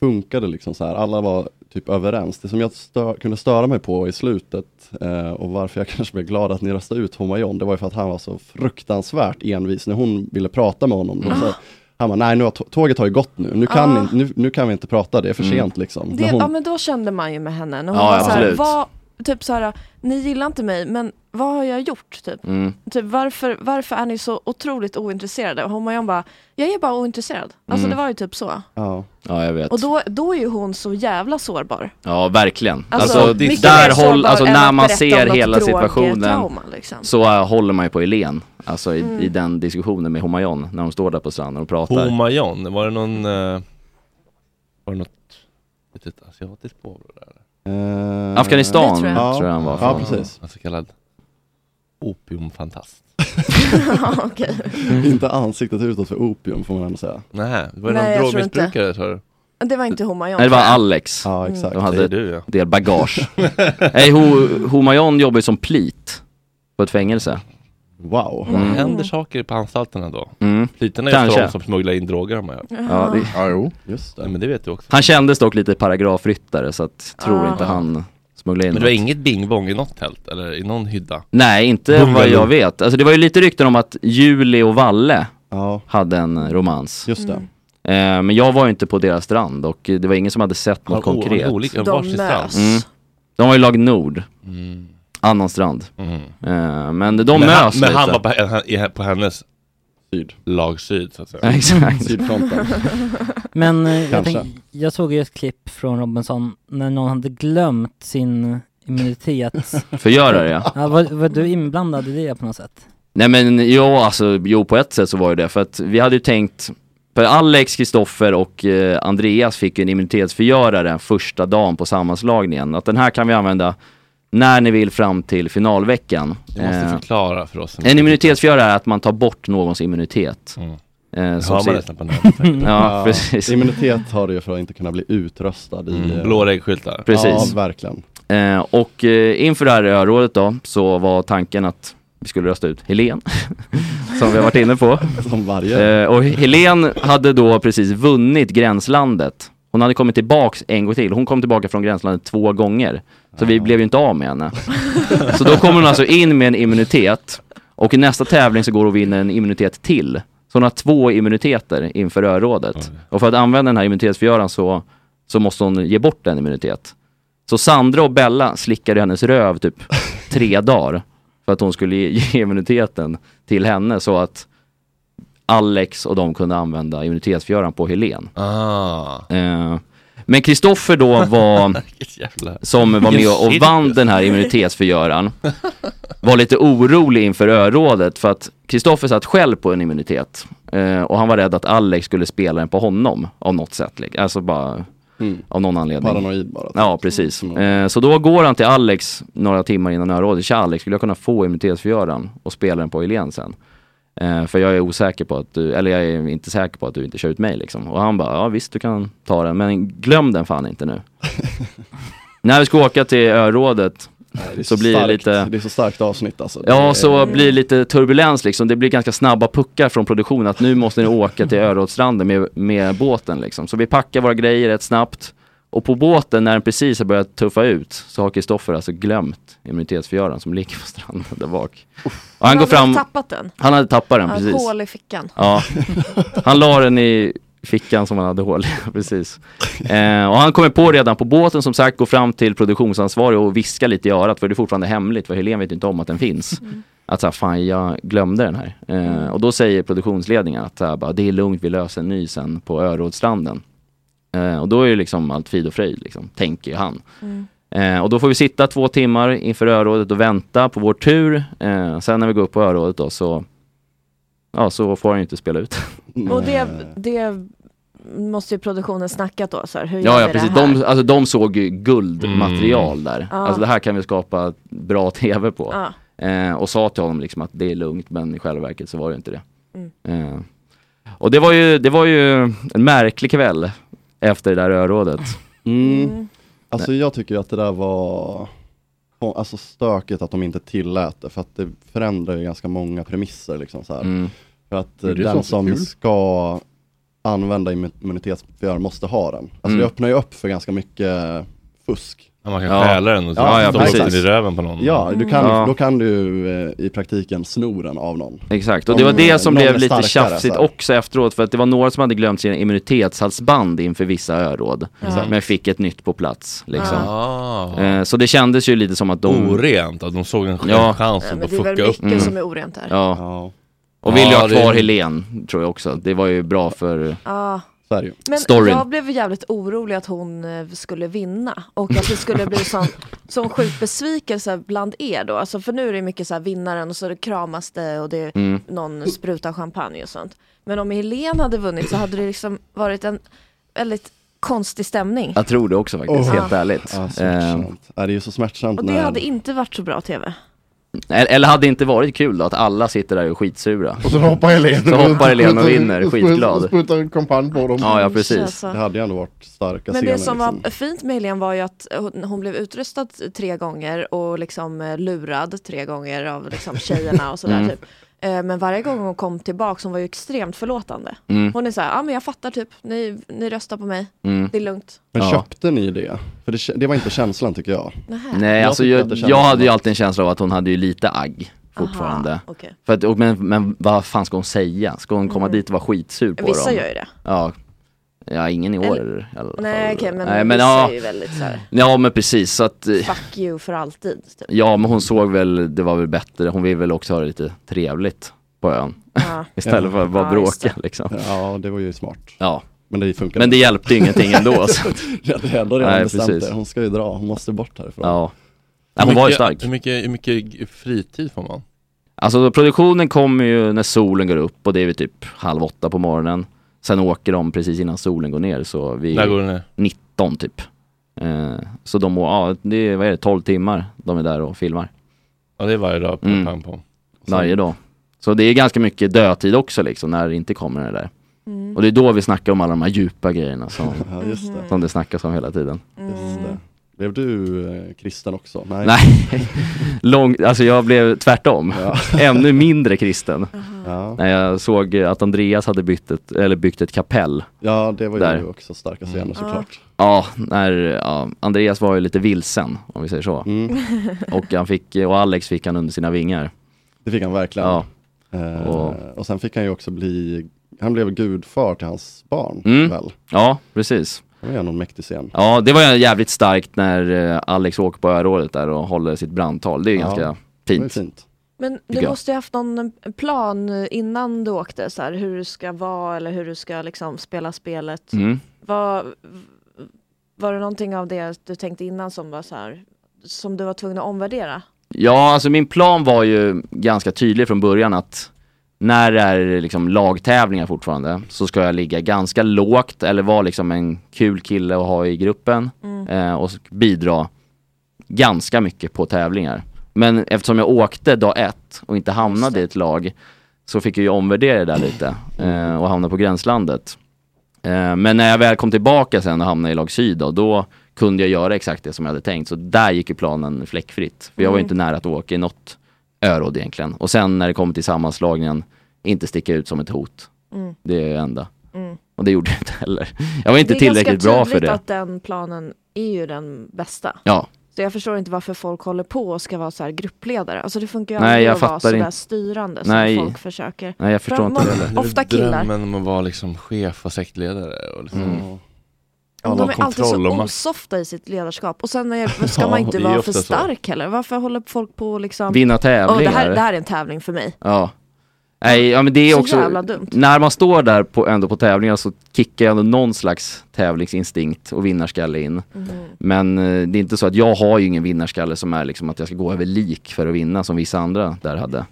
funkade liksom så här. alla var typ överens. Det som jag stö- kunde störa mig på i slutet eh, och varför jag kanske blev glad att ni röstade ut Homayon, det var ju för att han var så fruktansvärt envis när hon ville prata med honom. Då sa- Han bara, nej nu har tå- tåget har ju gått nu, nu kan, Ah. Mm. ni, nu, nu kan vi inte prata, det är för sent liksom. Det, När hon- Ja men då kände man ju med henne, när hon Ja, var ja, såhär, absolut. vad, typ såhär, ni gillar inte mig, men vad har jag gjort typ? Mm. Typ varför, varför är ni så otroligt ointresserade? Och Homayon bara, jag är bara ointresserad. Alltså Mm. det var ju typ så. Ja. ja, jag vet. Och då, då är ju hon så jävla sårbar. Ja, verkligen. Alltså, Alltså, mycket där mer håll, sårbar alltså än när att man berätta om ser något hela situationen drogtrauma, liksom. så eh, håller man ju på Helen. Alltså i, Mm. i den diskussionen med Homayon när de står där på stranden och pratar. Homayon, var det någon... eh, var det något litet asiatiskt påbrå där? Eh, Afghanistan det tror jag. tror jag han var Ja, från. precis. En så kallad opiumfantast. Okej. inte ansiktet utåt för opium får man ändå säga. Nej, var det någon Nej, jag tror inte. drogmissbrukare, tror du? Det var inte Homayon. Nej det var Alex. Ja exakt. De hade Det är ett du, ja. del bagage. Nej, Ho Homayon jobbar ju som plit på ett fängelse. Wow. Mm. Händer saker på anstalterna då? Mm. Pliterna är ju Kanske. de som smugglar in droger har man hört. Ja, det- Ja, jo. Just det. Men det vet du också. Han kändes dock lite paragrafryttare så att tror Ah. inte han smugglade in Men det var något. inget bingbong i något tält eller i någon hydda? Nej, inte Bungalow. vad jag vet. Alltså det var ju lite rykten om att Julie och Valle hade en eh, romans. Just det. Mm. Eh, Men jag eh, var ju inte på deras strand och det var ingen som hade sett något Har o- konkret. har olika- De varsin strand? mös. Mm. De var ju lag Nord. Annan strand. Eh, men de Mm. men han, möts men lite. han var på, i- på hennes syd. lag syd så att säga. Ja, exakt. Men eh, jag, Kanske. tänk, jag såg ju ett klipp från Robinson när någon hade glömt sin immunitet. Förgörare, ja. var, var du inblandad i det på något sätt? Nej men jo, alltså, jo på ett sätt så var ju det för att vi hade ju tänkt för Alex, Kristoffer och eh, Andreas fick ju en immunitetsförgörare första dagen på sammanslagningen. Att den här kan vi använda när ni vill fram till finalveckan. Du måste Eh, förklara för oss. En immunitetsförgörare är att man tar bort någons immunitet. Mm. Eh, Det som hör man ser- nästan på namnet. Ja, precis. Immunitet har du ju för att inte kunna bli utröstad i... Mm, eh, blå regskyltar. Precis. Ja, verkligen. Eh, och eh, inför det här örådet då så var tanken att vi skulle rösta ut Helen som vi har varit inne på. Som varje. Eh, och Helen hade då precis vunnit gränslandet. Hon hade kommit tillbaks en gång till. Hon kom tillbaka från gränslandet två gånger. Så vi blev ju inte av med henne. Så då kommer hon alltså in med en immunitet och i nästa tävling så går hon och vinner en immunitet till. Så hon har två immuniteter inför örådet. Och för att använda den här immunitetsförgöraren så, så måste hon ge bort en immunitet. Så Sandra och Bella slickade hennes röv typ tre dagar för att hon skulle ge, ge immuniteten till henne så att Alex och de kunde använda immunitetsförgöraren på Helen. Eh, men Kristoffer då var, jävla- som var med och Vilken vann den här immunitetsförgöraren, var lite orolig inför örådet för att Kristoffer satt själv på en immunitet eh, och han var rädd att Alex skulle spela den på honom av något sätt. like. Alltså bara av någon anledning. Mm. Paranoid bara. Mm. Ja, precis. Eh, så då går han till Alex några timmar innan örådet. Tja Alex, skulle jag kunna få immunitetsförgöraren och spela den på Helén sen? Eh, för jag är osäker på att du, eller jag är inte säker på att du inte kör ut mig liksom. Och han bara, ja visst du kan ta den, men glöm den fan inte nu. När vi ska åka till örådet Det är så blir det starkt. lite Det är så starkt avsnitt alltså. Det är- Ja, så blir det lite turbulens liksom. Det blir ganska snabba puckar från produktionen att nu måste ni åka till Örådsstranden med, med båten liksom. Så vi packar våra grejer rätt snabbt. Och på båten när den precis har börjat tuffa ut så har Kristoffer alltså glömt immunitetsförgöraren som ligger på stranden där bak. Och Han hade tappat den? Han hade tappat den, Ja, precis. hål i fickan. Ja. Han la den i fickan som han hade hål i, precis. Eh, och han kommer på redan på båten som sagt, går fram till produktionsansvarig och viskar lite i örat för det är fortfarande hemligt för Helen vet inte om att den finns. Mm. Att så här, fan jag glömde den här. Eh, och då säger produktionsledningen att så här, bara, det är lugnt, vi löser en ny sen på Örådsstranden. Eh, och då är ju liksom allt frid och fröjd, liksom, tänker ju han. Mm. Eh, och då får vi sitta två timmar inför örådet och vänta på vår tur. Eh, sen när vi går upp på örådet då så, ja, så får han ju inte spela ut. Och det, det måste ju produktionen snackat då, så här, hur Ja, gör ja vi precis. det här? De, alltså, de såg ju guldmaterial där. Ja. Alltså det här kan vi skapa bra tv på. Ja. Eh, och sa till honom liksom att det är lugnt men i själva verket så var det inte det. Mm. Eh, och det var, ju, det var ju en märklig kväll efter det där örådet. Mm. Alltså jag tycker ju att det där var alltså stökigt att de inte tillät det, för att det förändrar ju ganska många premisser. Liksom, så här. Mm. För att Men eh, det är så den som kul. ska använda immu- immunitetsförgöraren måste ha den. Alltså Mm. det öppnar ju upp för ganska mycket fusk. Ja, man kan stjäla den och så stoppa precis. den i röven på någon. Ja, du kan, Mm. Ja. då kan du eh, i praktiken sno den av någon. Exakt, och Om det var det som någon är blev lite starkare, så tjafsigt här. också efteråt för att det var några som hade glömt sina immunitetshalsband inför vissa öråd. Exakt. Men fick ett nytt på plats. Liksom. Ah. Eh, Så det kändes ju lite som att de... Orent, att de såg en chans Ja, men att det är väl fucka upp mycket den. som är orent här. Mm. Ja. Och Ja, vill ju ha det är- kvar Helen tror jag också. Det var ju bra för Ja. Sverige. Men storyn. jag blev jävligt orolig att hon eh, skulle vinna och att det skulle bli sån, sån sjuk besvikelse bland er då. Alltså för nu är det mycket så här vinnaren och så är det kramas det och det är Mm. någon sprutar champagne och sånt. Men om Helene hade vunnit så hade det liksom varit en väldigt konstig stämning. Jag tror det också faktiskt, Åh. helt ärligt. Ehm. Ja, smärtsamt. Ja, det är ju så smärtsamt Och det hade inte varit så bra tv. Eller eller hade det inte varit kul då att alla sitter där och är skitsura? Och så hoppar Helene Så hoppar Helene och sprutar- vinner, skitglad. Sprutar en kampanj på dem. Ja, ja precis. Det hade ju ändå varit starka Alltså. liksom. Men det som var fint med Helene var ju att hon, hon blev utröstad tre gånger och liksom eh, lurad tre gånger av liksom tjejerna och sådär Mm. typ. Eh, Men varje gång hon kom tillbaka, hon var ju extremt förlåtande. Mm. Hon är så här, ja ah, men jag fattar typ, ni, ni röstar på mig, Mm. det är lugnt. Men Ja. köpte ni det? För det, kä- det var inte känslan tycker jag. Nej, Jag alltså tycker jag, att det jag kändes hade ju alltid en känsla av att hon hade ju lite agg fortfarande. För att, och, men, men vad fan ska hon säga? Ska hon komma Mm. dit och vara skitsur på Vissa dem? gör ju det. Ja. Ja, ingen i år. Eller- i alla fall. Nej okej men, Nej, men men vissa ja. är ju väldigt så här, Ja men precis, så att eh, fuck you för alltid. Typ. ja men hon såg väl, det var väl bättre, hon vill väl också ha det lite trevligt på ön. Ja. Istället för att bara Ja, just bråka liksom. Ja, det var ju smart. Ja. Men det funkar Men det hjälpte ju ingenting ändå. Så. att- Jag hade ändå redan Nej, bestämt precis. det. Hon ska ju dra, hon måste bort härifrån. Ja. Nej, hon var ju mycket- stark. Hur mycket, hur mycket fritid får man? Alltså produktionen kommer ju när solen går upp och det är vid typ halv åtta på morgonen. Sen åker de precis innan solen går ner så vi... När går den ner? 19 typ. Eh, så de, å- ja det är, vad är det, 12 timmar de är där och filmar. Ja, det är varje dag på Mm. Pam Pam. Varje dag. Så det är ganska mycket dödtid också liksom när det inte kommer det där. Mm. Och det är då vi snackar om alla de här djupa grejerna som, Ja, just det. som det snackas om hela tiden. Just det. Blev du eh, kristen också? Nej. Nej, Lång, alltså jag blev tvärtom. Ja. Ännu mindre kristen. Ja. När jag såg att Andreas hade byggt ett, eller byggt ett kapell. Ja, det var ju Där. Mm. också starka scener såklart. Ja, när, ja, Andreas var ju lite vilsen om vi säger så. Mm. Och, han fick, och Alex fick han under sina vingar. Det fick han verkligen. Ja. Eh, Och- och... sen fick han ju också bli, han blev gudfar till hans barn Mm. väl? Ja, precis. Det var ju någon mäktig scen. Ja, det var ju jävligt starkt när eh, Alex åker på örådet där och håller sitt brandtal. Det är ju Ja, ganska fint. Men Tycker jag. du måste ju haft någon eh, plan innan du åkte så här, hur du ska vara eller hur du ska liksom spela spelet. Mm. Var, var det någonting av det du tänkte innan som var så här, som du var tvungen att omvärdera? Ja, alltså min plan var ju ganska tydlig från början att när det är liksom lagtävlingar fortfarande så ska jag ligga ganska lågt eller vara liksom en kul kille att ha i gruppen Mm. eh, och bidra ganska mycket på tävlingar. Men eftersom jag åkte dag ett och inte hamnade i ett lag så fick jag ju omvärdera det där lite eh, och hamna på gränslandet. Eh, men när jag väl kom tillbaka sen och hamnade i lag syd då, då kunde jag göra exakt det som jag hade tänkt. Så där gick ju planen fläckfritt. För jag var ju Mm. inte nära att åka i något öråd egentligen. Och sen när det kom till sammanslagningen, inte sticka ut som ett hot. Mm. Det är det enda. Mm. Och det gjorde jag inte heller. Jag var inte det är ganska tillräckligt bra för tydligt det. att den planen är ju den bästa. Ja. Så jag förstår inte varför folk håller på och ska vara så här gruppledare. Alltså det funkar ju Nej, aldrig jag att vara fattar sådär inte. styrande Nej. som folk försöker. Nej, jag förstår För inte må- det heller. Ofta Det är väl killar. drömmen om att vara liksom chef och sektledare och liksom Mm. alla de är alltid kontroll och så makt. osofta i sitt ledarskap. Och sen är, ska Ja, man inte det är vara ofta för så. stark heller. Varför håller folk på och liksom... Vinna tävlingar. Åh, det, här, det här är en tävling för mig. Ja. Nej, ja men det är Så också, jävla dumt. när man står där på, ändå på tävlingar så kickar jag ändå någon slags tävlingsinstinkt och vinnarskalle in. Mm. Men eh, det är inte så att jag har ju ingen vinnarskalle som är liksom att jag ska gå över lik för att vinna som vissa andra där hade.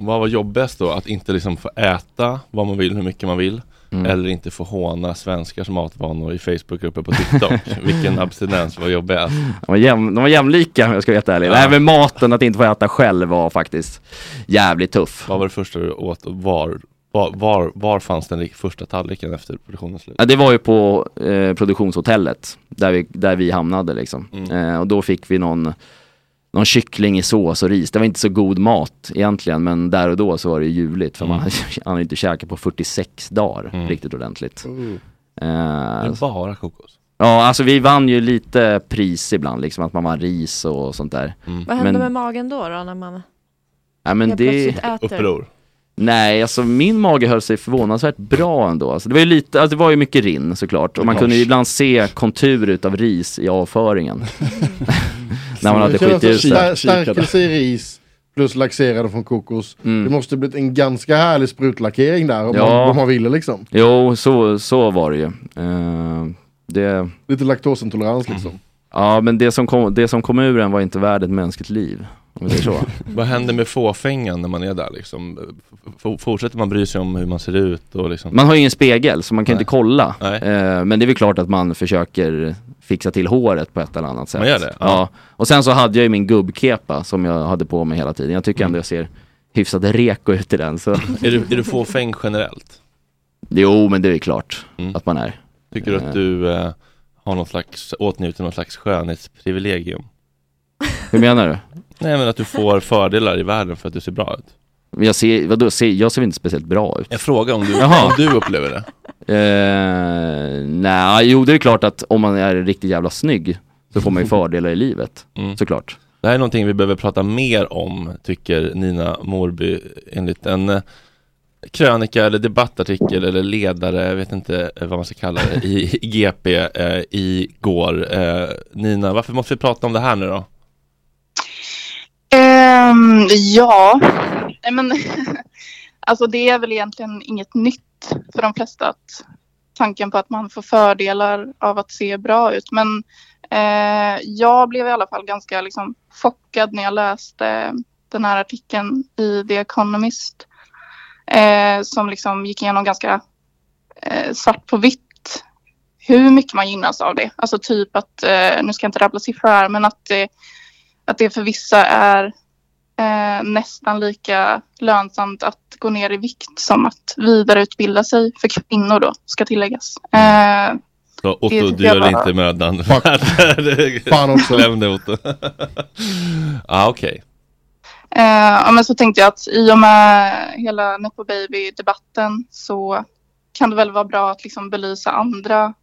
Vad var jobbigast då? Att inte liksom få äta vad man vill, hur mycket man vill. Mm. Eller inte få håna svenskars matvanor i Facebookgrupper på TikTok. Vilken abstinens var jobbigast? De var, jäm, de var jämlika om jag ska vara helt ärlig. Ja. Nej men maten, att inte få äta själv var faktiskt jävligt tuff. Vad var det första du åt och var, var, var, var fanns den rik- första tallriken efter produktionens slut? Ja, det var ju på eh, produktionshotellet där vi, där vi hamnade liksom. Mm. Eh, och då fick vi någon, någon kyckling i sås och ris. Det var inte så god mat egentligen men där och då så var det ju ljuvligt för Mm. man hade ju inte käkat på 46 dagar riktigt ordentligt. Det Eh, är Mm. bara kokos. ja alltså vi vann ju lite pris ibland liksom att man vann ris och sånt där. Mm. Vad händer men, med magen då? då när man... ja, men jag det... plötsligt äter? Uppror. Nej, alltså min mage höll sig förvånansvärt bra ändå. Alltså, det, var ju lite, alltså, det var ju mycket rinn såklart. Och man Usch. kunde ju ibland se kontur utav ris i avföringen. När man hade Det känns skit i som star- huset. Stärkelse i ris plus laxerade från kokos. Mm. Det måste blivit en ganska härlig sprutlackering där om, Ja. man, om man ville liksom. Jo, så, så var det ju. Eh, det, Lite laktosintolerans liksom. Mm. ja, men det som, kom, det som kom ur den var inte värd ett mänskligt liv. Om vi säger så. Vad händer med fåfängan när man är där liksom? F- f- Fortsätter man bry sig om hur man ser ut och liksom? Man har ju ingen spegel så man kan Nej. inte kolla. Eh, men det är väl klart att man försöker fixa till håret på ett eller annat sätt. Man gör det? Ja. Och sen så hade jag ju min gubbkepa som jag hade på mig hela tiden. Jag tycker ändå jag ser hyfsat reko ut i den. Så. Mm. Är du, är du fåfäng generellt? Jo, men det är ju klart att man är. Mm. Tycker du att du eh, har någon slags, åtnjuter någon slags skönhetsprivilegium? Hur menar du? Nej men att du får fördelar i världen för att du ser bra ut. Men Jag ser, vadå, ser, jag ser inte speciellt bra ut. Jag frågar om du, Jaha. om du upplever det. Eh, nej, jo det är klart att om man är riktigt jävla snygg så får man ju fördelar i livet. Mm. Såklart. Det här är någonting vi behöver prata mer om, tycker Nina Morby, enligt en eh, krönika eller debattartikel eller ledare, jag vet inte eh, vad man ska kalla det, i, i GP eh, igår. Eh, Nina, varför måste vi prata om det här nu då? Ehm, ja, Nej, men alltså det är väl egentligen inget nytt för de flesta att tanken på att man får fördelar av att se bra ut. Men eh, jag blev i alla fall ganska liksom, chockad när jag läste den här artikeln i The Economist eh, som liksom gick igenom ganska eh, svart på vitt hur mycket man gynnas av det. Alltså typ att, eh, nu ska jag inte rabbla siffror här, men att det att det för vissa är eh, nästan lika lönsamt att gå ner i vikt som att vidareutbilda sig för kvinnor då, ska tilläggas. Eh, Så det Otto, tycker du jag gör var- inte mödan. Fan också. Glöm det Otto. ah, okej. Eh, ja, men så tänkte jag att i och med hela Nepo Baby-debatten så kan det väl vara bra att liksom belysa andra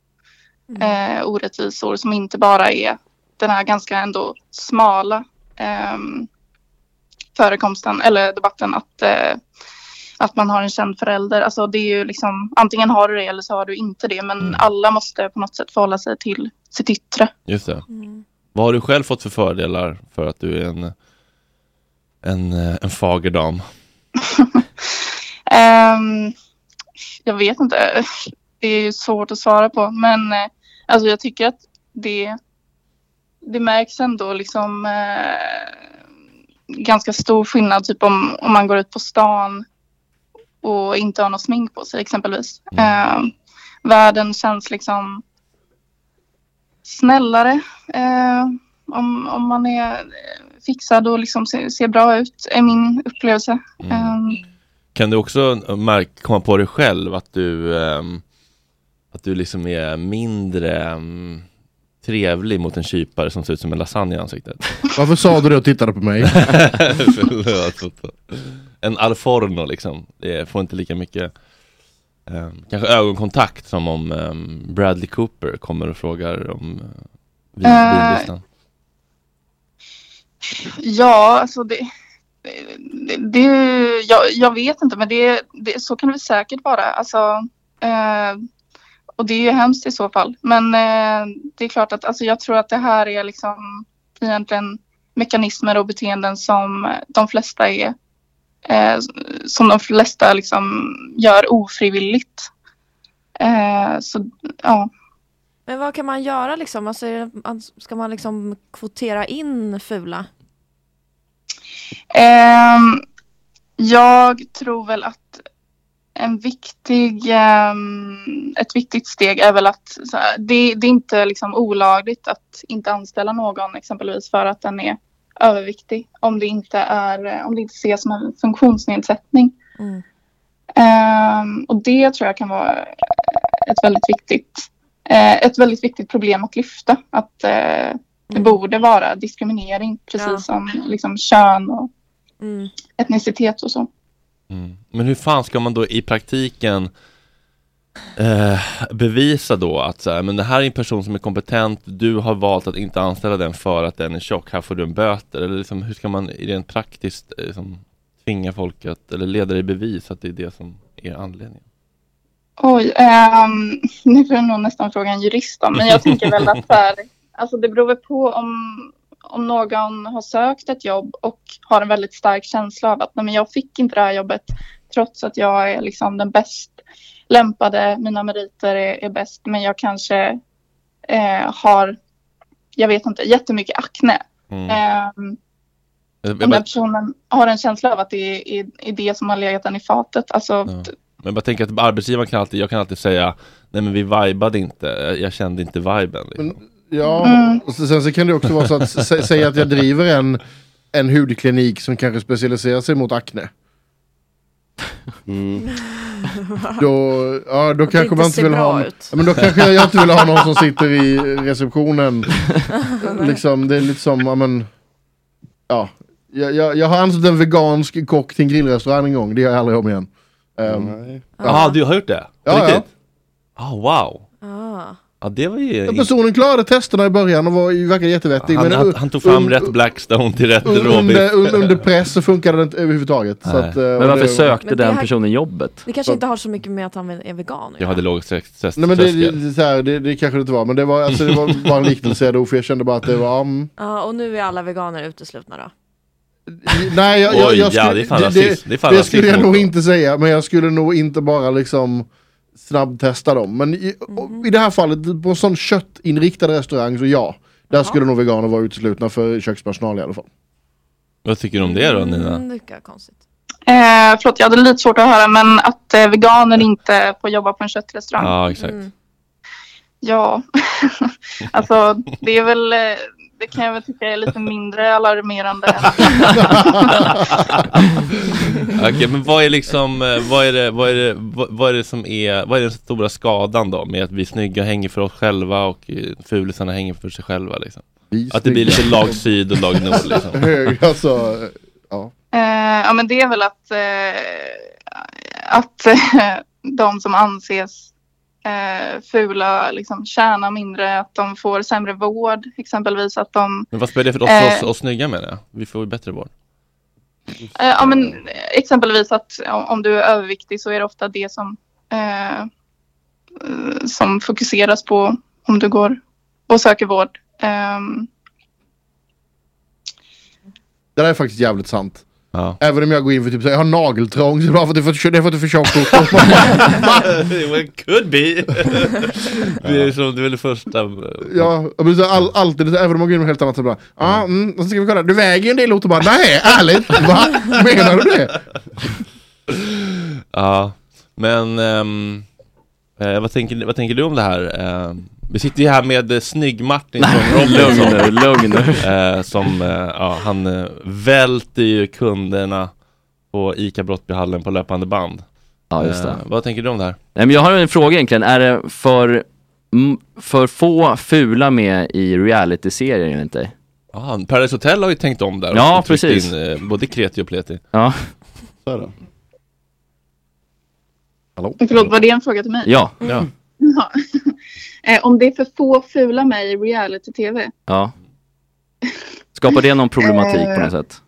eh, orättvisor som inte bara är den här ganska ändå smala ehm, förekomsten eller debatten att, eh, att man har en känd förälder. Alltså det är ju liksom antingen har du det eller så har du inte det men alla måste på något sätt förhålla sig till sitt yttre. Just det. Vad har du själv fått för fördelar för att du är en, en, eh, en fager dam? Ehm, jag vet inte. Det är ju svårt att svara på. Men eh, alltså, jag tycker att det, det märks ändå liksom eh, ganska stor skillnad typ om, om man går ut på stan och inte har något smink på sig exempelvis. Ehm, världen känns liksom snällare eh, om, om man är eh, fixad och liksom ser, ser bra ut, är min upplevelse. Ehm, Kan du också eh, märk- komma på dig själv att du, ehm, att du liksom är mindre ehm, trevlig mot en kypare som ser ut som en lasagne i ansiktet? Varför sa du det och tittade på mig? Förlåt, Otto. en alforno liksom, det får inte lika mycket ehm, kanske ögonkontakt som om ehm, Bradley Cooper kommer och frågar om uh, vin, Eh, vinlistan. Ja, alltså det... det, det jag, jag vet inte, men det, det, så kan det väl säkert vara. Alltså, eh, och det är ju hemskt i så fall. Men eh, det är klart att alltså, jag tror att det här är liksom egentligen mekanismer och beteenden som de flesta är eh, som de flesta liksom gör ofrivilligt. Eh, så ja. Men vad kan man göra liksom? Alltså, är det- ska man liksom kvotera in fula? Ehm, jag tror väl att en viktig, ehm, ett viktigt steg är väl att så här, det, det är inte liksom olagligt att inte anställa någon exempelvis för att den är överviktig om det inte, är, eh, om det inte ses som en funktionsnedsättning. Mm. Ehm, och det tror jag kan vara ett väldigt viktigt, eh, ett väldigt viktigt problem att lyfta. Att eh, det borde vara diskriminering precis Mm. Ja. som liksom, kön och Mm. etnicitet och så. Mm. Men hur fan ska man då i praktiken eh, bevisa då att så här, men det här är en person som är kompetent, du har valt att inte anställa den för att den är tjock, här får du en böter. Eller liksom, hur ska man rent praktiskt eh, liksom, tvinga folk att, eller leda det i bevis att det är det som är anledningen? Oj, ehm, nu får jag nog nästan fråga en jurist om, men jag tänker väl att så här, alltså det beror väl på om, om någon har sökt ett jobb och har en väldigt stark känsla av att nej, men jag fick inte det här jobbet trots att jag är liksom den bäst lämpade, mina meriter är, är bäst, men jag kanske eh, har, jag vet inte, jättemycket akne. Mm. Ehm, Jag- jag om bara- den personen har en känsla av att det är, är, är det som har legat den i fatet, alltså Men jag bara tänker att arbetsgivaren kan alltid, jag kan alltid säga Nej men vi vibade inte, eh, jag- jag kände inte viben liksom. Ja, Mm. Mm. och så- sen så kan det också vara så att s- sä- säga att jag driver en, en hudklinik som kanske specialiserar sig mot akne. Mm. Då, ja, då Att det kanske inte man inte ser vill ha... bra en- ut. Ja, men då kanske jag inte vill ha någon som sitter i receptionen. liksom, det är lite som, ja men... Ja, jag, jag, jag har anställt en vegansk kock till en grillrestaurang en gång, det gör jag aldrig om igen. Ehm, Jaha, du har gjort det? På Ja, ja. riktigt? Ah, wow! Ah. Ja, det var ju... Den personen klarade testerna i början och var, verkade jättevettig. Han, men han, han tog fram un- rätt Blackstone till rätt un- under, un- råbiff. under press så funkade det inte överhuvudtaget. Så Nej. att, eh, Men och varför det- sökte Men det den här- personen jobbet? Det kanske inte har så mycket med att han är vegan Jag hade låg stress. Nej men det, det, det, så här, det, det kanske det inte var, men det var, alltså, det var bara en liknelse jag drog för jag kände bara att det var... mm. Ja, och nu är alla veganer uteslutna då? nej jag, jag, Oj, jag ja, skulle, det är fan rasism. Det är fan det rasism skulle jag mot nog dem. inte säga, men jag skulle nog inte bara liksom snabbtesta dem. Men i, och i det här fallet, på en sån köttinriktad restaurang så ja. Där skulle nog veganer vara uteslutna för kökspersonal i alla fall. Vad tycker du om det då Nina? Mycket konstigt. Eh, förlåt, jag hade lite svårt att höra, men att eh, veganer inte får jobba på en köttrestaurang. Ja, exakt. Ja, alltså det är väl, eh, det kan jag väl tycka är lite mindre alarmerande. Okej, men vad är liksom, eh, vad är det, vad är det, vad vad är det som är, vad är den stora skadan då med att vi snygga hänger för oss själva och eh, fulisarna hänger för sig själva liksom? Vi Att det blir lite snygga. lag syd och lag nord liksom. Hög, alltså, ja. Eh, ja, men det är väl att, eh, att eh, de som anses eh, fula liksom, tjänar mindre, att de får sämre vård, exempelvis att de... Men vad spelar det för oss, Eh. oss, oss snygga menar jag? Vi får ju bättre vård. Eh, ja, men, eh, exempelvis att om, om du är överviktig så är det ofta det som, eh, eh, som fokuseras på om du går och söker vård. Ehm, Det där är faktiskt jävligt sant. Ja. Även om jag går in för typ så här, jag har nageltrång, så är det bara för att du får för, det är för, att du är för tjock kokos. Well, could be. det är som, det är väl det första. eh, Ja, men så all, alltid, så även om man går in med helt annat så bara, ja, mm, och så ska vi kolla, du väger ju en del och bara, nej, ärligt, va? Menar du det? Ja, men ehm, eh, vad, tänker, vad tänker du om det här? Ehm, vi sitter ju här med eh, snygg-Martin från Robinson. lugn nu, lugn nu. Eh, som, eh, ja, han eh, välter ju kunderna på ICA Brottbyhallen på löpande band. Ja, just det. Eh, vad tänker du om det här? Nej, men jag har en fråga egentligen. Är det för, m- för få fula med i reality-serier enligt dig? Ah, Paradise Hotel har ju tänkt om där. och Ja, tryckt precis. In, eh, både kreti och pleti. Ja. Så är det. Hallå? Förlåt, var det en fråga till mig? Ja. Ja. Ja. Eh, Om det är för få fula med i reality-tv? Ja. Skapar det någon problematik på något sätt?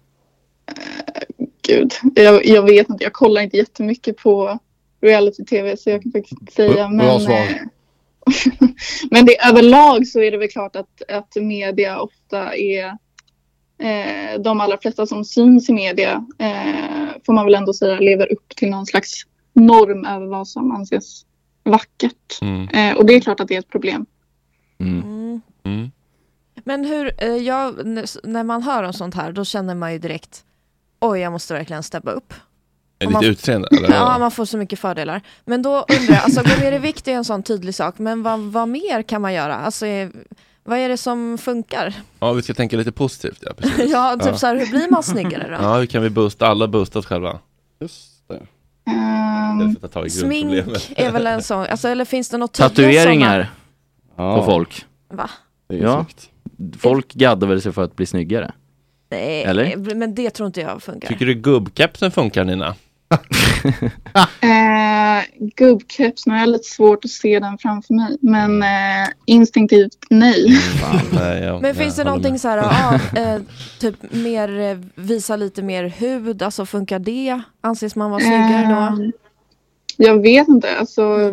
Gud, jag, jag vet inte. Jag kollar inte jättemycket på reality-tv så jag kan faktiskt inte Mm. säga. Men, Bra svar. eh, men det, överlag så är det väl klart att, att media ofta är eh, de allra flesta som syns i media eh, får man väl ändå säga lever upp till någon slags norm över vad som anses vackert. Mm. Eh, och det är klart att det är ett problem. Mm. Men hur, eh, jag, n- s- när man hör om sånt här, då känner man ju direkt, oj jag måste verkligen steppa upp. Är Och man- ditt utseende? Eller? Ja, man får så mycket fördelar. Men då undrar jag, alltså gå ner i vikt är en sån tydlig sak, men vad, vad mer kan man göra? Alltså, eh, vad är det som funkar? ja, vi ska tänka lite positivt. Ja, precis. ja, typ så här, hur blir man snyggare då? Ja, hur kan vi boosta, alla boosta oss själva? Just det. Istället för att ta tag i Smink grundproblemet. är väl en sån, alltså, eller finns det något Tatueringar Ja. på folk. Va? Det är ju ja. Folk gaddar väl sig för att bli snyggare? Nej, Eller? men det tror inte jag funkar. Tycker du gubbkepsen funkar Nina? Eh, Gubbkeps, nu har jag lite svårt att se den framför mig. Men eh, instinktivt nej. Nej, jag, Men finns det jag håller någonting med. så här, ja, eh, typ mer, eh, visa lite mer hud, alltså funkar det? Anses man vara snyggare då? Eh, Jag vet inte. Alltså,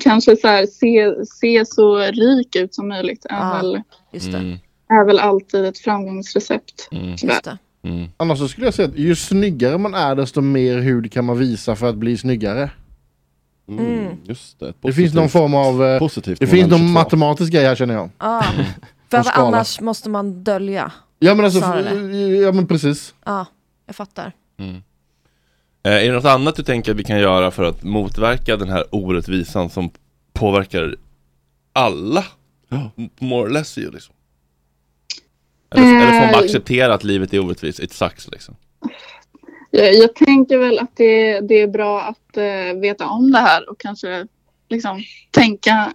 kanske så här, se, se så rik ut som möjligt är, väl, just Mm. är väl alltid ett framgångsrecept. Just det. Mm. Annars så skulle jag säga att ju snyggare man är desto mer hud kan man visa för att bli snyggare. Mm, just det. Det finns någon form av... eh, Positivt det finns moment 22. någon matematisk grej här känner jag. Ja, för Och att skala. annars måste man dölja. Ja men alltså, snarare. ja men precis. Ja, jag fattar. Mm. Eh, är det något annat du tänker att vi kan göra för att motverka den här orättvisan som påverkar alla? More or less ju liksom. Eller, eller får man bara Eh, acceptera att livet är orättvist? It sucks liksom. Jag, jag tänker väl att det, det är bra att eh, veta om det här och kanske liksom, tänka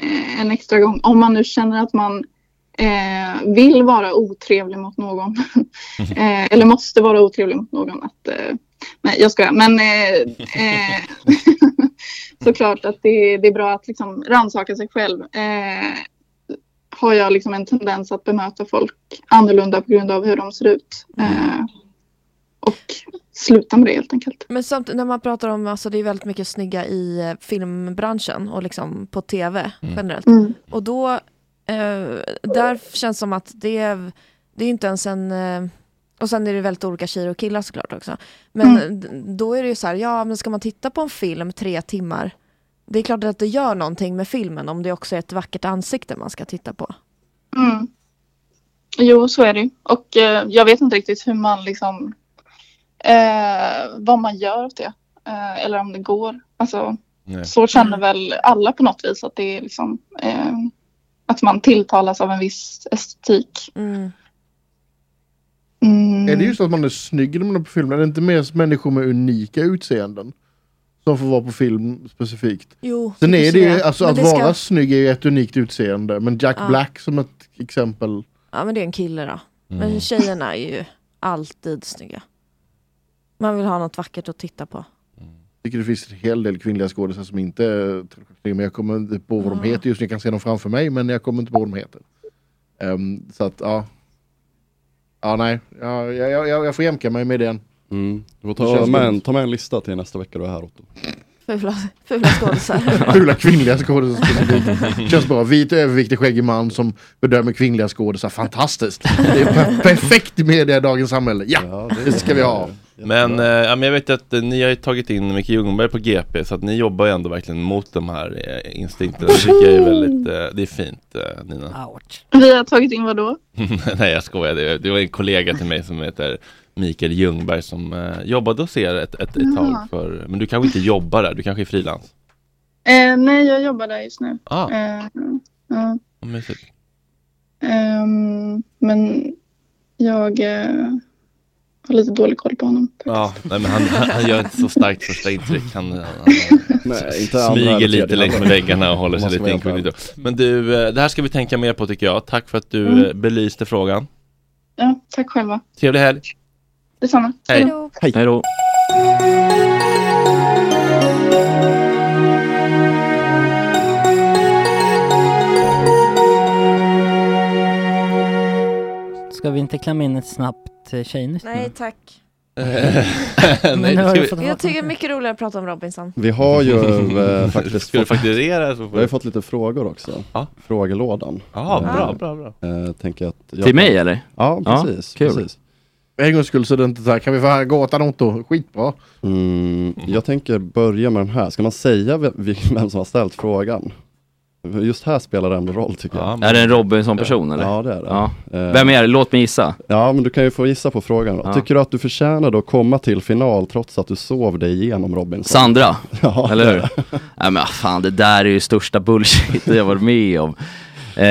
eh, en extra gång. Om man nu känner att man eh, vill vara otrevlig mot någon. eh, eller måste vara otrevlig mot någon. Att, eh, nej, jag skojar. Men eh, eh, såklart att det, det är bra att liksom rannsaka sig själv. Eh, har jag liksom en tendens att bemöta folk annorlunda på grund av hur de ser ut. Eh, och sluta med det helt enkelt. Men samtidigt när man pratar om, alltså det är väldigt mycket snygga i eh, filmbranschen och liksom på tv Mm. generellt. Mm. Och då, eh, där känns som att det, är- det är inte ens en, eh, och sen är det väldigt olika tjejer och killar såklart också. Men Mm. d- då är det ju så här, ja men ska man titta på en film tre timmar, det är klart att det gör någonting med filmen om det också är ett vackert ansikte man ska titta på. Mm. Jo, så är det ju. Och eh, jag vet inte riktigt hur man liksom... Eh, vad man gör åt det. Eh, eller om det går. Alltså, Nej. Mm. så känner väl alla på något vis att det är liksom... Eh, att man tilltalas av en viss estetik. Mm. Mm. Är Mm. det just att man är snygg när man är på film? Är det inte mer människor med unika utseenden? Som får vara på film specifikt. Jo, Sen det är det kanske ju, det är. alltså Men att det ska- vara snygg är ju ett unikt utseende. Men Jack Ja. Black som ett exempel. Ja men det är en kille då. Mm. Men tjejerna är ju alltid snygga. Man vill ha något vackert att titta på. Jag tycker det finns en hel del kvinnliga skådespelare som inte är men jag kommer inte på vad de heter just nu. Jag kan se dem framför mig men jag kommer inte på vad de heter. Ehm, så att ja. Ja nej, ja, jag, jag- jag, jag får jämka mig med den. Mm. Du får Det ta, känns med en, dumt. ta med en lista till nästa vecka du är här Otto. Fula, fula skådisar. Fula kvinnliga skådisar specifikt. Känns bra. Vit, överviktig, skäggig man som bedömer kvinnliga skådisar. Fantastiskt. Det är per- perfekt i media i dagens samhälle. Ja, det ska vi ha. Men, eh, ja, men jag vet att eh, ni har ju tagit in Micke Ljungberg på GP så att ni jobbar ju ändå verkligen mot de här eh, instinkterna. Det tycker jag är väldigt, eh, det är fint eh, Nina. Vi har tagit in vad då? Mm, Nej jag skojar, det, det var en kollega till mig som heter Mikael Ljungberg som eh, jobbade hos er ett, ett, ett tag. Jaha. För, men du kanske inte jobbar där, du kanske är frilans? Eh, nej, jag jobbar där just nu. Ah. Eh, ja. Vad mysigt. Ehm, men jag eh, har lite dålig koll på honom. Ja, nej, men han, han gör inte så starkt första intryck. Han, han, han Nej, inte andra eller smyger lite tredje. längs med väggarna och håller sig Måste lite vara jämförd. inkognito. Men du, eh, det här ska vi tänka mer på tycker jag. Tack för att du Mm. eh, belyste frågan. Ja, tack själva. Trevlig helg! Detsamma. Hej! Hej då! Ska vi inte klämma in ett snabbt eh, tjejnytt Nej nu? tack. Men nu har du fått Jag tycker det är mycket roligare att prata om Robinson. Vi har ju eh, faktiskt Ska du fakturera så får Vi har ju du- fått lite frågor också. Frågelådan. Ja, bra, Eh, bra, bra. eh, tänker jag att jag Till mig, eller? Ja, Ja, precis. kul. precis. En gångs skull så är det inte så här. Kan vi få höra gåtan Otto? Skitbra. Mm, jag tänker börja med den här. Ska man säga vem, vem som har ställt frågan? Just här spelar det ändå roll tycker jag. Är det en Robinson-person eller? Ja, det är det. Ja. Eh, Vem är det? Låt mig gissa. Ja, men du kan ju få gissa på frågan. då. Ja. Tycker du att du förtjänade att komma till final trots att du sov dig igenom Robinson? Sandra, Ja. eller hur? Nej men ah, fan det där är ju största bullshit jag varit med om. Eh,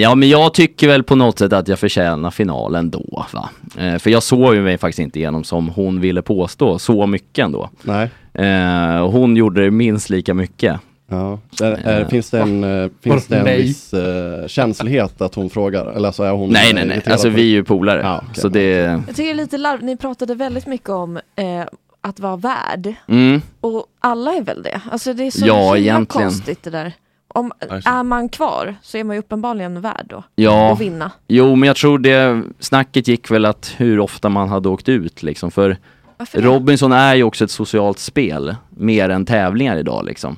ja men jag tycker väl på något sätt att jag förtjänar finalen då va. Eh, för jag såg ju mig faktiskt inte igenom som hon ville påstå, så mycket ändå. Nej. Eh, och hon gjorde det minst lika mycket. Ja. Är, är, Eh, finns det en, eh, Vadå, finns det en nej? viss eh, känslighet att hon frågar? Eller alltså är hon Nej eh, nej nej, irriterad alltså på- vi är ju polare. så det... Jag tycker det är lite larv. Ni pratade väldigt mycket om eh, att vara värd. Mm. Och alla är väl det. Alltså det är så Ja, himla egentligen. konstigt det där. Om, Alltså. är man kvar så är man ju uppenbarligen värd då. Ja. Att vinna. Jo, men jag tror det snacket gick väl att hur ofta man hade åkt ut liksom. För Varför det? Robinson är ju också ett socialt spel mer än tävlingar idag liksom.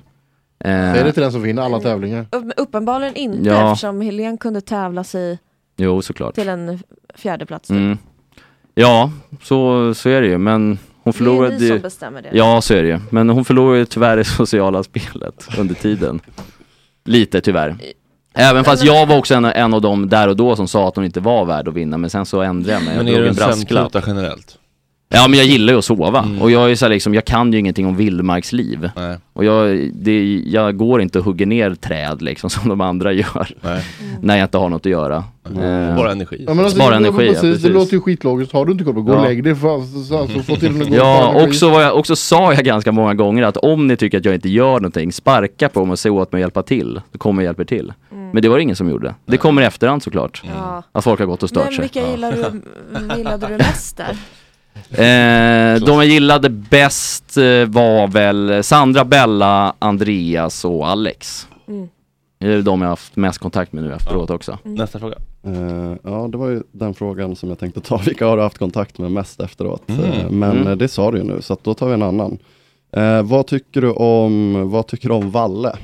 Är det Eh, till den som vinner alla tävlingar? Upp- Uppenbarligen inte Ja. eftersom Helene kunde tävla sig jo, såklart. till en fjärde plats. Mm. Ja, så, så är det ju. Men hon förlorade ni som ju- bestämmer det. Ja, så är det ju. Men hon förlorade ju tyvärr det sociala spelet under tiden. Lite tyvärr. Även fast jag var också en, en av dem där och då som sa att hon inte var värd att vinna, men sen så ändrade jag mig. Jag Men är drog du en brasklapp. sömntuta generellt? Ja men jag gillar ju att sova och jag är så här liksom, jag kan ju ingenting om vildmarks liv. Och jag, det, jag går inte och hugger ner träd liksom som de andra gör. Mm. När jag inte har något att göra. Eh, Spara energi. Ja, men alltså, Spara det- energi, precis, ja, precis. Det låter ju skitlogiskt. Har du inte koll på gå och Ja. lägg dig. för- Alltså, alltså, få till den att gå och spara Ja, energi. och så, var jag, också sa jag ganska många gånger att om ni tycker att jag inte gör någonting, sparka på mig och se åt mig att hjälpa till. Då kommer jag hjälpa till. Men det var det ingen som gjorde. Det kommer i eftervand såklart. Mm. Ja. Att folk har gått och stört Men sig. vilka gillar du, gillade du mest där? Eh, de jag gillade bäst eh, var väl Sandra, Bella, Andreas och Alex. Mm. Det är de jag har haft mest kontakt med nu efteråt också. Nästa fråga. Eh, ja, det var ju den frågan som jag tänkte ta. Vilka har du haft kontakt med mest efteråt? Mm. Eh, men Mm. eh, det sa du ju nu, så att då tar vi en annan. Eh, vad, tycker du om, vad tycker du om Valle?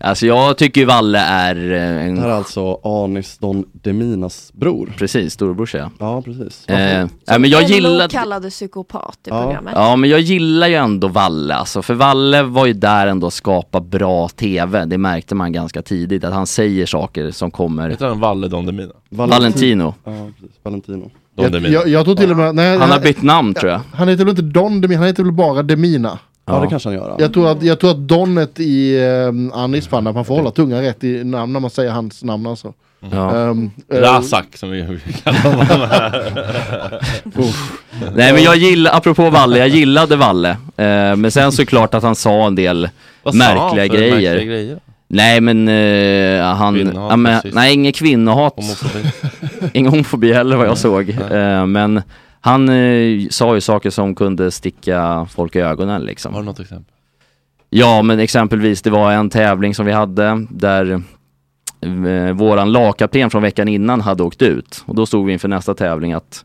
Alltså jag tycker ju Valle är... eh, En... Det här är alltså Anis Don Deminas bror. Precis, storebrorsa ja. Ja, precis. Eh, Varför? nej, men jag LO gillade... kallade psykopat i Ja. programmet. ja men jag gillar ju ändå Valle alltså, för Valle var ju där ändå och skapa bra TV. Det märkte man ganska tidigt att han säger saker som kommer... Heter han Valle Don Demina? Valentino. Ja, precis. Valentino. Jag, jag, jag tror till och med... Nej, Han har jag- bytt namn tror jag. Han heter väl inte Don Demina, han heter väl bara Demina? Ja, det kanske han gör. Jag tror att, jag tror att Donnet i um, Anis fall, att man får hålla tungan rätt i namn när man säger hans namn alltså. Ja. Ehm, eh, Razak som vi vi kallar honom här. Nej men jag gillar, apropå Valle, jag gillade Valle. Eh, men sen såklart att han sa en del Vad sa han märkliga, för grejer. märkliga grejer? Nej men eh, han, Kvinnohat, ja, men, precis. nej inget kvinnohat. Ingen homofobi heller vad jag såg. Eh, men han eh, sa ju saker som kunde sticka folk i ögonen liksom. Har du något exempel? Ja men exempelvis det var en tävling som vi hade där eh, våran lagkapten från veckan innan hade åkt ut och då stod vi inför nästa tävling att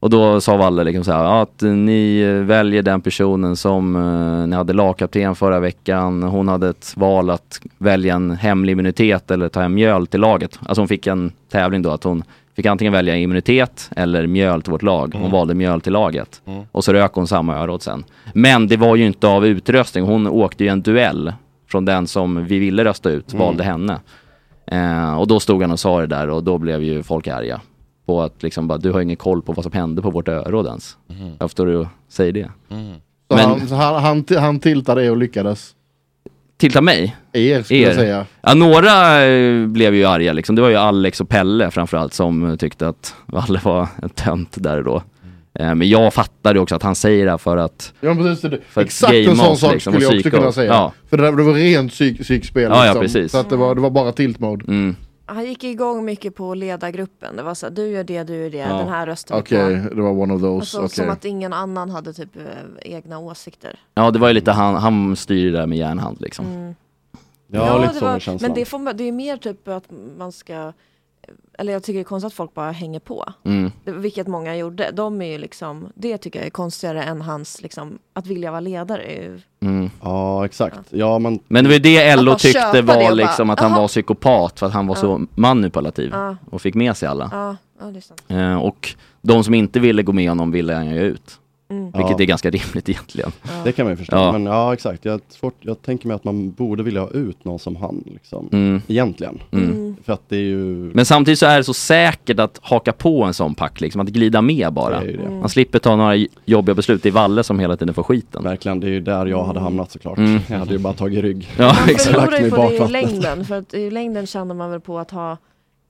och då sa Valle liksom så här, "Ja, att ni eh, väljer den personen som eh, ni hade lagkapten förra veckan. Hon hade ett val att välja en hemlig immunitet eller ta hem mjöl till laget. Alltså hon fick en tävling då att hon fick antingen välja immunitet eller mjöl till vårt lag. Hon Mm. valde mjöl till laget. Mm. Och så rök hon samma öråt sen. Men det var ju inte av utröstning. Hon åkte ju en duell från den som vi ville rösta ut, Mm. valde henne. Eh, och då stod han och sa det där och då blev ju folk arga. På att liksom bara, du har ingen koll på vad som hände på vårt öråd ens. Mhm. Varför står du och säger det? så Men- han, så han, han, han tiltade er och lyckades. Tilta mig? Er skulle jag säga. Ja, några eh, blev ju arga liksom. Det var ju Alex och Pelle framförallt som eh, tyckte att Valle var en tönt där och då. Eh, Men jag fattade också att han säger det här för att Ja, men precis, det, För att exakt game en sån out, sak liksom, skulle och jag också psyko. kunna säga. Ja. För det, där- det var rent psyk, psykspel. liksom. Ja, ja, precis. Mm. Så att det, var, det var bara tilt mode. Han gick igång mycket på att leda gruppen. Det var så här, du gör det, du gör det, Ja. den här rösten Okej, det var one of those. Alltså, Okej. Som att ingen annan hade typ eh, egna åsikter. Ja, det var ju lite han, han styr det där med järnhand liksom. Mm. det var- Men det, får, man- det är mer typ att man ska, eller jag tycker det är konstigt att folk bara hänger på. Mm. Det- Vilket många gjorde. De är ju liksom, det tycker jag är konstigare än hans, liksom, att vilja vara ledare. är ju- Ja, exakt. Ja, man... Mm. Men det var ju det Att LO bara köpa tyckte det och bara, var liksom att han "Aha." var psykopat för att han var så manipulativ Ja. och fick med sig alla. Ja, ja det är sant. Eh, och de som inte ville gå med honom ville han ju ut. Mm. Vilket Ja. är ganska rimligt egentligen. Det kan man ju förstå. Eh, Ja. Men ja, exakt. Jag, har svårt, jag tänker mig att man borde vilja ha ut någon som han, liksom. Mm. Egentligen. Mm. För att det är ju... Men samtidigt så är det så säkert att haka på en sån pack, liksom, att glida med bara. ju det. Mm. Man slipper ta några jobbiga beslut. Det är Valle som hela tiden får skiten. Verkligen, det är ju där jag hade hamnat såklart. Mm. Jag hade ju bara tagit rygg. Ja, Och exakt. förlorar lagt mig ju i på det i bakvattnet. längden. För att i längden känner man väl på att ha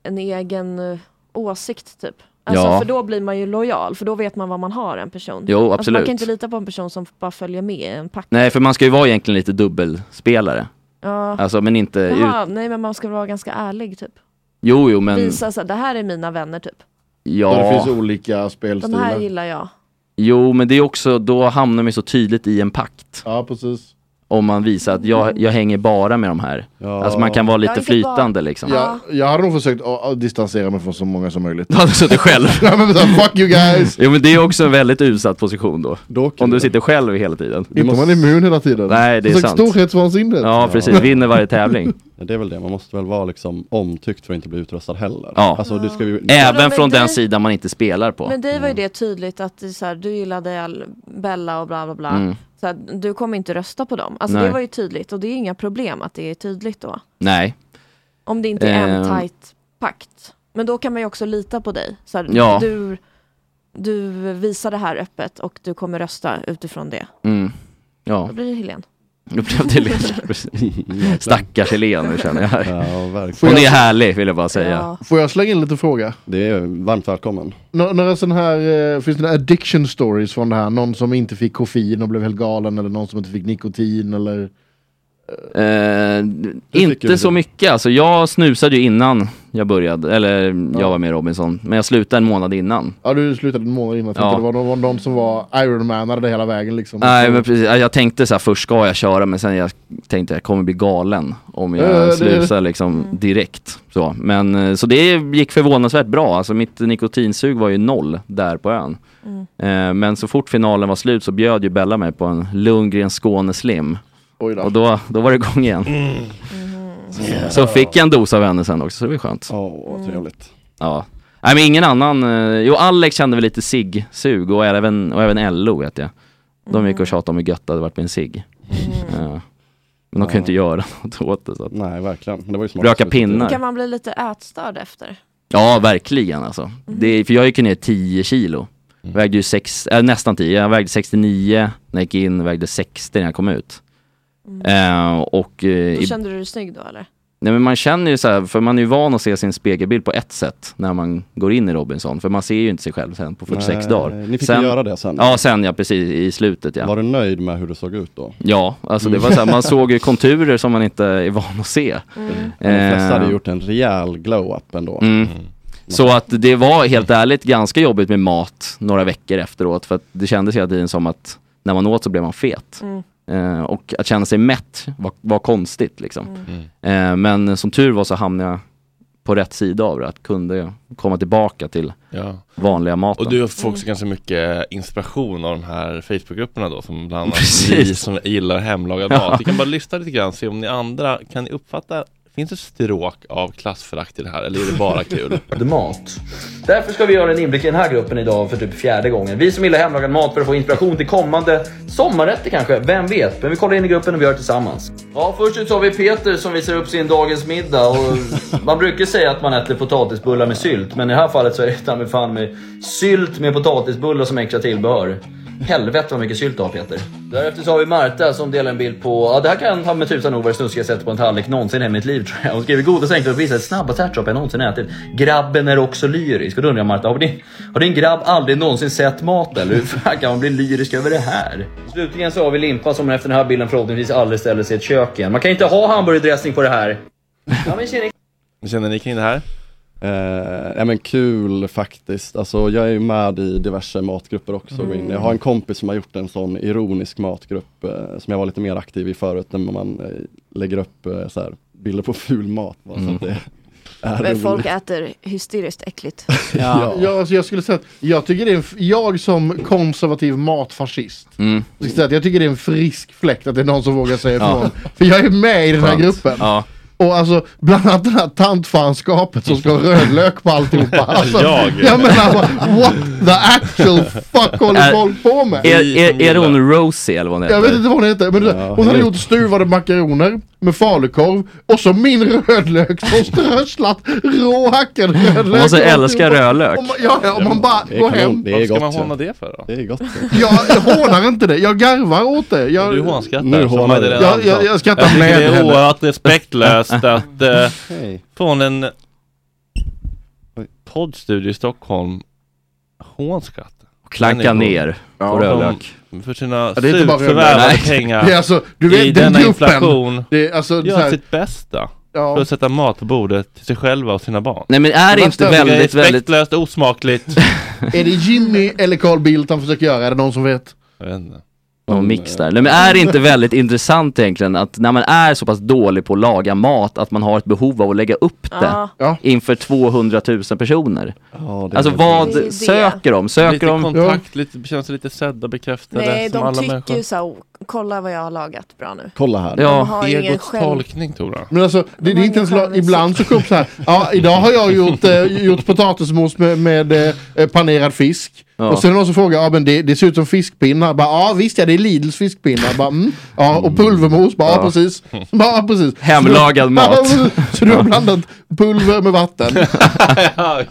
en egen eh, åsikt typ. Alltså, Ja. För då blir man ju lojal, för då vet man vad man har en person. Jo, Alltså, man absolut. kan inte lita på en person som bara följer med i en pack. Nej, för man ska ju vara egentligen lite dubbelspelare. Ja. Alltså, men inte Jaha, ut... nej men man ska vara ganska ärlig typ. Jo, jo, men... Visa så här, det här är mina vänner typ. Ja. Där det finns olika De spelstilar. här gillar jag. Jo, men det är också, då hamnar man ju så tydligt i en pakt. Ja, precis. Om man visar att jag, jag hänger bara med de här. Alltså man kan vara lite flytande liksom. Jag, jag hade nog försökt att, att distansera mig från så många som möjligt. Du hade suttit själv? ja, men så här, fuck you guys! Jo men det är också en väldigt utsatt position då. Om du sitter själv hela tiden. Inte om man är immun hela tiden. Nej det är Försök sant. storhetsvansinnet. Ja precis, vinner varje tävling. Ja, Det är väl det, man måste väl vara liksom omtyckt för att inte bli utröstad heller. Ja. Alltså, det ska vi... Även Men från det- den sidan man inte spelar på. Mm. Men dig var ju det tydligt att det är så här, du gillade all Bella och bla bla bla. Mm. Så här, du kommer inte rösta på dem. Alltså Nej. det var ju tydligt och det är inga problem att det är tydligt då. Nej. Om det inte är en Eh. tight pakt. Men då kan man ju också lita på dig. Så här, Ja. du, du visar det här öppet och du kommer rösta utifrån det. Mm. Ja. Då blir det Helene. Nu blev det Helene. Stackars Helene nu känner jag. Får Hon jag- är härlig vill jag bara säga. Får jag slänga in lite fråga? Det är varmt välkommen. Nå- några sån här, eh, finns det några addiction stories från det här? Någon som inte fick koffein och blev helt galen eller någon som inte fick nikotin eller Eh, inte så mycket. Alltså, jag snusade ju innan jag började, eller jag var med i Robinson, men jag slutade en månad innan. Ja, du slutade en månad innan. Ja. Ja. Det var någon, någon som var Ironmanade hela vägen liksom. Nej, men precis. Jag tänkte så här, först ska jag köra, men sen jag tänkte jag kommer bli galen om jag Ja, ja, det- slusar liksom direkt. Så. Men, eh, så det gick förvånansvärt bra. Alltså mitt nikotinsug var ju noll där på ön. Mm. Eh, Men så fort finalen var slut så bjöd ju Bella mig på en Lundgren Skåne Slim. Oj då. Och då, då var det igång igen. Mm. Så fick jag en dos av henne sen också, så det var skönt. Ja, vad trevligt. Ja. Nej men ingen annan, eh, jo Alex kände väl lite sig-sug och även, och även LO vet jag. De Mm. gick och tjatade om hur gött det hade varit med en sig. Ja. Men de kunde Ja. inte göra något åt det. Så att... Nej, verkligen. Det var ju smart. Röka pinnar. Kan man bli lite ätstörd Eh, efter? Ja, verkligen Mm. alltså. Det, för jag gick ju ner 10 kilo. Mm. Vägde ju sex, äh, nästan 10, jag vägde 69 när jag gick in, vägde 60 när jag kom ut. Eh, och, eh, Mm. Då i- kände du dig snygg då eller? Nej men man känner ju så här, för man är ju van att se sin spegelbild på ett sätt när man går in i Robinson, för man ser ju inte sig själv sen på 46 Nej, dagar. ni fick ju göra det sen. Ja, sen ja, precis i slutet ja. Var du nöjd med hur det såg ut då? Ja, alltså det Mm. var så här, man såg ju konturer som man inte är van att se. De flesta hade Eh, gjort en rejäl glow-up ändå. Mm. Så att det var helt ärligt ganska jobbigt med mat några veckor efteråt för att det kändes hela tiden som att när man åt så blev man fet. Mm. Eh, och att känna sig mätt var, var konstigt liksom. Mm. Eh, men som tur var så hamnade jag på rätt sida av det, att kunde komma tillbaka till Ja. vanliga maten. Och du får också ganska mycket inspiration av de här Facebookgrupperna då som bland annat Precis. ni som gillar hemlagad Ja. mat. Vi kan bara lyssna lite grann se om ni andra, kan ni uppfatta, finns det stråk av klassförakt i det här eller är det bara kul? mat. Därför ska vi göra en inblick i den här gruppen idag för typ fjärde gången. Vi som gillar hemlagad mat för att få inspiration till kommande sommarrätter kanske, vem vet? Men vi kollar in i gruppen och vi gör det tillsammans. Ja, först ut så har vi Peter som visar upp sin dagens middag. Och man brukar säga att man äter potatisbullar med sylt, men i det här fallet så är det ta mig fan med sylt med potatisbullar som extra tillbehör. Helvete vad mycket sylt du har Peter. Därefter så har vi Marta som delar en bild på, ja det här kan ta med tusan nog vara det snuskigaste jag sett på en tallrik någonsin i mitt liv tror jag. Hon skriver godaste enkla uppvisar, snabbaste ärtsoppa jag någonsin ätit. Grabben är också lyrisk. Och då undrar jag Marta, har din, har din grabb aldrig någonsin sett mat eller? Hur fan kan man bli lyrisk över det här? Slutligen så har vi Limpa som efter den här bilden förhoppningsvis aldrig ställer sig i ett kök igen. Man kan inte ha hamburgardressning på det här. Ja, men tjena. Känner ni kring det här? Eh, ja men kul faktiskt. Alltså jag är ju med i diverse matgrupper också. Mm. Jag har en kompis som har gjort en sån ironisk matgrupp eh, som jag var lite mer aktiv i förut när man eh, lägger upp eh, så här, bilder på ful mat. Bara, så att det är Men folk roligt. äter hysteriskt äckligt. Ja. Jag, alltså, jag skulle säga att jag tycker det är en, f- jag som konservativ matfascist. Mm. Jag skulle säga att Jag tycker det är en frisk fläkt att det är någon som vågar säga Ja. ifrån. För jag är med i den här Skönt. gruppen. Ja. Och alltså bland annat det här tantfanskapet som ska ha rödlök på alltihopa. Alltså, Jag. jag menar bara, what the actual fuck håller Är- folk på med? Är, är, är hon Rosie eller vad hon heter? Jag vet inte vad hon heter, men det- hon hade herregud. gjort stuvade makaroner med falukorv och så min rödlök som strösslat råhackad rödlök. Och så älskar rödlök. Om man, ja, ja, om man bara går hem. Vad ska man håna det för då? Det är gott. Jag, jag hånar inte det, jag garvar åt det. Jag, Du hånskrattar. Nu som hånar Magdalena du. Andersson. Jag- jag- jag skrattar tycker med Det är henne. oerhört respektlöst att eh, Hej. från en poddstudio i Stockholm hånskratta. Klanka Människor ner på som- rödlök. För sina Ja, det är inte bara surt rödlök. förvärvade Nej. pengar Det är alltså, du vet, i den denna gruppen, inflation det är alltså så gör här- sitt bästa Ja. för att sätta mat på bordet till sig själva och sina barn. Nej, men är det inte tycker jag är väldigt, väldigt- Respektlöst, osmakligt. Är det Jimmy eller Carl Bildt han försöker göra? Är det någon som vet? Jag vet inte. Och mix där. Nej, men är det inte väldigt intressant egentligen att när man är så pass dålig på att laga mat att man har ett behov av att lägga upp det Ja. Ja. inför 200 000 personer? Ja, det alltså är- vad Det är det. söker de? Söker lite de... kontakt, lite, känns det lite sedda, bekräftade Nej, som de alla tycker människor. ju såhär, kolla vad jag har lagat bra nu. Kolla här. De har ingen Egots själv- tolkning Tora. Men alltså, det, det är inte ens la- ibland så kom så här, ja idag har jag gjort, eh, gjort potatismos med, med eh, panerad fisk. Ja. Och sen är det någon som frågar, ja men det, det ser ut som fiskpinnar. Bara, ja visst ja, det är Lidls fiskpinnar. Bara, mm, ja, och pulvermos, bara, ja. Ja. precis. Bara, ja, precis. Hemlagad mat. Ja, precis. så du har blandat pulver med vatten.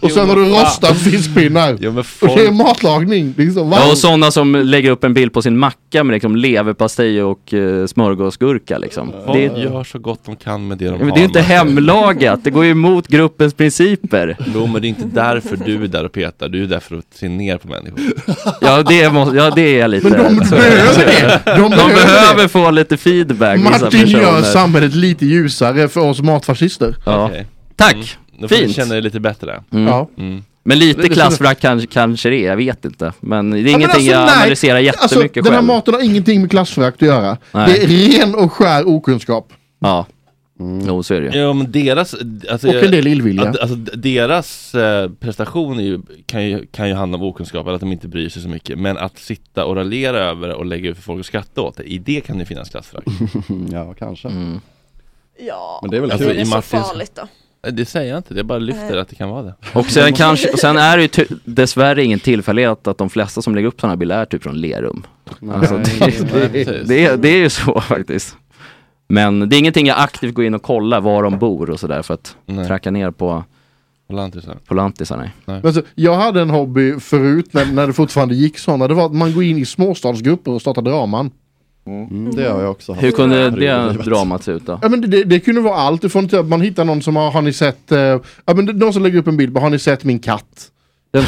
och sen har du rostat fiskpinnar. folk- Och det är matlagning. Liksom, Ja, och sådana som lägger upp en bild på sin macka med liksom leverpastej och eh, smörgåsgurka liksom. Folk Det är, gör så gott de kan med det de Ja, men har. det är ju inte men- hemlagat, det går ju emot gruppens principer. Jo men det är inte därför du är där och petar, du är där för att se ner på människor. Ja det, må, ja, det är jag lite... Men de så- behöver det. De De behöver behöver få lite feedback. vissa Martin gör personer. samhället lite ljusare för oss matfascister. Okej. Tack! Mm. Då får du Fint. känna dig lite bättre. Mm. Ja. Mm. Men Det- lite det- klassförakt kanske, kanske det är, jag vet inte. Men det är Ja, men alltså, ingenting jag nej. analyserar jättemycket alltså, Den här själv. maten har ingenting med klassförakt att göra. Nej. Det är ren och skär okunskap. Ja. Mm. Jo, så är det ju. Ja, men deras... Alltså, Och en del illvilja. Att- Alltså, d- deras eh, prestation är ju, kan, ju, kan ju handla om okunskap, eller att de inte bryr sig så mycket. Men att sitta och raljera över och lägga ut för folk att skratta åt, i det kan det finnas klassförakt. ja, kanske. Ja, Men det är väl Alltså, kul. Mm. i så Martins- farligt då. Nej, Det säger jag inte, det bara lyfter Nej. att det kan vara det. Och sen, kanske, och sen är det ju ty- dessvärre ingen tillfällighet att de flesta som lägger upp sådana här bilder är typ från Lerum. Nej, Alltså, nej, det, det, precis. det, är- det är ju så faktiskt. Men det är ingenting jag aktivt går in och kollar var de bor och sådär för att tracka ner på Polantisar. Polantisarna. Alltså, jag hade en hobby förut när, när det fortfarande gick sådana. Det var att man går in i småstadsgrupper och startar draman. det har jag också Hur kunde det dramat se ut då? Ja, men det, det, det kunde vara allt ifrån till att man hittar någon som har, har ni sett, eh, ja men det- någon som lägger upp en bild, bara, har ni sett min katt?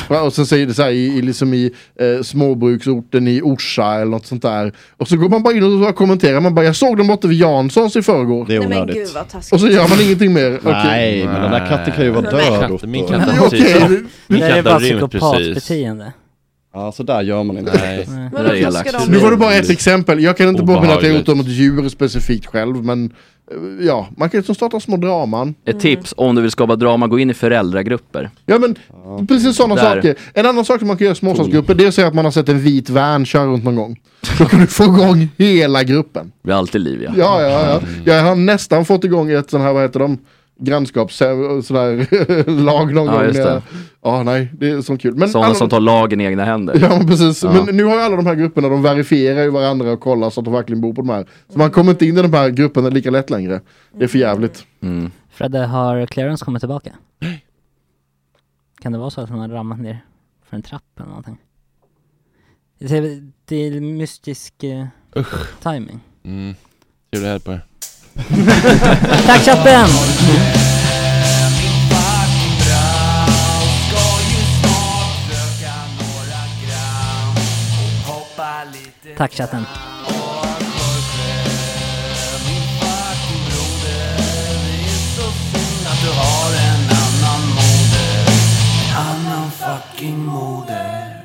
Ja, Och sen säger det så här i, i, liksom i eh, småbruksorten i Orsa eller något sånt där. Och så går man bara in och så kommenterar, man bara jag såg den borta vid Janssons i förrgår. Det är men onödigt. gud vad taskigt. Och så gör man ingenting mer. Okej. Nej, men den där katten kan ju vara Nej. död. Otto. Min katt har precis- Okej. Min Det där är katt bara har rymt psykopatbeteende. Ja, så där gör man inte. Nej. Men varför Nu var det bara ett exempel. Jag kan inte påminna att jag gjort det om ett djur specifikt själv, men eh, ja, man kan liksom starta små draman. Ett tips om du vill skapa drama, gå in i föräldragrupper. Ja men precis sådana Där. saker. En annan sak som man kan göra i småstadsgrupper det är att säga att man har sett en vit van köra runt någon gång. Då kan du få igång hela gruppen. Det blir alltid liv ja. Ja, ja, ja. Mm. Jag har nästan fått igång ett sån här, vad heter de? Grannskaps sådär lag någon Ja, gång. just när jag- det. Ja, nej, det är sånt kul. Men Sådana alla- som tar lagen i egna händer. Ja men precis, Ja. men nu har ju alla de här grupperna, de verifierar ju varandra och kollar så att de verkligen bor på de här. Så man kommer inte in i de här grupperna lika lätt längre. Det är för jävligt. Mm. Fredde, har Clarence kommit tillbaka? Kan det vara så att han har ramlat ner för en trapp eller någonting? Det är, det är mystisk eh, timing. Mm. Trevlig helg på er. Tack chatten! Tack chatten. Att du har en annan moder Annan fucking moder